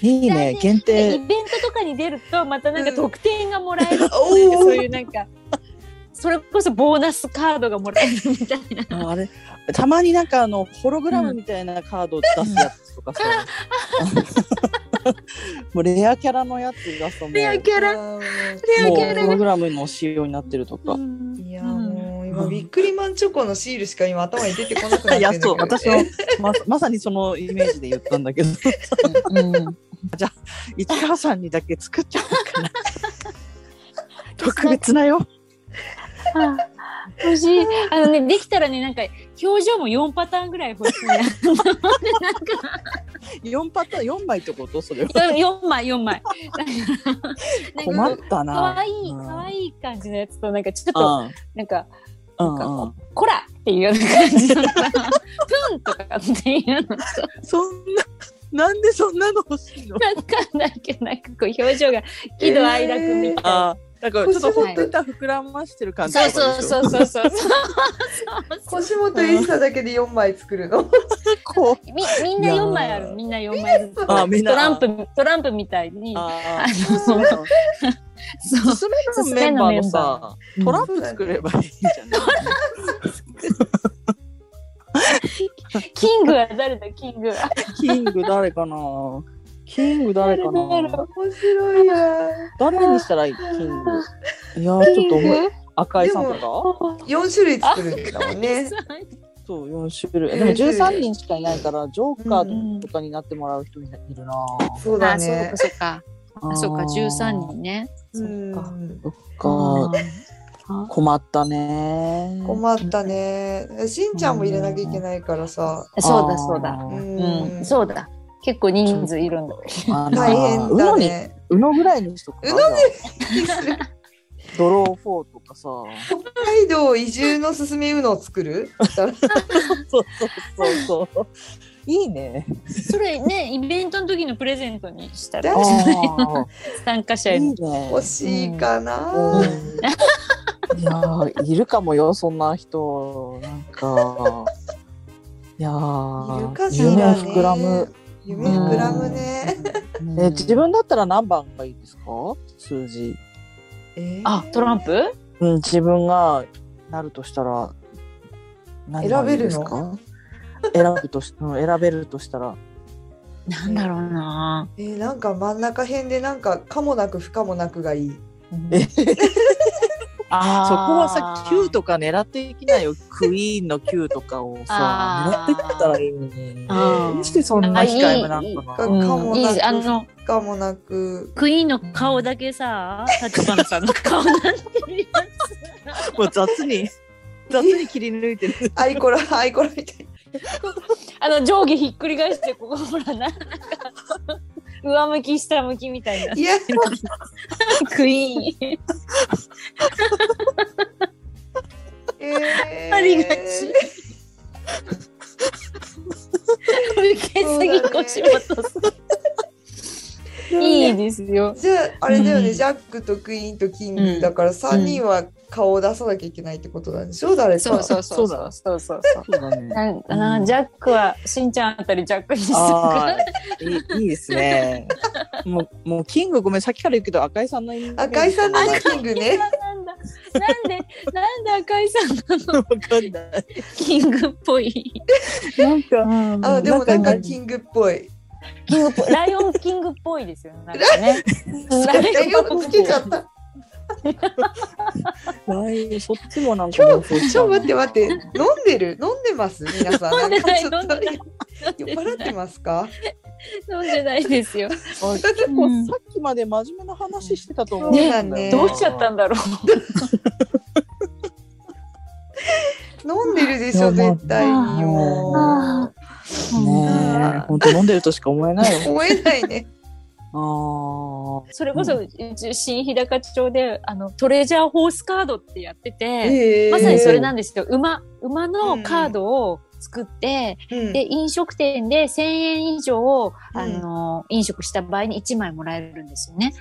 Speaker 7: いいね、限
Speaker 3: でイベン
Speaker 7: 定。
Speaker 3: トとかに出るとまたなんか特典がもらえる、
Speaker 1: おお
Speaker 3: そういうなんかそれこそボーナスカードがもらえるみたいな
Speaker 7: ああれ、たまになんかあのホログラムみたいなカードを出すやつとか さ。もうレアキャラのやつ出すともう。
Speaker 3: キ
Speaker 1: ーもう
Speaker 7: もう
Speaker 3: レアキャラ
Speaker 7: ホログラムの仕様になってるとか。
Speaker 1: いやーもう今ビックリマンチョコのシールしか今頭に出てこなくなってる
Speaker 7: い
Speaker 1: んだ
Speaker 7: や
Speaker 1: けど
Speaker 7: そう私のままさにそのイメージで言ったんだけど市川さんにだけ作っちゃおう かな特別なよ
Speaker 3: 欲しいあのねできたらねなんか表情も4パターンぐらい欲 しいななんか
Speaker 7: 4パターン4枚ってことそれは
Speaker 3: 4枚4枚
Speaker 7: 困ったな。
Speaker 3: かわいい、
Speaker 7: う
Speaker 3: か
Speaker 7: ん
Speaker 3: わいい感じのやつと、なんかちょっと、
Speaker 7: うん
Speaker 3: なんか、
Speaker 7: うん
Speaker 3: なん
Speaker 7: うん
Speaker 3: か、こらっていうような感じの、プンとかっていうのと、
Speaker 7: そんな、 なんでそんなの欲しいの
Speaker 3: なんかなんだっけ、なんかこう表情が喜怒哀楽みたいな。
Speaker 7: あーなんかちょっとほっといたら膨らましてる感じと
Speaker 3: そ
Speaker 7: か
Speaker 3: う
Speaker 7: でしょ。
Speaker 3: そうそうそうそう
Speaker 1: 腰元エリサだけで4枚作るの。
Speaker 7: こう。
Speaker 3: みみんな4枚あるみんな4枚ずつ
Speaker 7: あみんな
Speaker 3: トランプトランプみたいに
Speaker 7: あ
Speaker 3: あ
Speaker 7: ー
Speaker 3: のそう
Speaker 7: すすめのメンバーのさ、
Speaker 3: め
Speaker 7: ト
Speaker 3: のメンバ
Speaker 7: ランプ作ればいいじゃない。
Speaker 3: キングは誰だキングは
Speaker 7: キング誰かなキング誰
Speaker 3: 誰だ
Speaker 7: か
Speaker 3: ろ
Speaker 7: な
Speaker 3: う
Speaker 1: 面白いな。
Speaker 7: 誰にしたらいいキング。いやーちょっと思い赤井さんとか
Speaker 1: 4種類作るんだもんね。
Speaker 7: そう、4種類。でも13人しかいないから、ジョーカーとかになってもらう人いるな
Speaker 1: そうだね。
Speaker 3: そうか
Speaker 7: あー
Speaker 3: ね
Speaker 1: うん
Speaker 7: そっか、困ったね。
Speaker 1: 困ったね。しんちゃんも入れなきゃいけないからさ。
Speaker 3: そうだそうだ
Speaker 7: あ
Speaker 1: う
Speaker 7: ー
Speaker 1: ん。
Speaker 3: そうだ。結構人数いるんだ。
Speaker 7: あの
Speaker 1: 大変
Speaker 7: うの
Speaker 1: だ
Speaker 7: に、
Speaker 1: ね。
Speaker 7: うのぐらいにしとくか。
Speaker 1: うの
Speaker 7: ドローフォーとかさ。
Speaker 1: 北海道移住のすすめうのを作る。
Speaker 7: そうそうそうそう。いいね。
Speaker 3: それね、イベントの時のプレゼントにした
Speaker 1: だ
Speaker 3: ら
Speaker 1: よ
Speaker 7: あ
Speaker 3: 参加者
Speaker 7: あ、
Speaker 3: へ
Speaker 7: いい
Speaker 3: の。
Speaker 7: ね。
Speaker 1: 欲しいか
Speaker 7: う
Speaker 1: な。
Speaker 7: んいやーいるかもよそんな人なんか。いやー
Speaker 1: いるかし
Speaker 7: 夢
Speaker 1: らね
Speaker 7: 膨らむ。
Speaker 1: 夢膨らむね。
Speaker 7: え自分だったら何番がいいですか数字。
Speaker 1: えー
Speaker 3: あ、トランプ
Speaker 7: うん、自分がなるとしたら何がいいですか選ぶとし うん選べるとしたら。
Speaker 3: なんだろうな
Speaker 1: えーなんか真ん中辺でなんかかもなく不可もなくがいい。
Speaker 7: え
Speaker 3: あ
Speaker 7: そこはさ
Speaker 3: キュー
Speaker 7: 9とか狙っていきなよクイーンの9とか をさ
Speaker 3: あー
Speaker 7: 狙ってきたらいいのに
Speaker 3: あー
Speaker 7: どうしてそんな控えめなの
Speaker 1: か
Speaker 7: かな
Speaker 3: うん
Speaker 1: かも
Speaker 3: いい
Speaker 1: な
Speaker 3: ですあの
Speaker 1: く不可もなく。
Speaker 3: クイーンの顔だけさ、立花さんの顔なんて 見えます
Speaker 7: もう雑 に雑に切り抜いてる
Speaker 1: アイ コラアイコラみたい
Speaker 3: あの上下ひっくり返して、ここほらな、なんか、上向き下向きみたいな
Speaker 1: な。。いや
Speaker 3: クイーン。
Speaker 1: えー
Speaker 3: ありがち。受けすぎ腰元さん。いいですよ。
Speaker 1: じゃああれだよね、
Speaker 3: うん
Speaker 1: ジャックとクイーンとキン
Speaker 3: うん
Speaker 1: グだから三人は顔を出さなきゃいけないってことなんでしょ誰か。
Speaker 3: そうそうそう
Speaker 7: そう
Speaker 3: そ
Speaker 7: だ
Speaker 3: うそうそう。
Speaker 7: そうだね
Speaker 3: なんなジャックはしんちゃんあたりジャックにする
Speaker 7: あーいいいいです ねもうもうキングごめんさっきから言うけど赤井さんのイメージ
Speaker 1: 赤井さんの
Speaker 7: わ
Speaker 1: キングね。
Speaker 3: なんだなんでなんで赤井さんなの
Speaker 7: かんない
Speaker 3: キングっぽい
Speaker 7: なんか
Speaker 1: あでもなん
Speaker 7: な
Speaker 1: か
Speaker 7: んか
Speaker 1: キングっぽい。
Speaker 3: キングっぽいライオンキングっぽいですよねなんかねラ
Speaker 1: えよくつけちゃ った。
Speaker 7: ないそっちもなんか
Speaker 1: 今
Speaker 7: 妄想し
Speaker 1: 日
Speaker 7: ち
Speaker 1: ち
Speaker 7: ゃ
Speaker 1: ょ
Speaker 7: う
Speaker 1: 待って待って飲んでる飲んでます皆さん。
Speaker 3: 飲んでない
Speaker 1: んかちょっと
Speaker 3: 飲んで
Speaker 1: 酔っ払ってますか。
Speaker 3: 飲んでないですよ
Speaker 7: あ結構さっきまで真面目な話してたと思うんだよ
Speaker 1: ね
Speaker 3: どうしちゃったんだろう
Speaker 1: 飲んでるでしょ絶対に
Speaker 3: あ
Speaker 1: よ。
Speaker 7: ねえ、本当飲んでるとしか思えない よ。
Speaker 1: 思えないね。
Speaker 7: あ
Speaker 3: それこそ、うち新日高町であのトレジャーホースカードってやってて、
Speaker 1: えー
Speaker 3: まさにそれなんですよ馬馬のカードを作って、
Speaker 1: うん
Speaker 3: で飲食店で1,000円以上を、
Speaker 1: うん
Speaker 3: あの飲食した場合に1枚もらえるんですよね。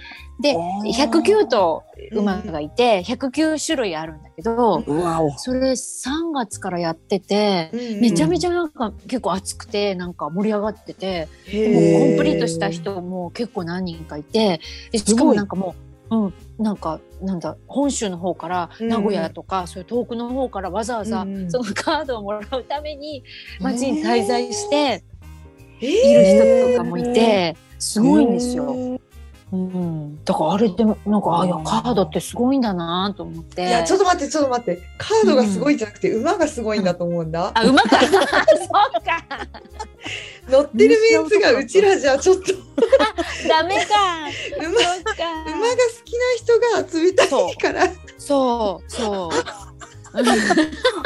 Speaker 3: で
Speaker 7: あー
Speaker 3: 109頭馬がいて、109種類あるんだけど
Speaker 7: あ、うわお。
Speaker 3: それ3月からやってて。
Speaker 1: うん
Speaker 3: めちゃめちゃなんか結構熱くてなんか盛り上がってて、
Speaker 1: へ
Speaker 3: もう
Speaker 1: ー
Speaker 3: コンプリートした人も結構何人かいてでしか
Speaker 7: すご
Speaker 3: も
Speaker 7: い
Speaker 3: なんかもう、うん、なんかなんだ本州の方から
Speaker 1: うん
Speaker 3: 名古屋とか、そういう遠くの方からわざわざ
Speaker 1: うん
Speaker 3: そのカードをもらうために街に滞在して
Speaker 1: え
Speaker 3: い
Speaker 1: ー
Speaker 3: る人とかもいて、すごいんですよ。
Speaker 7: よ。
Speaker 3: うん、だからあれでなんかあいや
Speaker 7: うん
Speaker 3: カードってすごいんだなと思っ
Speaker 1: い
Speaker 3: て。
Speaker 1: やちょっと待ってちょっと待ってカードがすごいんじゃなくて馬がすごいんだと思うんだ。
Speaker 3: あ、う まかった。そうか。
Speaker 1: 乗ってるメンツがうちらじゃちょっと
Speaker 3: ダメか。
Speaker 1: 馬馬が
Speaker 3: そうか。
Speaker 1: 好きな人が集めたいから
Speaker 3: そう、そう。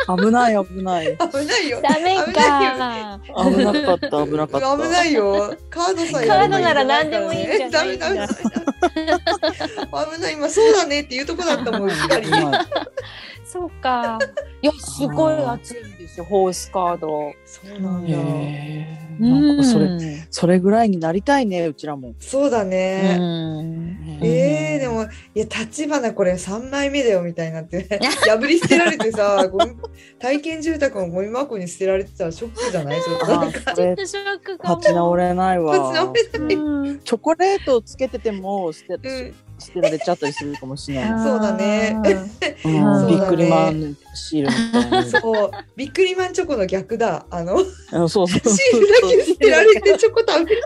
Speaker 7: 危ない危ない。
Speaker 1: 危ないよ。
Speaker 3: ダメ
Speaker 1: 危ないよ
Speaker 3: か。
Speaker 7: 危なかった危なかった。
Speaker 1: 危ないよ。カードさえやればいいんじゃないからね
Speaker 3: カードなら何でもいいんじゃないんだ
Speaker 1: ダメダメダメ危ない今そうだねっていうとこだったもん。しっかり
Speaker 7: 危ない
Speaker 3: そうか。 いや、すごい熱いんですよ。ホースカード。
Speaker 1: そうなんだ。
Speaker 7: へえ。なんかそれ
Speaker 3: れ。
Speaker 7: それぐらいになりたいねうちらも。
Speaker 1: そうだね。えー、で
Speaker 7: も。
Speaker 1: もいや立花これ三枚目だよみたいにな って、ね、破り捨てられてさゴミ体験住宅のゴミ箱に捨てられてたらショックじ ゃないちょっとなん
Speaker 7: あ
Speaker 1: か
Speaker 7: ーそ
Speaker 3: ちょ
Speaker 7: れ
Speaker 3: っとショックかも。
Speaker 7: 立ち直れない
Speaker 1: 立
Speaker 7: わ
Speaker 1: ち。直れない。
Speaker 3: うん
Speaker 7: チョコレートをつけてても捨て
Speaker 1: うん、
Speaker 7: 捨てられちゃったりするかもしれない。
Speaker 1: そうだね。
Speaker 7: うん
Speaker 3: そうだね
Speaker 7: びっくりマンシールみたいな。
Speaker 1: そうビックリマンチョコの逆だあのシ
Speaker 7: うんそうそうそ
Speaker 1: ー
Speaker 7: う。
Speaker 1: ルだけ捨てられてチョコ食べる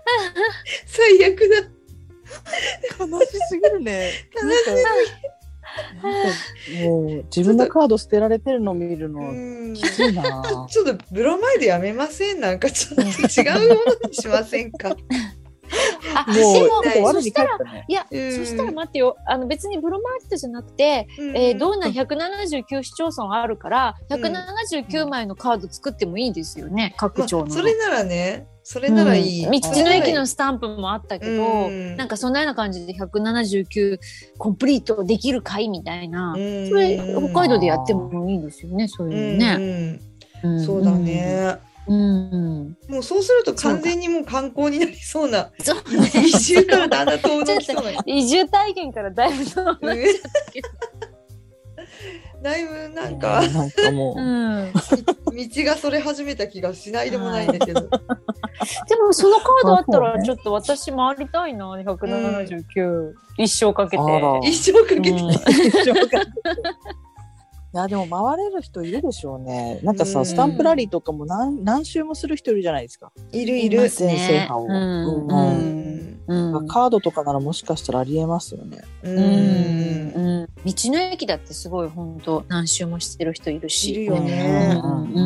Speaker 1: 最悪だ
Speaker 7: 悲しすぎるね。なんかもう自分のカード捨てられてるの見るの
Speaker 1: うん
Speaker 7: きつ いな。
Speaker 1: ちょっとブロマイドやめませんなんかちょっと違うものにしません か。
Speaker 3: あ、
Speaker 7: もう
Speaker 3: でも、
Speaker 7: ちょっと
Speaker 3: そ
Speaker 7: 我
Speaker 3: し
Speaker 7: に
Speaker 3: た
Speaker 7: 返
Speaker 3: ら
Speaker 7: っ、たね。
Speaker 3: いや、
Speaker 1: うん
Speaker 3: そしたら待ってよ。あの、別にブロマートじゃなくて、えー、道内179市町村あるから、179枚のカード作ってもいいですよね、各
Speaker 1: まあ
Speaker 3: 町の。
Speaker 1: それならね、それならいい。
Speaker 3: うん道の駅の
Speaker 1: そ
Speaker 3: スタンプもあったけど、
Speaker 1: うん
Speaker 3: なんかそんなような感じで179コンプリートできる会みたいな、そ
Speaker 1: れ
Speaker 3: れ
Speaker 1: ならいい、
Speaker 3: 北海道でやってもいいですよねそういうのね、
Speaker 1: ね。
Speaker 3: うん
Speaker 1: うんそうだ、ね。
Speaker 3: うんうん、
Speaker 1: もうそうすると完全にもう観光になりそうな
Speaker 3: そう
Speaker 1: 移住からだんだん遠のき
Speaker 3: ち
Speaker 1: そ
Speaker 3: ょ
Speaker 1: う
Speaker 3: っ
Speaker 1: な。
Speaker 3: 移住体験からだいぶ遠のいちゃったけど、
Speaker 1: だいぶなんか
Speaker 7: なんかも
Speaker 3: うん、
Speaker 1: 道がそれ始めた気がしないでもないんだけ ど。
Speaker 3: でもそのカードあった
Speaker 2: あそう
Speaker 3: ら
Speaker 2: ね
Speaker 3: ちょっと私回りたいな179、一生かけて。
Speaker 7: あら
Speaker 1: 一生かけて、
Speaker 3: うん
Speaker 7: いやでも回れる人いるでしょうね。なんか
Speaker 1: う
Speaker 7: さ
Speaker 1: ん
Speaker 7: スタンプラリーとかも何何周もする人いるじゃないですか。
Speaker 1: いるい
Speaker 3: いま
Speaker 1: る。
Speaker 3: すね
Speaker 7: 全制覇を。
Speaker 3: う
Speaker 7: うんん
Speaker 1: う
Speaker 7: うん
Speaker 1: ん。
Speaker 3: うん
Speaker 7: カードとかならもしかしたらありえますよね。
Speaker 1: う
Speaker 3: うん
Speaker 1: ん。
Speaker 3: うん、道の駅だってすごい本当何周もしてる人いるし。
Speaker 1: いるよ
Speaker 3: うん
Speaker 1: ね。
Speaker 3: うん
Speaker 1: う
Speaker 3: う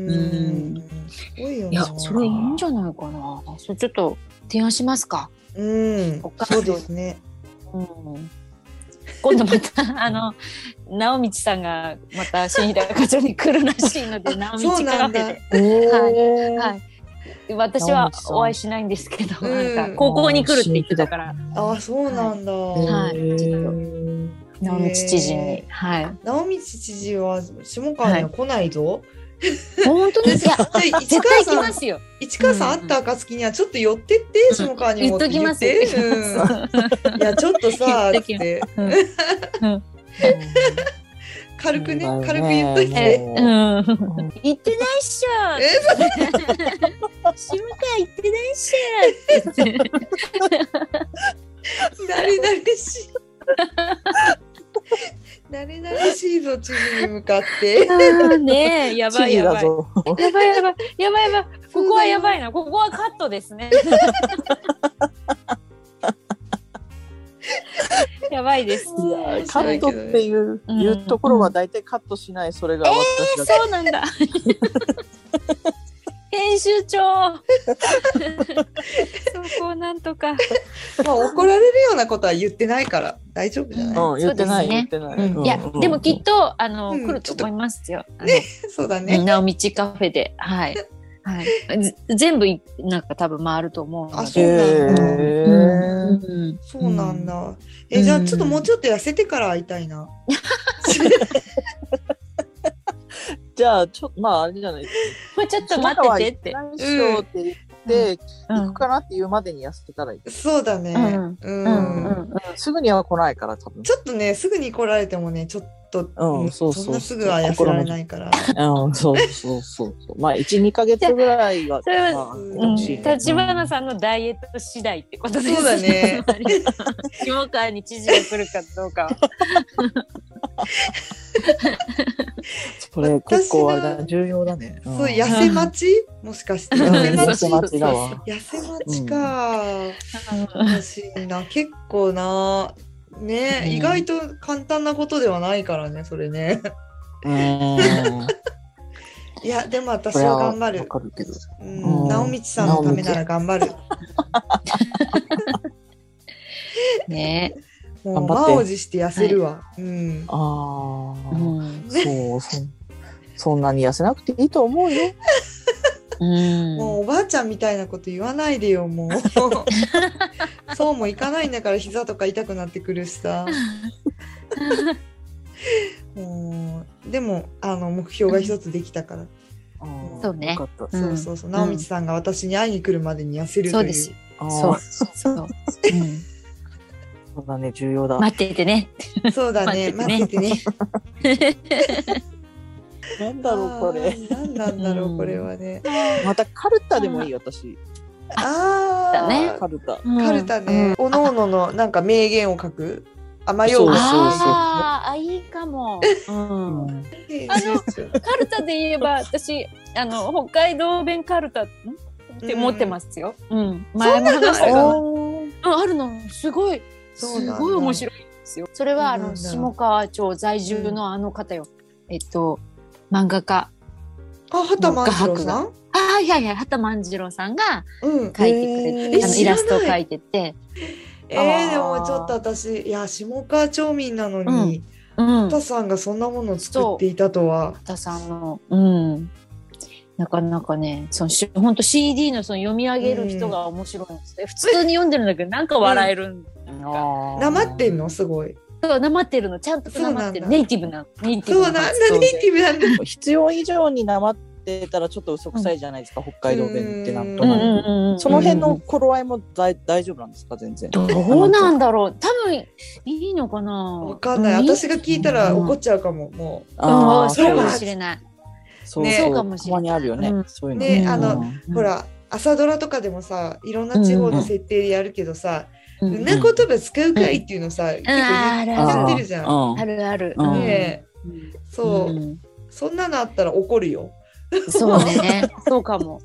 Speaker 3: ん
Speaker 1: ん。すごいよ
Speaker 3: い
Speaker 1: ね
Speaker 3: や。それいいんじゃないかな。それちょっと提案しますか。
Speaker 1: うん
Speaker 3: お。母さん
Speaker 1: そうですね。
Speaker 3: うん、今度またあの直道さんがまた新平課長に来るらしいので直道
Speaker 1: そうな
Speaker 3: カ
Speaker 1: ん
Speaker 3: フェ
Speaker 1: だ
Speaker 3: で。。
Speaker 7: ええ
Speaker 3: はい。私はお会いしないんですけど、
Speaker 1: うん
Speaker 3: なんか高校に来るって言ってたから、
Speaker 1: あ、そうなんだ。
Speaker 3: はいちょっと直道知事
Speaker 1: へ
Speaker 3: に
Speaker 1: ー。
Speaker 3: はい。
Speaker 1: 直道知事は下川には来ないぞ。
Speaker 3: 本当です。いや、
Speaker 1: で市
Speaker 3: 絶
Speaker 1: 川
Speaker 3: 対来
Speaker 1: さ
Speaker 3: ま
Speaker 1: ん、
Speaker 3: すよ。
Speaker 1: 市川さん会った暁にはちょっと寄ってって、下川に
Speaker 3: 言
Speaker 1: も
Speaker 3: っときます。
Speaker 1: 言ってうんい や、ちょっとさ、
Speaker 3: 言っ
Speaker 1: っ
Speaker 3: ときま
Speaker 1: て
Speaker 7: うん
Speaker 1: 軽くね
Speaker 7: そう、だ
Speaker 1: 軽
Speaker 7: よ
Speaker 1: く言っといて。
Speaker 7: も
Speaker 3: う
Speaker 7: う
Speaker 3: ん。行ってないっしょ。
Speaker 1: え
Speaker 3: 下川行ってないっしょって言って。
Speaker 1: 誰々しい。誰々しいぞ、知事に向か って。
Speaker 3: あーね え、やば
Speaker 7: 知
Speaker 3: い
Speaker 7: 事
Speaker 3: やば
Speaker 7: だ
Speaker 3: い。
Speaker 7: ぞ。
Speaker 3: やばいやばいやばいやばい。ここはやばいな。ここはカットです ね。やばいです。
Speaker 7: いやカットっていう
Speaker 3: うん
Speaker 7: いうところは大体カットしないそれが私だけ。
Speaker 3: そうなんだ。編集長。そこをなんとか。
Speaker 1: まあ、怒られるようなことは言ってないから、大丈夫じゃない。
Speaker 7: うん言ってな
Speaker 3: そ
Speaker 7: い
Speaker 3: う
Speaker 7: 言
Speaker 3: で
Speaker 7: ってない。
Speaker 1: うん
Speaker 7: うん
Speaker 3: いや、でもきっと、あの、
Speaker 1: うん
Speaker 3: 来ると思いますよ。
Speaker 1: そうだ
Speaker 3: あの、
Speaker 1: ね。
Speaker 3: なおみちカフェで、はい。はい。ぜ全部い、なんか多分回ると思うの
Speaker 1: あ、
Speaker 3: で。
Speaker 1: そうなんだ。
Speaker 7: へー
Speaker 3: うん
Speaker 1: そうなんだ。え、じゃあ、ちょっともうちょっと痩せてから会いたいな。
Speaker 7: じゃあちょまああれじゃない。
Speaker 3: もうちょっと待っててって。
Speaker 7: 何しようって言って行くかなっていうまでに痩せてたらいい。
Speaker 1: そうだね。う。
Speaker 3: うんんうん
Speaker 7: すぐには来ないから多分。
Speaker 1: ちょっとね、すぐに来られてもね、ちょっと、
Speaker 7: うんそうそう
Speaker 1: そんなすぐは痩せられないから。
Speaker 7: うんそうそうそうそう。まあ一二ヶ月ぐらいは。
Speaker 3: それは
Speaker 7: まあ
Speaker 3: うん
Speaker 1: 楽しい
Speaker 3: 立花さんのダイエット次第ってことです
Speaker 1: そうだね。
Speaker 3: 下川に知事が来るかどうかは。
Speaker 7: これ結構あれだね重要だね。
Speaker 1: そう、痩せ待ちもしかして。痩せ
Speaker 7: うん
Speaker 1: 待
Speaker 7: 痩
Speaker 1: ち
Speaker 7: せ待ちだわ。
Speaker 1: 痩せ待ちか。らしいな。結構な。
Speaker 7: うん
Speaker 1: ね、意外と簡単なことではないからね、それね。
Speaker 7: うん。
Speaker 1: いや、でも私
Speaker 7: それ
Speaker 1: は
Speaker 7: は
Speaker 1: 頑張
Speaker 7: わ
Speaker 1: る。
Speaker 7: かるけど。
Speaker 1: うん、
Speaker 7: うん
Speaker 1: 直道さんのためなら頑張る。
Speaker 3: ねえ。
Speaker 1: もう
Speaker 7: 頑張って
Speaker 1: 満を持して痩せるわ。うん。
Speaker 7: ああ。
Speaker 3: うん
Speaker 7: そう、そん そんなに痩せなくていいと思うよ。
Speaker 1: もうおばあちゃんみたいなこと言わないでよもう そうもいかないんだから膝とか痛くなってくるしさもうでもあの目標が一つできたから、
Speaker 3: そうね
Speaker 7: よかった
Speaker 3: うん
Speaker 1: そうそうそう直道さんが私に会いに来るまでに痩せる
Speaker 3: そ
Speaker 1: と
Speaker 3: う
Speaker 1: い
Speaker 3: です
Speaker 1: う。
Speaker 7: あー
Speaker 3: そ
Speaker 7: そう
Speaker 3: う。そう。うん
Speaker 7: だね、重要だ。
Speaker 3: 待っててね。
Speaker 1: そうだね待
Speaker 3: 待
Speaker 1: っ
Speaker 3: っ
Speaker 1: て
Speaker 3: て
Speaker 1: ね
Speaker 7: なんだろう、これ。
Speaker 1: あー何なんだろ
Speaker 7: う
Speaker 1: うんこれはね
Speaker 7: またカルタでもいいよ、私。
Speaker 1: ああ
Speaker 3: だね
Speaker 7: カルタ。
Speaker 1: カルタね、おのおののなんか名言を書くあ迷う
Speaker 7: そうそうそう
Speaker 3: あーあ、いいかも。うんカルタで言えば、私、あの、北海道弁カルタんって持ってますよ。うん。前も話した
Speaker 1: そ
Speaker 3: け
Speaker 1: うな
Speaker 3: ど
Speaker 1: の。
Speaker 3: ああるのすごいす
Speaker 1: そうなんだ
Speaker 3: ごい面白いんですよ。それはあ
Speaker 1: そうな
Speaker 3: の
Speaker 1: んだ
Speaker 3: 下川町在住のあの方よ。えっと漫画家
Speaker 1: あ畑万次郎さん
Speaker 3: ああいやいや畑万次郎さんが
Speaker 1: うん
Speaker 3: 描いてくれて、
Speaker 1: えー
Speaker 3: あの
Speaker 1: 知
Speaker 3: イ
Speaker 1: ら
Speaker 3: ラ
Speaker 1: ない
Speaker 3: ストを描いてて、
Speaker 1: えー、でもちょっと私いや下川町民なのに、
Speaker 3: うん、
Speaker 1: 畑
Speaker 3: 畑
Speaker 1: さんがそんなものを作っていたとは
Speaker 3: さんのうんなかなかねそのしほんと CD のその読み上げる人が面白いんですね。普通に読んでるんだけどなんか笑えるんだよ。
Speaker 1: な
Speaker 7: な
Speaker 1: まってんのすごい
Speaker 3: そうなまってるのちゃんとなまって
Speaker 1: そうな
Speaker 3: る
Speaker 1: んだ
Speaker 3: ネイティブなのネイティ
Speaker 1: そうな
Speaker 3: ブ
Speaker 1: ん
Speaker 3: の
Speaker 1: だ
Speaker 7: そう
Speaker 1: ネイティブなんだ
Speaker 7: 必要以上になまってたら、ちょっと嘘くさいじゃないですか、北海道弁ってなんと
Speaker 3: うん
Speaker 7: な
Speaker 3: うん
Speaker 7: く。
Speaker 3: うんうん
Speaker 7: その辺の頃合いもだい大丈夫なんですか、全然。
Speaker 3: どうなんだろう多分いいのかな
Speaker 1: わかんない
Speaker 3: うん
Speaker 1: 私が聞いたら怒っちゃうかもも
Speaker 3: あ
Speaker 7: ー
Speaker 3: あ
Speaker 1: そ
Speaker 3: そうう
Speaker 1: か
Speaker 3: か
Speaker 1: も
Speaker 3: も
Speaker 1: し
Speaker 3: し
Speaker 1: れ
Speaker 3: れない。
Speaker 7: そう
Speaker 9: ね
Speaker 3: そう
Speaker 7: そ
Speaker 3: か
Speaker 7: う
Speaker 3: もしたれ
Speaker 7: ま
Speaker 3: ない
Speaker 7: にあるよね。そういうの。
Speaker 9: ねあ
Speaker 1: の
Speaker 7: うん
Speaker 1: ほら朝ドラとかでもさいろんな地方の設定でやるけどさ、
Speaker 3: う
Speaker 1: うんな言葉使うかいっていうのさ、結構
Speaker 3: あーある
Speaker 1: 言っちゃっ
Speaker 3: あ
Speaker 1: て
Speaker 3: る
Speaker 1: るじゃん。
Speaker 7: うん
Speaker 3: あるある。
Speaker 7: うん
Speaker 1: ねえそう、
Speaker 7: うん
Speaker 1: そんなのあったら怒るよ。
Speaker 3: そうね。 そうかも。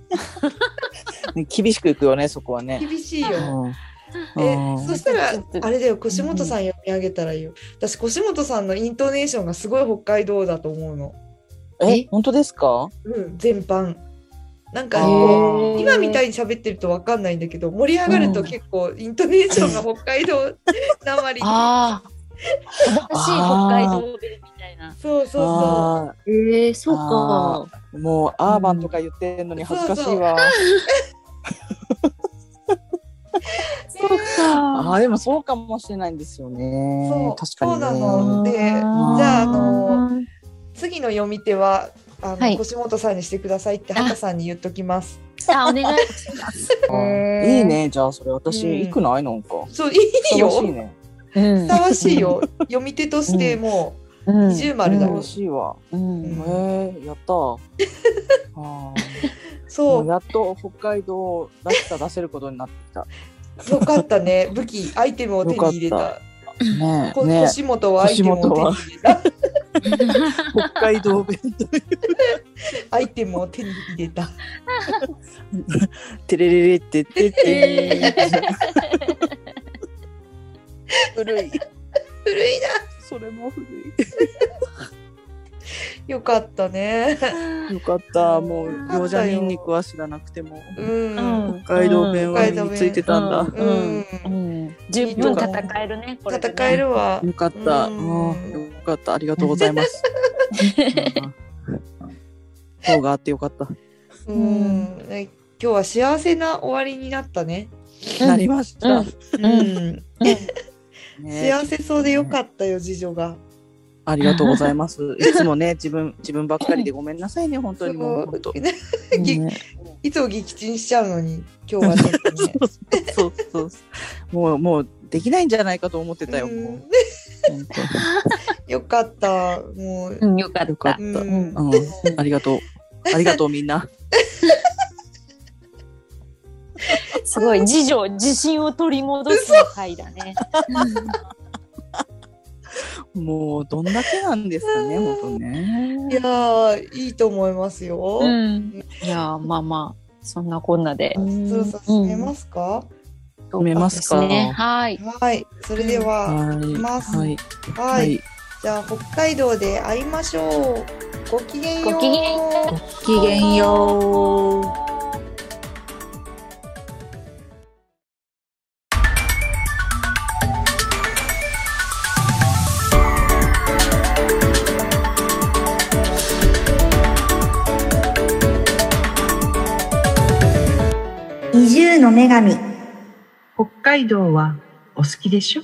Speaker 7: ね厳しくいくよね、そこはね。
Speaker 1: 厳しいよ。
Speaker 7: うん
Speaker 1: え
Speaker 7: うん
Speaker 1: そしたら
Speaker 3: ちょっと
Speaker 1: あれだよ腰本さん読み上げたらいいよ、私腰本さんのイントネーションがすごい北海道だと思うの、
Speaker 7: え、本当ですか？
Speaker 1: うん、全般なんか
Speaker 7: あ
Speaker 1: こう
Speaker 7: ー
Speaker 1: 今みたいに喋ってると分かんないんだけど盛り上がると結構イントネーションが北海道なまり
Speaker 3: ああ。正しい北海
Speaker 7: あー
Speaker 3: 道弁みたいな。
Speaker 1: そうそうそ
Speaker 7: あ
Speaker 3: ええそう
Speaker 7: か。ーもうアーバンとか言ってんのに恥ずかしいわ。
Speaker 3: そうか。
Speaker 7: あーでもそうかもしれないんですよね。
Speaker 1: そう
Speaker 7: 確かにね。
Speaker 1: そうなのでじゃああの
Speaker 3: ー
Speaker 1: う次の読み手はあの、
Speaker 3: はい
Speaker 1: 腰本さんにしてくださいって畑さんに言っときます
Speaker 3: あお願い。
Speaker 7: あーいいね。じゃあそれ私、
Speaker 1: うん
Speaker 7: いくないなんか。
Speaker 1: そういいよ
Speaker 7: 楽しいね。
Speaker 3: うん
Speaker 1: ふさわしいよ読み手としてもう二重丸だよ、
Speaker 7: 楽しいわ。
Speaker 3: う ん
Speaker 7: え
Speaker 1: ん
Speaker 7: ー、やったー。あー
Speaker 1: そ
Speaker 7: もう
Speaker 1: う
Speaker 7: やっと北海道らしさ出せることになってきた。
Speaker 1: よかったね武器アイテムを手に入れ
Speaker 7: よか
Speaker 1: た。
Speaker 7: ね
Speaker 1: こ
Speaker 7: えね
Speaker 1: 腰元はアイテム
Speaker 7: 腰元
Speaker 1: を
Speaker 7: は
Speaker 1: 手に入れた。
Speaker 7: え北海道弁という
Speaker 1: アイテムを手に入れた。
Speaker 7: テレレレってってて古い
Speaker 1: 古いな。
Speaker 7: それも古い
Speaker 1: よかったね。
Speaker 7: よかった。もう
Speaker 1: よかったよ
Speaker 7: 餃子ニンニクは知らなくても
Speaker 1: うん。うん。
Speaker 7: 北海道弁は身についてたんだ。
Speaker 3: うん十分戦えるね。これでね
Speaker 1: 戦え。るわ。
Speaker 7: よかった。
Speaker 1: う
Speaker 7: うんんよかった。ありがとうございます。方があってよかった。
Speaker 1: うん。ね今日は幸せな終わりになったね。
Speaker 7: なりまし
Speaker 3: う
Speaker 7: た
Speaker 3: ん。
Speaker 1: うんん。
Speaker 7: ね
Speaker 1: 幸せそうでよかったよ、次女が。
Speaker 7: ありがとうございます。いつもね、自分、自分ばっかりでごめんなさいね、本当にもう。本
Speaker 1: すご
Speaker 7: 当
Speaker 1: いねぎ
Speaker 7: ね
Speaker 1: いつも撃沈しちゃうのに、今日はちょっとね。
Speaker 7: そうそうそう。もう、もう、できないんじゃないかと思ってたよ。
Speaker 1: う
Speaker 7: もうん本
Speaker 1: よかった。もう
Speaker 3: う。んよかっ
Speaker 7: 当よかったた。。
Speaker 1: うん
Speaker 7: うん、ありがとう。ありがとう、みんな。
Speaker 3: すごい次女自信を取り戻す回だね。
Speaker 7: もう、どんだけなんですかね、本当ね。
Speaker 1: いやー、いいと思いますよ。
Speaker 3: ん。いやーまあまあそんなこんなで。
Speaker 1: そろそろ進めますか。
Speaker 7: 止めます
Speaker 3: そ
Speaker 7: か。
Speaker 3: うですねはい。
Speaker 1: はい。それでは、
Speaker 7: はい
Speaker 1: ます
Speaker 7: はい。
Speaker 1: は。
Speaker 7: はいい。
Speaker 1: じゃあ北海道で会いましょう。ごきげんよう。
Speaker 3: ごきげんよう
Speaker 7: ごきげんよう。
Speaker 8: 移住の女神。
Speaker 2: 北海道はお好きでしょ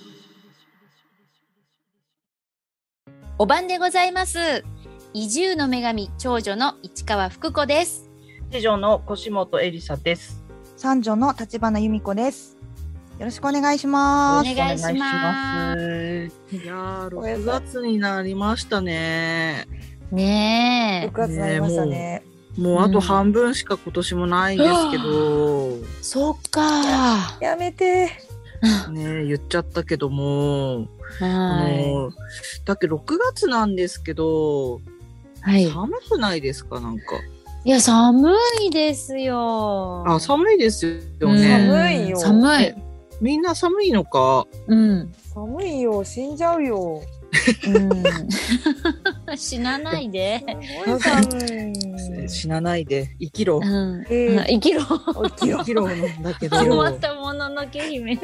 Speaker 3: お晩でございます。移住の女神長女の市川福子です。
Speaker 4: 次女の腰本エリサです。
Speaker 9: 三女の立花由美子です。よろしくお願いし
Speaker 4: お
Speaker 9: ま
Speaker 3: 願いします
Speaker 4: 願いします。
Speaker 7: いやー、
Speaker 9: おやす
Speaker 7: 6月になりましたね。
Speaker 3: ね
Speaker 1: 6月になりましたね。
Speaker 7: もうあと半分しか今年もないですけど、
Speaker 3: え。そっか。
Speaker 9: やめて。
Speaker 7: ね言っちゃったけども、あ
Speaker 3: は
Speaker 7: のだけど6月なんですけど、
Speaker 3: い。はい。い
Speaker 7: 寒くないですかなんか。
Speaker 3: や寒いですよ。
Speaker 7: あ、寒いですよ
Speaker 3: うん
Speaker 7: ね。
Speaker 1: 寒いよ
Speaker 3: 寒い。
Speaker 7: みんな寒いのか。
Speaker 3: うん。
Speaker 1: 寒いよ、死んじゃう よ。
Speaker 3: うん、 死なないで。
Speaker 1: すごい 寒い。
Speaker 7: 死なないで生 きろ
Speaker 3: う。ん。
Speaker 1: えー
Speaker 3: 生きろ。
Speaker 1: 起きろ
Speaker 7: 生きろなんだけど。
Speaker 3: 困ったもののけ姫。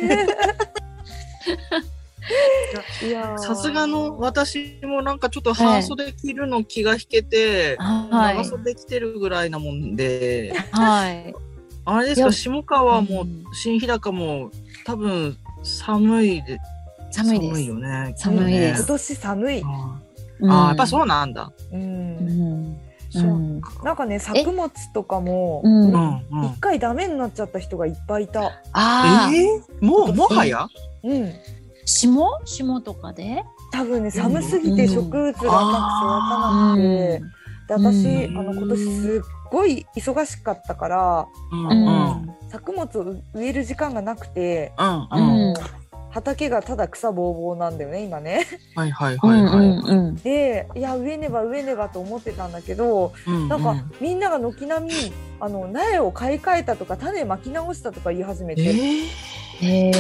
Speaker 7: さすがの私もなんかちょっと半袖着るの気が引けて、
Speaker 3: は
Speaker 7: 長
Speaker 3: い。
Speaker 7: 袖着てるぐらいなもん で、
Speaker 3: はい。
Speaker 7: あれです
Speaker 3: いや
Speaker 7: か、下川も
Speaker 3: うん
Speaker 7: 新日高も多分寒いで
Speaker 3: 寒いです。
Speaker 7: よね。
Speaker 3: 寒いで
Speaker 1: 今
Speaker 3: す
Speaker 1: 年寒い。
Speaker 7: あ
Speaker 3: う
Speaker 7: ー
Speaker 3: ん
Speaker 7: あー、やっぱそうなんだ。
Speaker 1: う。
Speaker 3: うんん。
Speaker 1: そう
Speaker 3: うん
Speaker 1: なんかね、作物とかも
Speaker 3: う、
Speaker 7: うん
Speaker 3: ん。
Speaker 7: う
Speaker 3: あ
Speaker 7: ん
Speaker 1: 一。回ダメになっちゃった人がいっぱいいた。
Speaker 3: あー。
Speaker 7: えー、もうもはや、
Speaker 1: うん。
Speaker 3: 霜霜とかで
Speaker 1: 多分ね、寒すぎて植物がうまく育たなくて、で私、
Speaker 3: うん
Speaker 1: あの今年すっごい忙しかったから、
Speaker 7: うん
Speaker 3: うん
Speaker 1: 作物を植える時間がなくて、
Speaker 7: うん
Speaker 1: あ
Speaker 7: うん
Speaker 1: の畑がただ草ぼうぼうなんだよね今ね。
Speaker 7: はいはい
Speaker 3: うん
Speaker 7: はいはい。
Speaker 3: うん
Speaker 1: でいや植えねば植えねばと思ってたんだけど
Speaker 7: うん
Speaker 1: なんか、みんなが軒並みあの苗を買い替えたとか種まき直したとか言い始め
Speaker 7: え
Speaker 1: て、
Speaker 7: ー
Speaker 3: うん。へ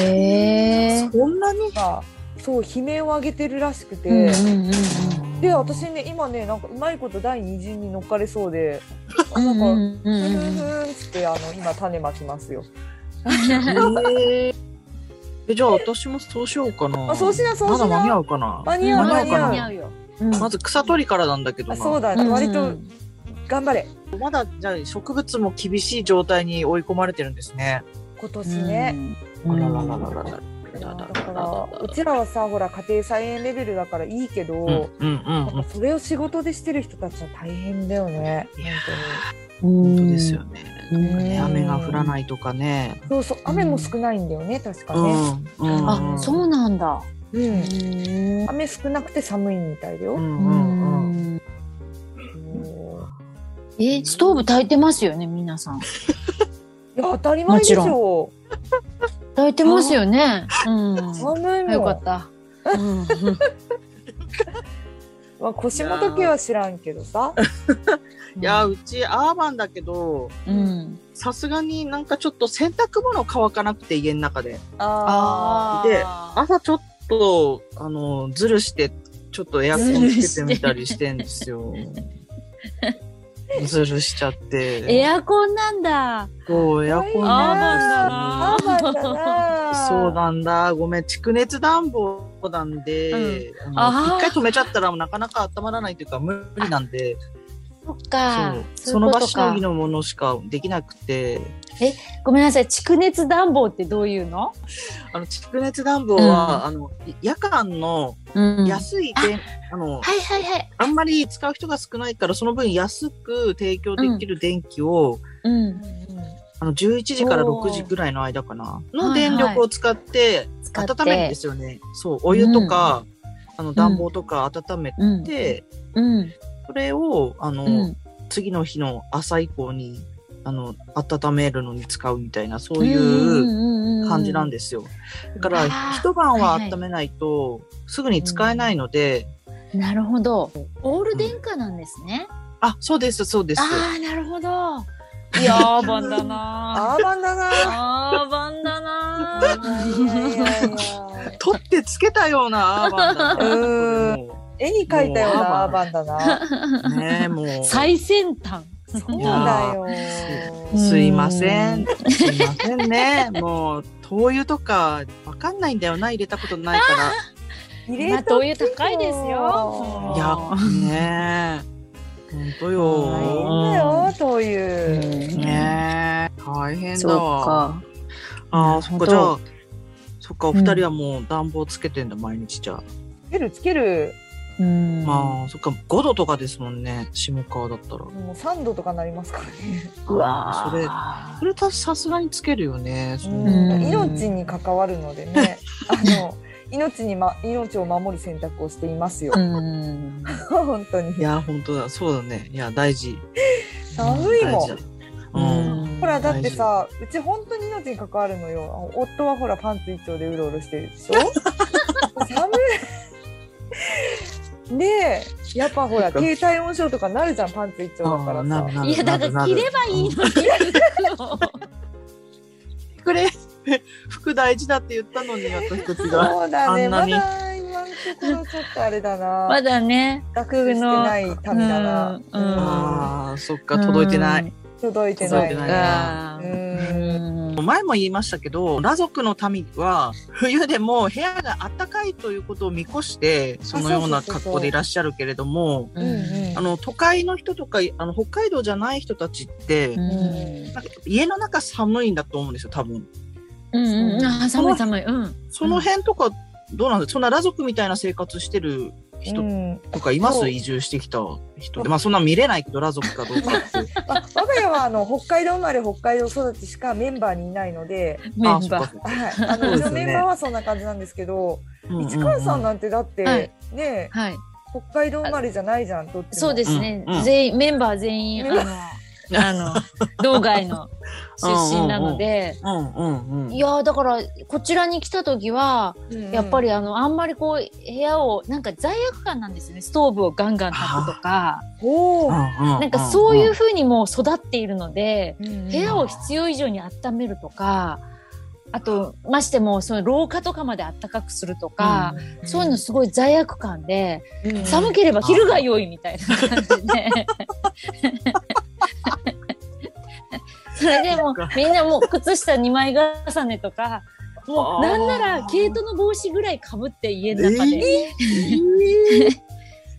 Speaker 3: え。
Speaker 4: そんなに
Speaker 1: がそう悲鳴を上げてるらしくて。
Speaker 3: うんうんうん
Speaker 1: で私ね今ねなんかうまいこと第二陣に乗っかれそうで
Speaker 3: うんう
Speaker 1: なんか
Speaker 3: んう
Speaker 1: ふんふん
Speaker 3: ん
Speaker 1: ふ
Speaker 3: うん
Speaker 1: んっつってあの今種まきますよ
Speaker 7: えーえじゃあ私もそうしようかな。
Speaker 1: あそうしなそうしな
Speaker 7: まだ間に合うかな。
Speaker 1: 間に
Speaker 3: うん。
Speaker 1: 合う
Speaker 7: 間
Speaker 1: 間
Speaker 7: に
Speaker 1: に合
Speaker 7: 合うか
Speaker 1: う
Speaker 3: よ。
Speaker 7: まず草取りからなんだけど
Speaker 1: あ
Speaker 7: な。
Speaker 1: そうだ
Speaker 3: うんうん
Speaker 1: 割と頑張れ
Speaker 4: まだじゃあ植物も厳しい状態に追い込まれてるんですね。
Speaker 1: 今年ね
Speaker 7: あらららららら
Speaker 1: いやだからうちらはさほら家庭菜園レベルだからいいけど、
Speaker 7: うんうんうん
Speaker 1: なん
Speaker 7: うん
Speaker 1: かそれを仕事でしてる人たちは大変だよね
Speaker 7: いや
Speaker 3: 本
Speaker 7: 本当ですよね。
Speaker 3: うん
Speaker 7: なんかね雨が降らないとかね。
Speaker 1: そうそう雨も少ないんだよね確か
Speaker 7: う
Speaker 1: ね、
Speaker 7: んうん
Speaker 3: あ、そうなんだ。
Speaker 1: うん
Speaker 3: うーん
Speaker 1: 雨少なくて寒いみたいだよ、
Speaker 7: う
Speaker 3: う
Speaker 7: んうんうん。
Speaker 3: ん
Speaker 1: うん
Speaker 3: えー、ストーブ炊いてますよね、皆さん。
Speaker 1: いや当たり前でしょ
Speaker 3: 炊いてますよね。うん。
Speaker 1: 寒いもん
Speaker 3: よかった。 うん
Speaker 1: まあ、腰元家は知らんけどさ
Speaker 7: いやうちアーバンだけど。
Speaker 3: うん。
Speaker 7: さすがになんかちょっと洗濯物乾かなくて家の中で
Speaker 1: あ
Speaker 7: ーで朝ちょっとあのズルしてちょっとエアコンつけてみたりしてんですよズルしちゃって
Speaker 3: エアコンなんだ。
Speaker 7: そうエアコンなん
Speaker 1: あ
Speaker 7: ですよ
Speaker 1: ーアーバンだな
Speaker 7: そうなんだごめん蓄熱暖房なんで、あの
Speaker 3: あー
Speaker 7: 一回止めちゃったらなかなか温まらないというか無理なんで
Speaker 3: そっ
Speaker 7: そ
Speaker 3: か
Speaker 7: う。
Speaker 3: う
Speaker 7: そ
Speaker 3: いう
Speaker 7: の
Speaker 3: こ
Speaker 7: 場
Speaker 3: と
Speaker 7: しの
Speaker 3: か
Speaker 7: ぎ。のものしかできなくて
Speaker 3: ごめんなさい。蓄熱暖房ってどういうの？
Speaker 7: あの蓄熱暖房は、あの夜間の
Speaker 3: うんはい
Speaker 7: 安い電、あ
Speaker 3: は
Speaker 7: の
Speaker 3: いはい。
Speaker 7: あんまり使う人が少ないからその分安く提供できる電気を、
Speaker 3: うん。
Speaker 7: あの11時から
Speaker 3: おー
Speaker 7: 6時ぐらいの間かな
Speaker 3: はい
Speaker 7: の
Speaker 3: はい
Speaker 7: 電力を使って
Speaker 3: 使って
Speaker 7: 温めるんですよね。そうお湯とか、あの暖房とか温め
Speaker 3: うん。
Speaker 7: て、
Speaker 3: うん。
Speaker 7: それをあの、
Speaker 3: うん。
Speaker 7: 次の日の朝以降にあの温めるのに使うみたいなそううい
Speaker 3: ん
Speaker 7: う
Speaker 3: うんうん
Speaker 7: 感じなん
Speaker 3: で。
Speaker 7: ですよ。だから
Speaker 3: あー
Speaker 7: 一晩は
Speaker 3: はいはい
Speaker 7: 温めないとすぐに使えないので、
Speaker 3: なるほど。オール電化なんですね。
Speaker 7: あそうですそうです。
Speaker 3: ああ、なるほど。いやー、アーバンだな
Speaker 1: アーバンだな
Speaker 3: ー。アーバンだな
Speaker 1: い
Speaker 3: ー。
Speaker 1: やいやいや
Speaker 7: 取ってつけたようなアーバンだな。
Speaker 1: うん
Speaker 7: こ
Speaker 1: 絵に描いたようなアーバンだな
Speaker 7: れもうねえもう。
Speaker 3: 最先端。
Speaker 1: そうだよ
Speaker 3: いや
Speaker 7: すいません。すいませんね。もう灯油とかわかんないんだよな入れたことないか
Speaker 1: 入れ
Speaker 3: まあ、灯
Speaker 1: と
Speaker 3: 油高いですよ
Speaker 1: あ。
Speaker 7: ら。いやねえ。本当よ。
Speaker 1: だよという
Speaker 7: ねえ大変だ
Speaker 3: そう
Speaker 7: わ。
Speaker 3: か。
Speaker 7: ああそっ
Speaker 3: な
Speaker 7: かじ
Speaker 3: る
Speaker 7: ゃ
Speaker 3: ほ
Speaker 7: あ。そっかお二人はもう暖房つけてんだ毎日じゃあ。
Speaker 1: つけるつける
Speaker 3: うん。
Speaker 7: まあそっか5度とかですもんね下川だったら。
Speaker 1: もう3度とかなりますからね
Speaker 3: うわ
Speaker 7: それ
Speaker 3: ー
Speaker 7: それたさすがにつけるよね。そ
Speaker 1: う
Speaker 7: んなん
Speaker 1: 命に関わるので ねあの命に、ま、命を守る選択をしていますよ
Speaker 3: うん。
Speaker 1: 本当に
Speaker 7: いや本当だそうだねいや大事
Speaker 1: 寒いもん
Speaker 7: 大事だうん
Speaker 1: ほらだってさうち本当に命に関わるのよ夫はほらパンツ一丁でうろうろしてるでしょ 寒いでやっぱほら低体温症とかなるじゃんパンツ一丁だからさ
Speaker 7: あー
Speaker 3: いや、だから着ればいいのに。
Speaker 7: くれ服大事だって言ったのに私たちが
Speaker 1: そうだね
Speaker 7: あんな
Speaker 1: ま
Speaker 7: に
Speaker 1: だ今のところちょっとあれだな
Speaker 3: まだね。
Speaker 1: 楽してない民だな、
Speaker 3: うんうん
Speaker 7: ああそっか届いてない、
Speaker 1: 届いてない
Speaker 7: 届いてない
Speaker 3: あ
Speaker 1: う
Speaker 3: ー
Speaker 1: ん
Speaker 7: 前も言いましたけど裸族の民は冬でも部屋が暖かいということを見越してそのような格好でいらっしゃるけれども
Speaker 1: うんうん
Speaker 7: あの都会の人とかあの北海道じゃない人たちって、
Speaker 3: うん
Speaker 7: なんか家の中寒いんだと思うんですよ多分
Speaker 3: うんうん、あー寒い寒い。うん。
Speaker 7: その辺とかどうなんですかそんな裸族みたいな生活してる人
Speaker 1: うん
Speaker 7: とかいます、
Speaker 1: そう
Speaker 7: 移住してきた人で。まあそんな見れないけど、ラ族かどうかって。
Speaker 1: まあ我が家はあの北海道生まれ北海道育ちしかメンバーにいないので、
Speaker 3: メ
Speaker 7: あ
Speaker 3: ン
Speaker 7: そっか
Speaker 3: バ
Speaker 7: そっか
Speaker 1: はい、あ
Speaker 7: そ
Speaker 1: の
Speaker 7: うで
Speaker 1: う
Speaker 7: す
Speaker 1: ちの
Speaker 7: よね
Speaker 1: メンバーはそんな感じなんですけど、
Speaker 7: うんうんうん
Speaker 1: 市川さんなんてだって、
Speaker 3: はい
Speaker 1: ね
Speaker 3: ー。はい。
Speaker 1: 北海道生まれじゃないじゃんどっちも
Speaker 3: そうですね、
Speaker 4: うんうん
Speaker 3: 全員メンバー全員あのあの道外の出身なので、
Speaker 7: うんうんうん
Speaker 3: いやーだからこちらに来た時は
Speaker 1: うん
Speaker 3: やっぱりあのあんまりこう部屋をなんか罪悪感なんですよねストーブをガンガン炊くとか
Speaker 1: おー
Speaker 3: な
Speaker 7: なん
Speaker 3: かそういうふうにもう育っているので部屋を
Speaker 7: うん
Speaker 3: 必要以上に温めるとかあとましてもその廊下とかまで暖かくするとか、そういうのすごい罪悪感で。
Speaker 1: うん
Speaker 3: 寒ければ昼が良いみたいな感じで。それでもうみんなもう靴下2枚重ねとか、もうなんなら毛糸の帽子ぐらいかぶって家の中で。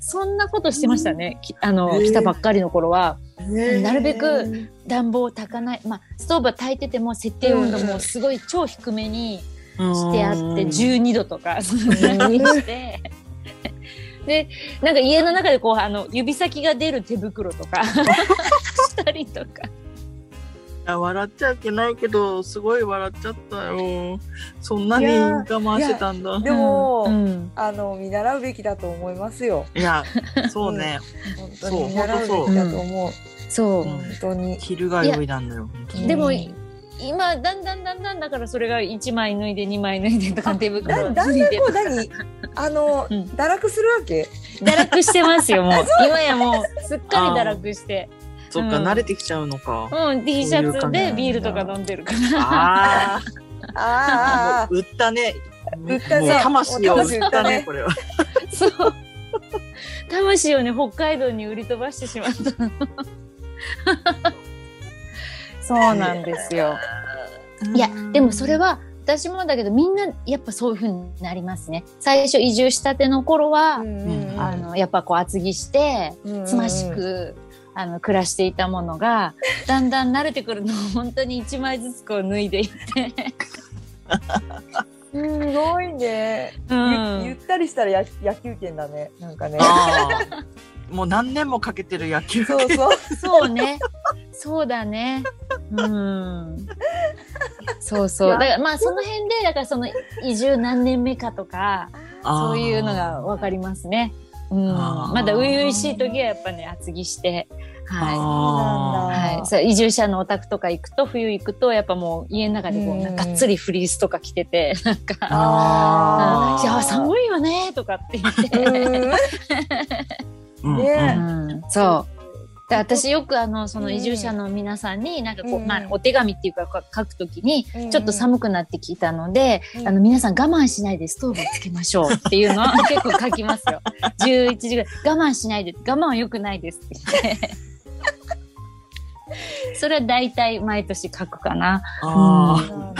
Speaker 3: そんなことしてましたね。きあの、
Speaker 7: えー
Speaker 3: 来たばっかりの頃は。
Speaker 7: ね
Speaker 3: なるべく暖房を炊かない。まあ、ストーブは炊いてても設定温度もすごい超低めに。してあって12度とかそんなにして。でなんか家の中でこうあの指先が出る手袋とかしたりとか
Speaker 4: いや笑っちゃいけないけどすごい笑っちゃったよそんないに
Speaker 1: や
Speaker 4: 我慢してたんだ
Speaker 1: でも、
Speaker 3: うん
Speaker 1: あの見習うべきだと思いますよ
Speaker 4: いやそうね、
Speaker 1: 本当
Speaker 4: そう
Speaker 1: に見習うべきだと思う
Speaker 3: そう、
Speaker 1: 本当に
Speaker 4: 昼が良いなんだよ
Speaker 1: うん
Speaker 3: でも今だんだんだんだんだからそれが1枚脱いで2枚脱いでとか手袋
Speaker 1: だ
Speaker 3: を
Speaker 1: だ
Speaker 3: 脱
Speaker 1: ん
Speaker 3: い
Speaker 1: だん
Speaker 3: で
Speaker 1: こう何あの、
Speaker 3: うん
Speaker 1: 堕落するわけ
Speaker 3: 堕落してますよもう今やもうすっかり堕落して
Speaker 4: そっか、
Speaker 3: うん
Speaker 4: 慣れてきちゃうのか
Speaker 3: うん T シャ
Speaker 4: そう
Speaker 3: ツ
Speaker 4: いう感じなん
Speaker 3: で
Speaker 4: だ
Speaker 3: ビールとか飲んでるから
Speaker 4: ああ
Speaker 1: あーあーあー
Speaker 4: 売ったね
Speaker 1: 売ったね
Speaker 4: もう魂を売
Speaker 1: 魂売
Speaker 4: っ
Speaker 1: ったた
Speaker 4: ね
Speaker 1: ね
Speaker 4: これは
Speaker 3: そう魂をね北海道に売り飛ばしてしまったのそうなんですよいやでもそれは私もだけどみんなやっぱそういう風になりますね最初移住したての頃は、
Speaker 1: うん
Speaker 3: あのやっぱこう厚着して
Speaker 1: うん
Speaker 3: つましく、あの暮らしていたものがだんだん慣れてくるのを本当に1枚ずつこう脱いでいって、
Speaker 1: うんすごいね、
Speaker 3: う
Speaker 1: ゆ
Speaker 3: ん
Speaker 1: ゆったりしたらや野球拳だねなんかね
Speaker 4: あーもう何年もかけてる野球
Speaker 1: そうそう
Speaker 3: そうね。そうだね。うん。そうそう。だからまあその辺で、だからその移住何年目かとか、 そういうのがわかりますね。うん。
Speaker 4: あー
Speaker 3: まだ初々しい時はやっぱね、厚着して。は
Speaker 4: あ
Speaker 3: い。
Speaker 4: ー
Speaker 3: はい、そう移住者のお宅とか行くと冬行くとやっぱもう家の中でこ
Speaker 1: う
Speaker 3: う
Speaker 1: ん
Speaker 3: なんかがっつりフリースとか着ててなんか「
Speaker 1: あ
Speaker 3: い
Speaker 1: ー
Speaker 3: や寒いよね」とかって言って
Speaker 4: うんうん
Speaker 1: ね
Speaker 3: そう。で私よくあのその移住者の皆さんになんかこう、
Speaker 1: うん
Speaker 3: まあ、お手紙っていうかこう書くときに
Speaker 1: うん
Speaker 3: ちょっと寒くなってきたので、
Speaker 1: うん
Speaker 3: あの皆さん我慢しないでストーブつけましょうっていうのは 結構書きますよ。11時ぐらい我慢しないで我慢は良くないですって言って。 それは大体毎年書くかな。
Speaker 4: あー
Speaker 1: なん
Speaker 3: う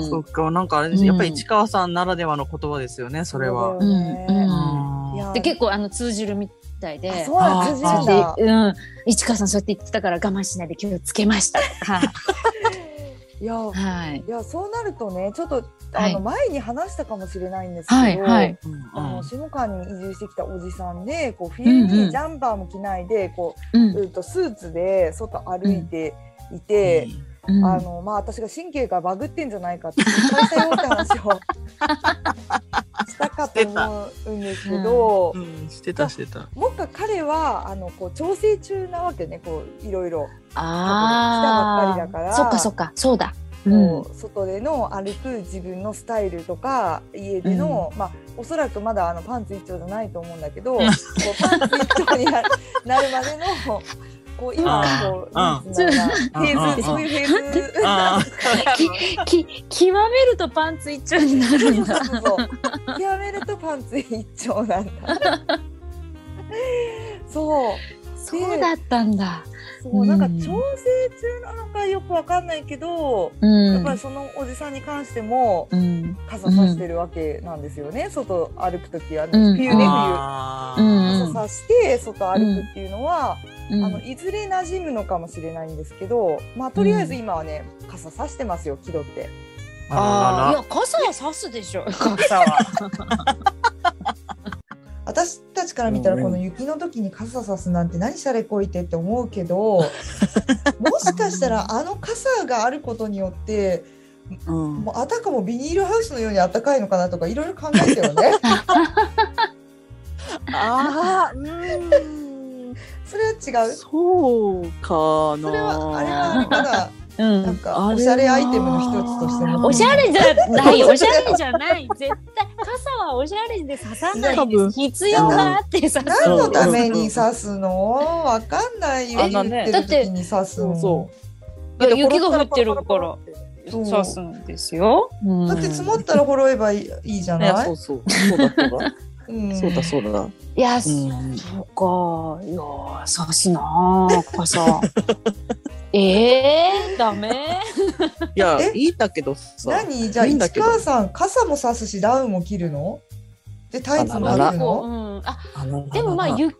Speaker 1: だ
Speaker 3: ん。
Speaker 4: そっかなんかあれです、やっぱり市川さんならではの言葉ですよねそれ
Speaker 1: そ
Speaker 4: は。
Speaker 1: うだよ
Speaker 3: うん
Speaker 1: ね
Speaker 4: うん
Speaker 1: いや
Speaker 3: で結構あの通じるみたいで。
Speaker 1: そうなんだ通じるん
Speaker 3: で
Speaker 1: だ
Speaker 3: うん。市川さんそうやって言ってたから我慢しないで気をつけ ましたとか。
Speaker 1: いや
Speaker 3: はい。
Speaker 1: いやそうなるとねちょっと
Speaker 3: は
Speaker 1: あ
Speaker 3: い
Speaker 1: の前に話したかもしれないんですけど、
Speaker 3: はいはい。
Speaker 4: うん
Speaker 1: あ
Speaker 4: う
Speaker 1: の
Speaker 4: ん
Speaker 1: 下川に移住してきたおじさんでこう冬
Speaker 3: うんう
Speaker 1: に
Speaker 3: ん
Speaker 1: ジャンパーも着ないでこ
Speaker 3: う
Speaker 1: う、
Speaker 3: ん
Speaker 1: うん、とスーツで外歩いていて、
Speaker 3: うん
Speaker 1: あのまあ、私が神経がバグってんじゃないかって心配したよって話を したかと思うんですけど、
Speaker 4: うん、してたしてた。
Speaker 1: もっか彼はあのこう調整中なわけねこういろいろ、
Speaker 3: ああ。
Speaker 1: 来たばっかりだから
Speaker 3: そっかそっか、そうだ。
Speaker 1: こう外での歩く自分のスタイルとか家での、まあ、おそらくまだあのパンツ一丁じゃないと思うんだけどこうパンツ一丁にななるまでのこう今
Speaker 4: あー
Speaker 1: こうなんつうのかな
Speaker 4: うん
Speaker 1: フェーズってそういうフェーズ。
Speaker 4: あ
Speaker 3: き、き、極めるとパンツ一丁になる ん
Speaker 1: そ
Speaker 3: だ。
Speaker 1: うそうそう。極めるとパンツ一丁なんだ。そう、
Speaker 3: そうだったんだ。
Speaker 1: そう、なんか
Speaker 3: うん
Speaker 1: 調整中なのかよくわかんないけど。
Speaker 3: う
Speaker 1: やっぱり
Speaker 3: ん。
Speaker 1: そのおじさんに関しても
Speaker 3: うん。
Speaker 1: 傘さしてるわけなんですよね、外歩く時は、ね
Speaker 3: うん
Speaker 1: 冬ね
Speaker 4: あ
Speaker 3: う
Speaker 4: ー
Speaker 1: 冬
Speaker 3: ん。
Speaker 1: 傘さして外歩くっていうのは、
Speaker 3: うん
Speaker 1: あのいずれ馴染むのかもしれないんですけどまあとりあえず今はね傘さしてますよ気取って
Speaker 4: あ
Speaker 3: い
Speaker 4: らら
Speaker 3: や、傘は差すで しょ。傘は。
Speaker 10: 私たちから見た
Speaker 4: う
Speaker 10: ら
Speaker 4: ん
Speaker 10: この雪の時に傘さすなんて何しゃれこいてって思うけどもしかしたらあの傘があることによって
Speaker 7: うん
Speaker 10: もうあたかもビニールハウスのように暖かいのかなとかいろいろ考えたよね。
Speaker 7: ああ、うーん。
Speaker 1: それは違う。
Speaker 7: そうかな。
Speaker 1: それはあれはただ
Speaker 7: う
Speaker 1: なん
Speaker 7: ん。
Speaker 1: かおしゃれアイテムの一つとして
Speaker 3: お
Speaker 1: の
Speaker 3: しゃれじゃ ない、おしゃれじゃない。絶対、傘はおしゃれで刺さない
Speaker 7: 多
Speaker 3: で
Speaker 7: 分
Speaker 3: す。必要があって刺す。
Speaker 1: 何のために刺すの？わかんないよ。
Speaker 7: あんな
Speaker 1: 言っ
Speaker 7: ね
Speaker 1: てる時に刺す
Speaker 7: そう
Speaker 1: の。
Speaker 7: そ
Speaker 3: いや雪が降ってるから
Speaker 1: そう
Speaker 3: 刺すんですよ。
Speaker 7: う。
Speaker 1: だって積もったらほろえばいいいいじゃ
Speaker 7: いや
Speaker 1: な
Speaker 7: そ？
Speaker 1: いう
Speaker 7: そう。そうだそうだ。
Speaker 1: うん
Speaker 7: そうだそうだ。
Speaker 3: いや、
Speaker 7: うん。
Speaker 3: そうか。いやー、刺すなー、傘。 えー、ダメ
Speaker 7: いや
Speaker 1: え
Speaker 7: いいんだけどさ。
Speaker 1: 何じゃあ
Speaker 7: いいんだ
Speaker 1: 市
Speaker 7: けど
Speaker 1: 川さん傘も差すしダウンも着るのでタイツも
Speaker 7: あら
Speaker 1: あ
Speaker 7: ら
Speaker 1: る
Speaker 3: こう
Speaker 1: の
Speaker 3: うん、あ
Speaker 7: で
Speaker 3: でもまあ雪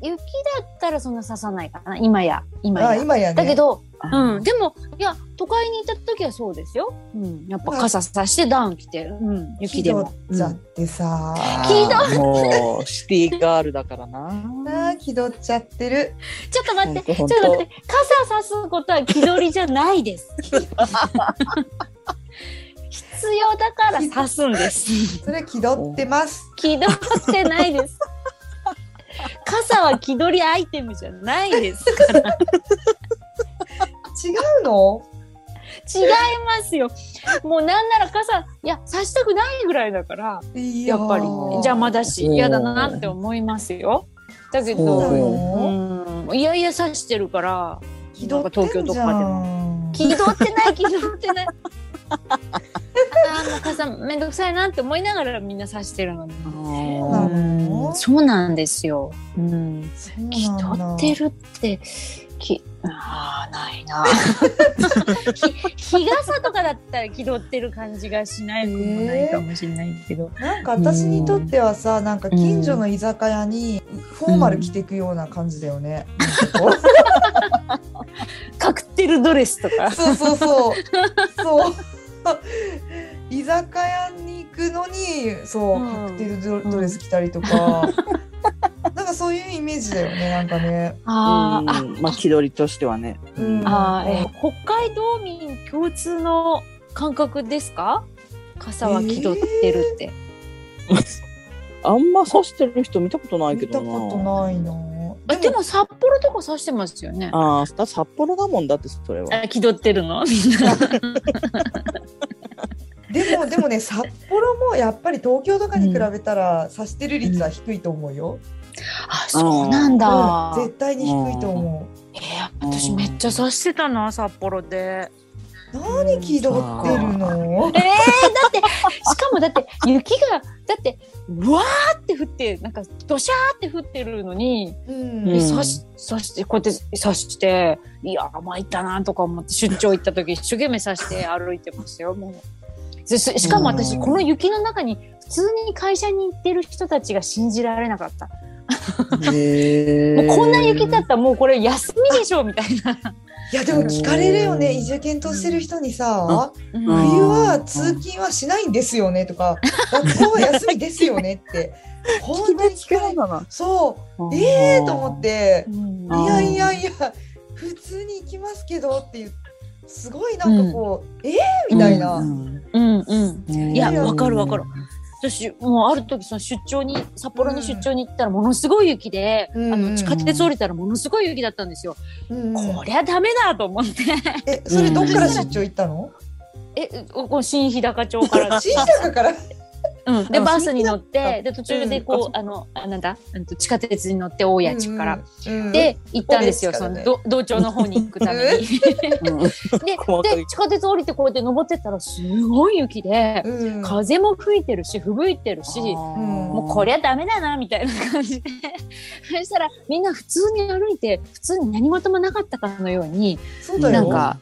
Speaker 3: 雪だったらそんな刺さないかな今や今や
Speaker 1: あ今やね
Speaker 3: だけど、うん、
Speaker 7: で
Speaker 3: でもいや都会に行った時はそうですよ、うん、やっぱ傘さしてダウン着て、うん、雪でも
Speaker 1: 気取っちゃってさ
Speaker 3: 気取
Speaker 7: もうシティガールだからな。
Speaker 1: なあ気取っちゃってる
Speaker 3: ちょっと待って
Speaker 7: ほん
Speaker 3: ちょ
Speaker 7: と
Speaker 3: っと待って傘さすことは気取りじゃないです必要だからさすんです
Speaker 1: それ気取ってます
Speaker 3: 気取ってない です傘は気取りアイテムじゃないですから
Speaker 1: 違うの
Speaker 3: 違いますよもうなんなら傘いやさしたくないぐらいだから
Speaker 1: い
Speaker 3: や
Speaker 1: や
Speaker 3: っぱり邪魔だし
Speaker 7: うん
Speaker 3: 嫌だなって思いますよだけ
Speaker 7: そう
Speaker 3: ど
Speaker 7: だ
Speaker 3: うんいやいやさしてるから
Speaker 1: 気取ってんじゃん
Speaker 3: 気取ってない気取ってないあーもう傘めんどくさいなって思いながらみんな刺してるのに
Speaker 1: な
Speaker 7: あ
Speaker 1: の
Speaker 3: そうなんですよ、うん、気
Speaker 1: そうなん
Speaker 3: 取
Speaker 1: だ
Speaker 3: ってるってきあーないな ひ日傘とかだったら気取ってる感じがしないくもないかもしれないけど、
Speaker 1: なんか私にとってはさなんか近所の居酒屋にフォーマル着てくような感じだよね、
Speaker 3: カクテルドレスとか
Speaker 1: そうそうそう。そう。居酒屋に行くのに、そう、
Speaker 3: うん
Speaker 1: カクテルドドレス着たりと か。なんかそういうイメージだよね、なんかね。
Speaker 3: あーあ
Speaker 7: うんまあ気取りとしてはね。
Speaker 1: うん
Speaker 3: あー、えー北海道民共通の感覚ですか傘は気取ってるって、
Speaker 7: あんま刺してる人見たことない
Speaker 1: 見
Speaker 7: け
Speaker 1: た
Speaker 7: ど
Speaker 1: こと
Speaker 7: な。
Speaker 1: ないの。
Speaker 3: あでも札幌とか指してますよね
Speaker 7: ああ、だ札幌だもんだってそれは。
Speaker 3: あ気取ってるのみんな
Speaker 1: でも、でもね、札幌もやっぱり東京とかに比べたら、刺してる率は低いと思うよ。
Speaker 3: あそうなんだ、
Speaker 1: うん絶対に低いと思う。
Speaker 3: えー私めっちゃ刺してたな札幌で
Speaker 1: 何気取ってるの
Speaker 3: え。ー、だってしかもだって雪がだってうわーって降ってなんかドシャーって降ってるのに
Speaker 1: うん
Speaker 3: で
Speaker 7: うん
Speaker 3: 刺し刺してこうやって刺していやー参ったなとか思って出張行った時一生懸命刺して歩いてますよもうでししかも私
Speaker 7: うん
Speaker 3: この雪の中に普通に会社に行ってる人たちが信じられなかった、
Speaker 7: へ
Speaker 3: もうこんな雪だったらもうこれ休みでしょみたいな、
Speaker 1: いや、でも聞かれるよね、移住検討してる人にさ。
Speaker 7: うん
Speaker 1: 冬は通勤はしないんですよねと か、学校は休みですよねって、本当に聞かれる。
Speaker 7: な。
Speaker 1: そう、ええと思って、
Speaker 3: うん
Speaker 1: いやいやいや、普通に行きますけどっていう、すごいなんかこう、ええみたいな。
Speaker 3: うんうんいやわかるわかる
Speaker 7: うん。
Speaker 3: 私もうある時その出張に札幌の出張に行ったらものすごい雪で、
Speaker 1: うん
Speaker 3: あの地下鉄降りたらものすごい雪だったんですよ、
Speaker 1: うん
Speaker 3: こりゃダメだと思って
Speaker 1: え、それどっから出張行ったの？
Speaker 3: えここ新日高町から
Speaker 1: 新高から。
Speaker 3: うん、で
Speaker 7: あ
Speaker 3: バスに乗っ
Speaker 7: 新日
Speaker 3: てで途中でこう、あのあなんだうんと地下鉄に乗って大谷地区から、
Speaker 1: うん。
Speaker 3: で行ったんですよ、
Speaker 1: 大
Speaker 3: そ
Speaker 1: 谷
Speaker 3: の
Speaker 1: 地
Speaker 3: ど同町の方に行くために。 で
Speaker 7: 細かい
Speaker 3: で地下鉄降りてこうやって登ってったらすごい雪で、
Speaker 1: うん。
Speaker 3: 風も吹いてるし吹雪いてるし。もうこ
Speaker 7: れ。
Speaker 3: りゃダメだなみたいな感じで そしたらみんな普通に歩いて普通に何事もなかったかのように
Speaker 1: そうだよ。
Speaker 3: なんか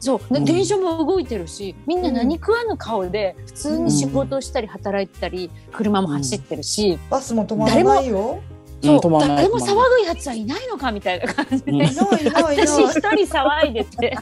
Speaker 3: そう、ね
Speaker 7: うん
Speaker 3: 電車も動いてるしみんな何食わぬ顔で普通に仕事をしたり働いてたり車も走ってるし、
Speaker 1: バスも止まらないよ。
Speaker 7: うん
Speaker 3: そ
Speaker 7: 止
Speaker 3: う
Speaker 7: まらない
Speaker 3: 誰も
Speaker 7: 止ま
Speaker 3: 騒
Speaker 7: らな
Speaker 3: ぐやつはいないのかみたいな感じで、
Speaker 7: うん
Speaker 1: いないいないいない
Speaker 3: 私一人騒いでて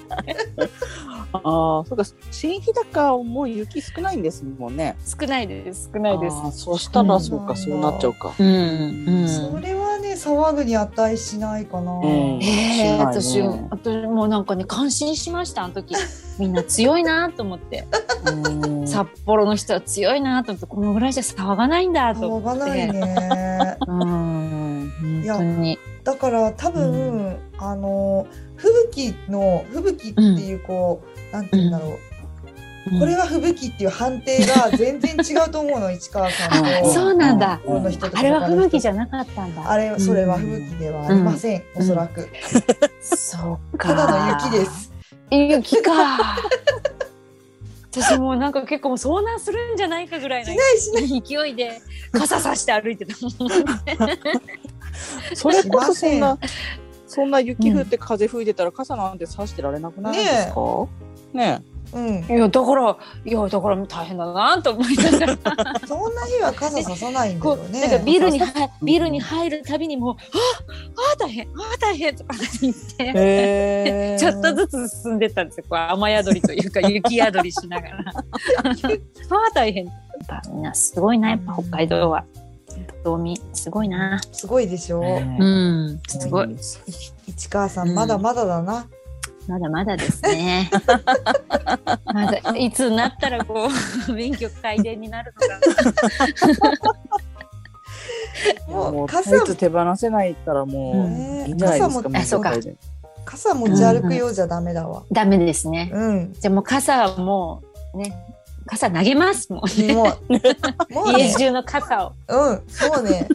Speaker 7: ああ、そうか、新日高も雪少ないんですもんね。
Speaker 3: 少ないです少ないです
Speaker 7: あーそした
Speaker 3: う
Speaker 7: ら、
Speaker 3: ん
Speaker 7: そうか、そうなっちゃうか。
Speaker 3: うんう
Speaker 1: そ
Speaker 3: ん
Speaker 1: れはね騒ぐに値しないかな、
Speaker 7: うん
Speaker 3: ええ
Speaker 7: しないね
Speaker 3: 私私もうなんかね感心しましたあの時みんな強いなと思って
Speaker 7: うん
Speaker 3: 札幌の人は強いなと思ってこのぐらいじゃ騒がないんだと
Speaker 1: 騒
Speaker 3: 思
Speaker 1: が
Speaker 3: って
Speaker 1: ないね
Speaker 3: うん
Speaker 1: い
Speaker 3: 本
Speaker 1: や
Speaker 3: 当に
Speaker 1: だから多分、あの吹雪の吹雪っていうこう、なんて言うんだろう、これは吹雪っていう判定 が全然違うと思うの市川さん
Speaker 3: あ
Speaker 1: と
Speaker 3: そうなんだ
Speaker 1: この人と
Speaker 3: あれは吹雪じ
Speaker 1: ゃ
Speaker 3: ゃなかったんだ
Speaker 1: あれそれは吹雪ではありません、
Speaker 3: ん
Speaker 1: おそらく
Speaker 3: そうか
Speaker 1: ただの雪です
Speaker 3: 雪か私もうなんか結構もう遭難するんじゃないかぐらいの
Speaker 1: しないしない
Speaker 3: 勢いで傘さして 歩いてたもん
Speaker 7: それこそ、そん
Speaker 1: し
Speaker 7: な。そんな雪降って風吹いてたら、傘なんて差してられなくないですか。ね
Speaker 1: うん
Speaker 3: いやだからいやだから大変だなと思いながら
Speaker 1: そんな日は傘ささないんだ
Speaker 3: こ
Speaker 1: よ
Speaker 3: う
Speaker 1: ね
Speaker 3: なんかビルに入ビルに入るたびにもうああ大変ああ大変とか言って
Speaker 7: え。へえ。
Speaker 3: ちょっとずつ進んでったんですよ。こう雨宿りという か雪宿りしながら。ああ大変。やっぱみんなすごいな、やっぱ北海道は。道民すごいな。
Speaker 1: すごいでしょ、
Speaker 3: うん、すごい。
Speaker 1: 市川さん、
Speaker 3: うん
Speaker 1: まだまだだな。
Speaker 3: まだまだです ね。まだいつになったらこう 免許改善になるのか
Speaker 7: も
Speaker 1: も
Speaker 7: う
Speaker 1: う
Speaker 7: タイ
Speaker 1: 傘
Speaker 7: ツ手放せないからも
Speaker 1: ね
Speaker 7: ういいんじゃないです
Speaker 1: 傘
Speaker 7: か。
Speaker 1: も
Speaker 7: も
Speaker 3: あそうか
Speaker 7: これで
Speaker 1: 傘持ち歩くようじゃダメだわ。
Speaker 3: ダメですね。
Speaker 1: うん。
Speaker 3: じゃあもう傘はもうね傘投げますもうね。
Speaker 1: もう、もう
Speaker 3: 家
Speaker 1: ね、
Speaker 3: 中の傘を
Speaker 1: うん、もうね、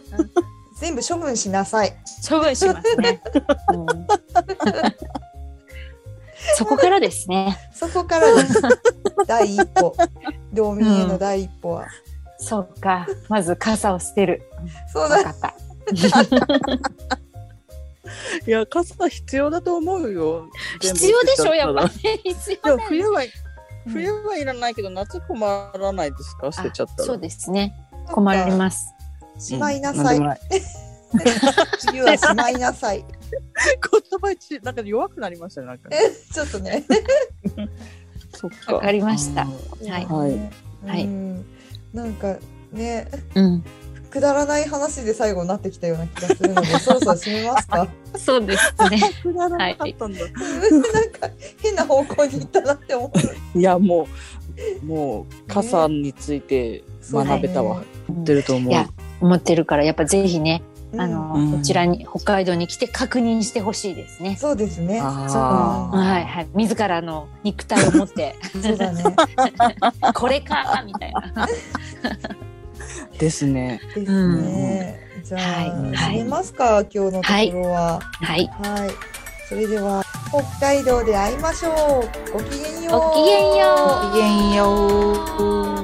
Speaker 1: 全部処分しなさい。
Speaker 3: 処分します ね。うんそこからですね。
Speaker 1: そこからです第一歩、道民への第一歩は。
Speaker 3: そうか。まず傘を捨てる。
Speaker 1: そう
Speaker 3: わ
Speaker 1: だ。
Speaker 3: かった。
Speaker 7: いや傘必要だと思うよ。
Speaker 3: 必要でしょやっぱ
Speaker 7: り。
Speaker 3: り。必
Speaker 7: い
Speaker 3: 要
Speaker 7: や
Speaker 3: だよね
Speaker 7: 冬は
Speaker 3: うん
Speaker 7: 冬はいらないけど夏困らないですか捨てちゃった
Speaker 3: あ
Speaker 7: ら。
Speaker 3: そうですね。困ります。
Speaker 1: しまいなさい。
Speaker 7: うんんでもない
Speaker 1: 次はしまいなさい。
Speaker 7: 言葉一なんか弱くなりましたねなんか。
Speaker 1: ちょっとね。
Speaker 7: そっか。
Speaker 3: わかりました。はい。
Speaker 7: はい。
Speaker 3: はい
Speaker 1: うん。なんか、ね、
Speaker 3: うん。
Speaker 1: くだらない話で最後になってきたような気がするの で、そろそろ締めますか。
Speaker 3: そうですね。
Speaker 7: くだらなかったんだ。
Speaker 1: なんか変な方向に行ったなって思う。
Speaker 7: いやもうもう傘について学べたわ。言ってると思う
Speaker 3: い。や思ってるからやっぱぜひね、あの、
Speaker 7: うん
Speaker 3: こちらに北海道に来て確認してほしいですね。
Speaker 1: そうですね。
Speaker 7: あー
Speaker 3: はいはい。自らの肉体を持って、
Speaker 1: そうだね。
Speaker 3: これかみたいな。
Speaker 7: ですね。
Speaker 1: ですね。じゃあ、
Speaker 3: はいはい
Speaker 1: 締めますか、今日のところは。
Speaker 3: はい。
Speaker 1: はい。それでは、北海道で会いましょう。ごきげんよう。
Speaker 3: ごきげんよう。
Speaker 7: ごきげんよう。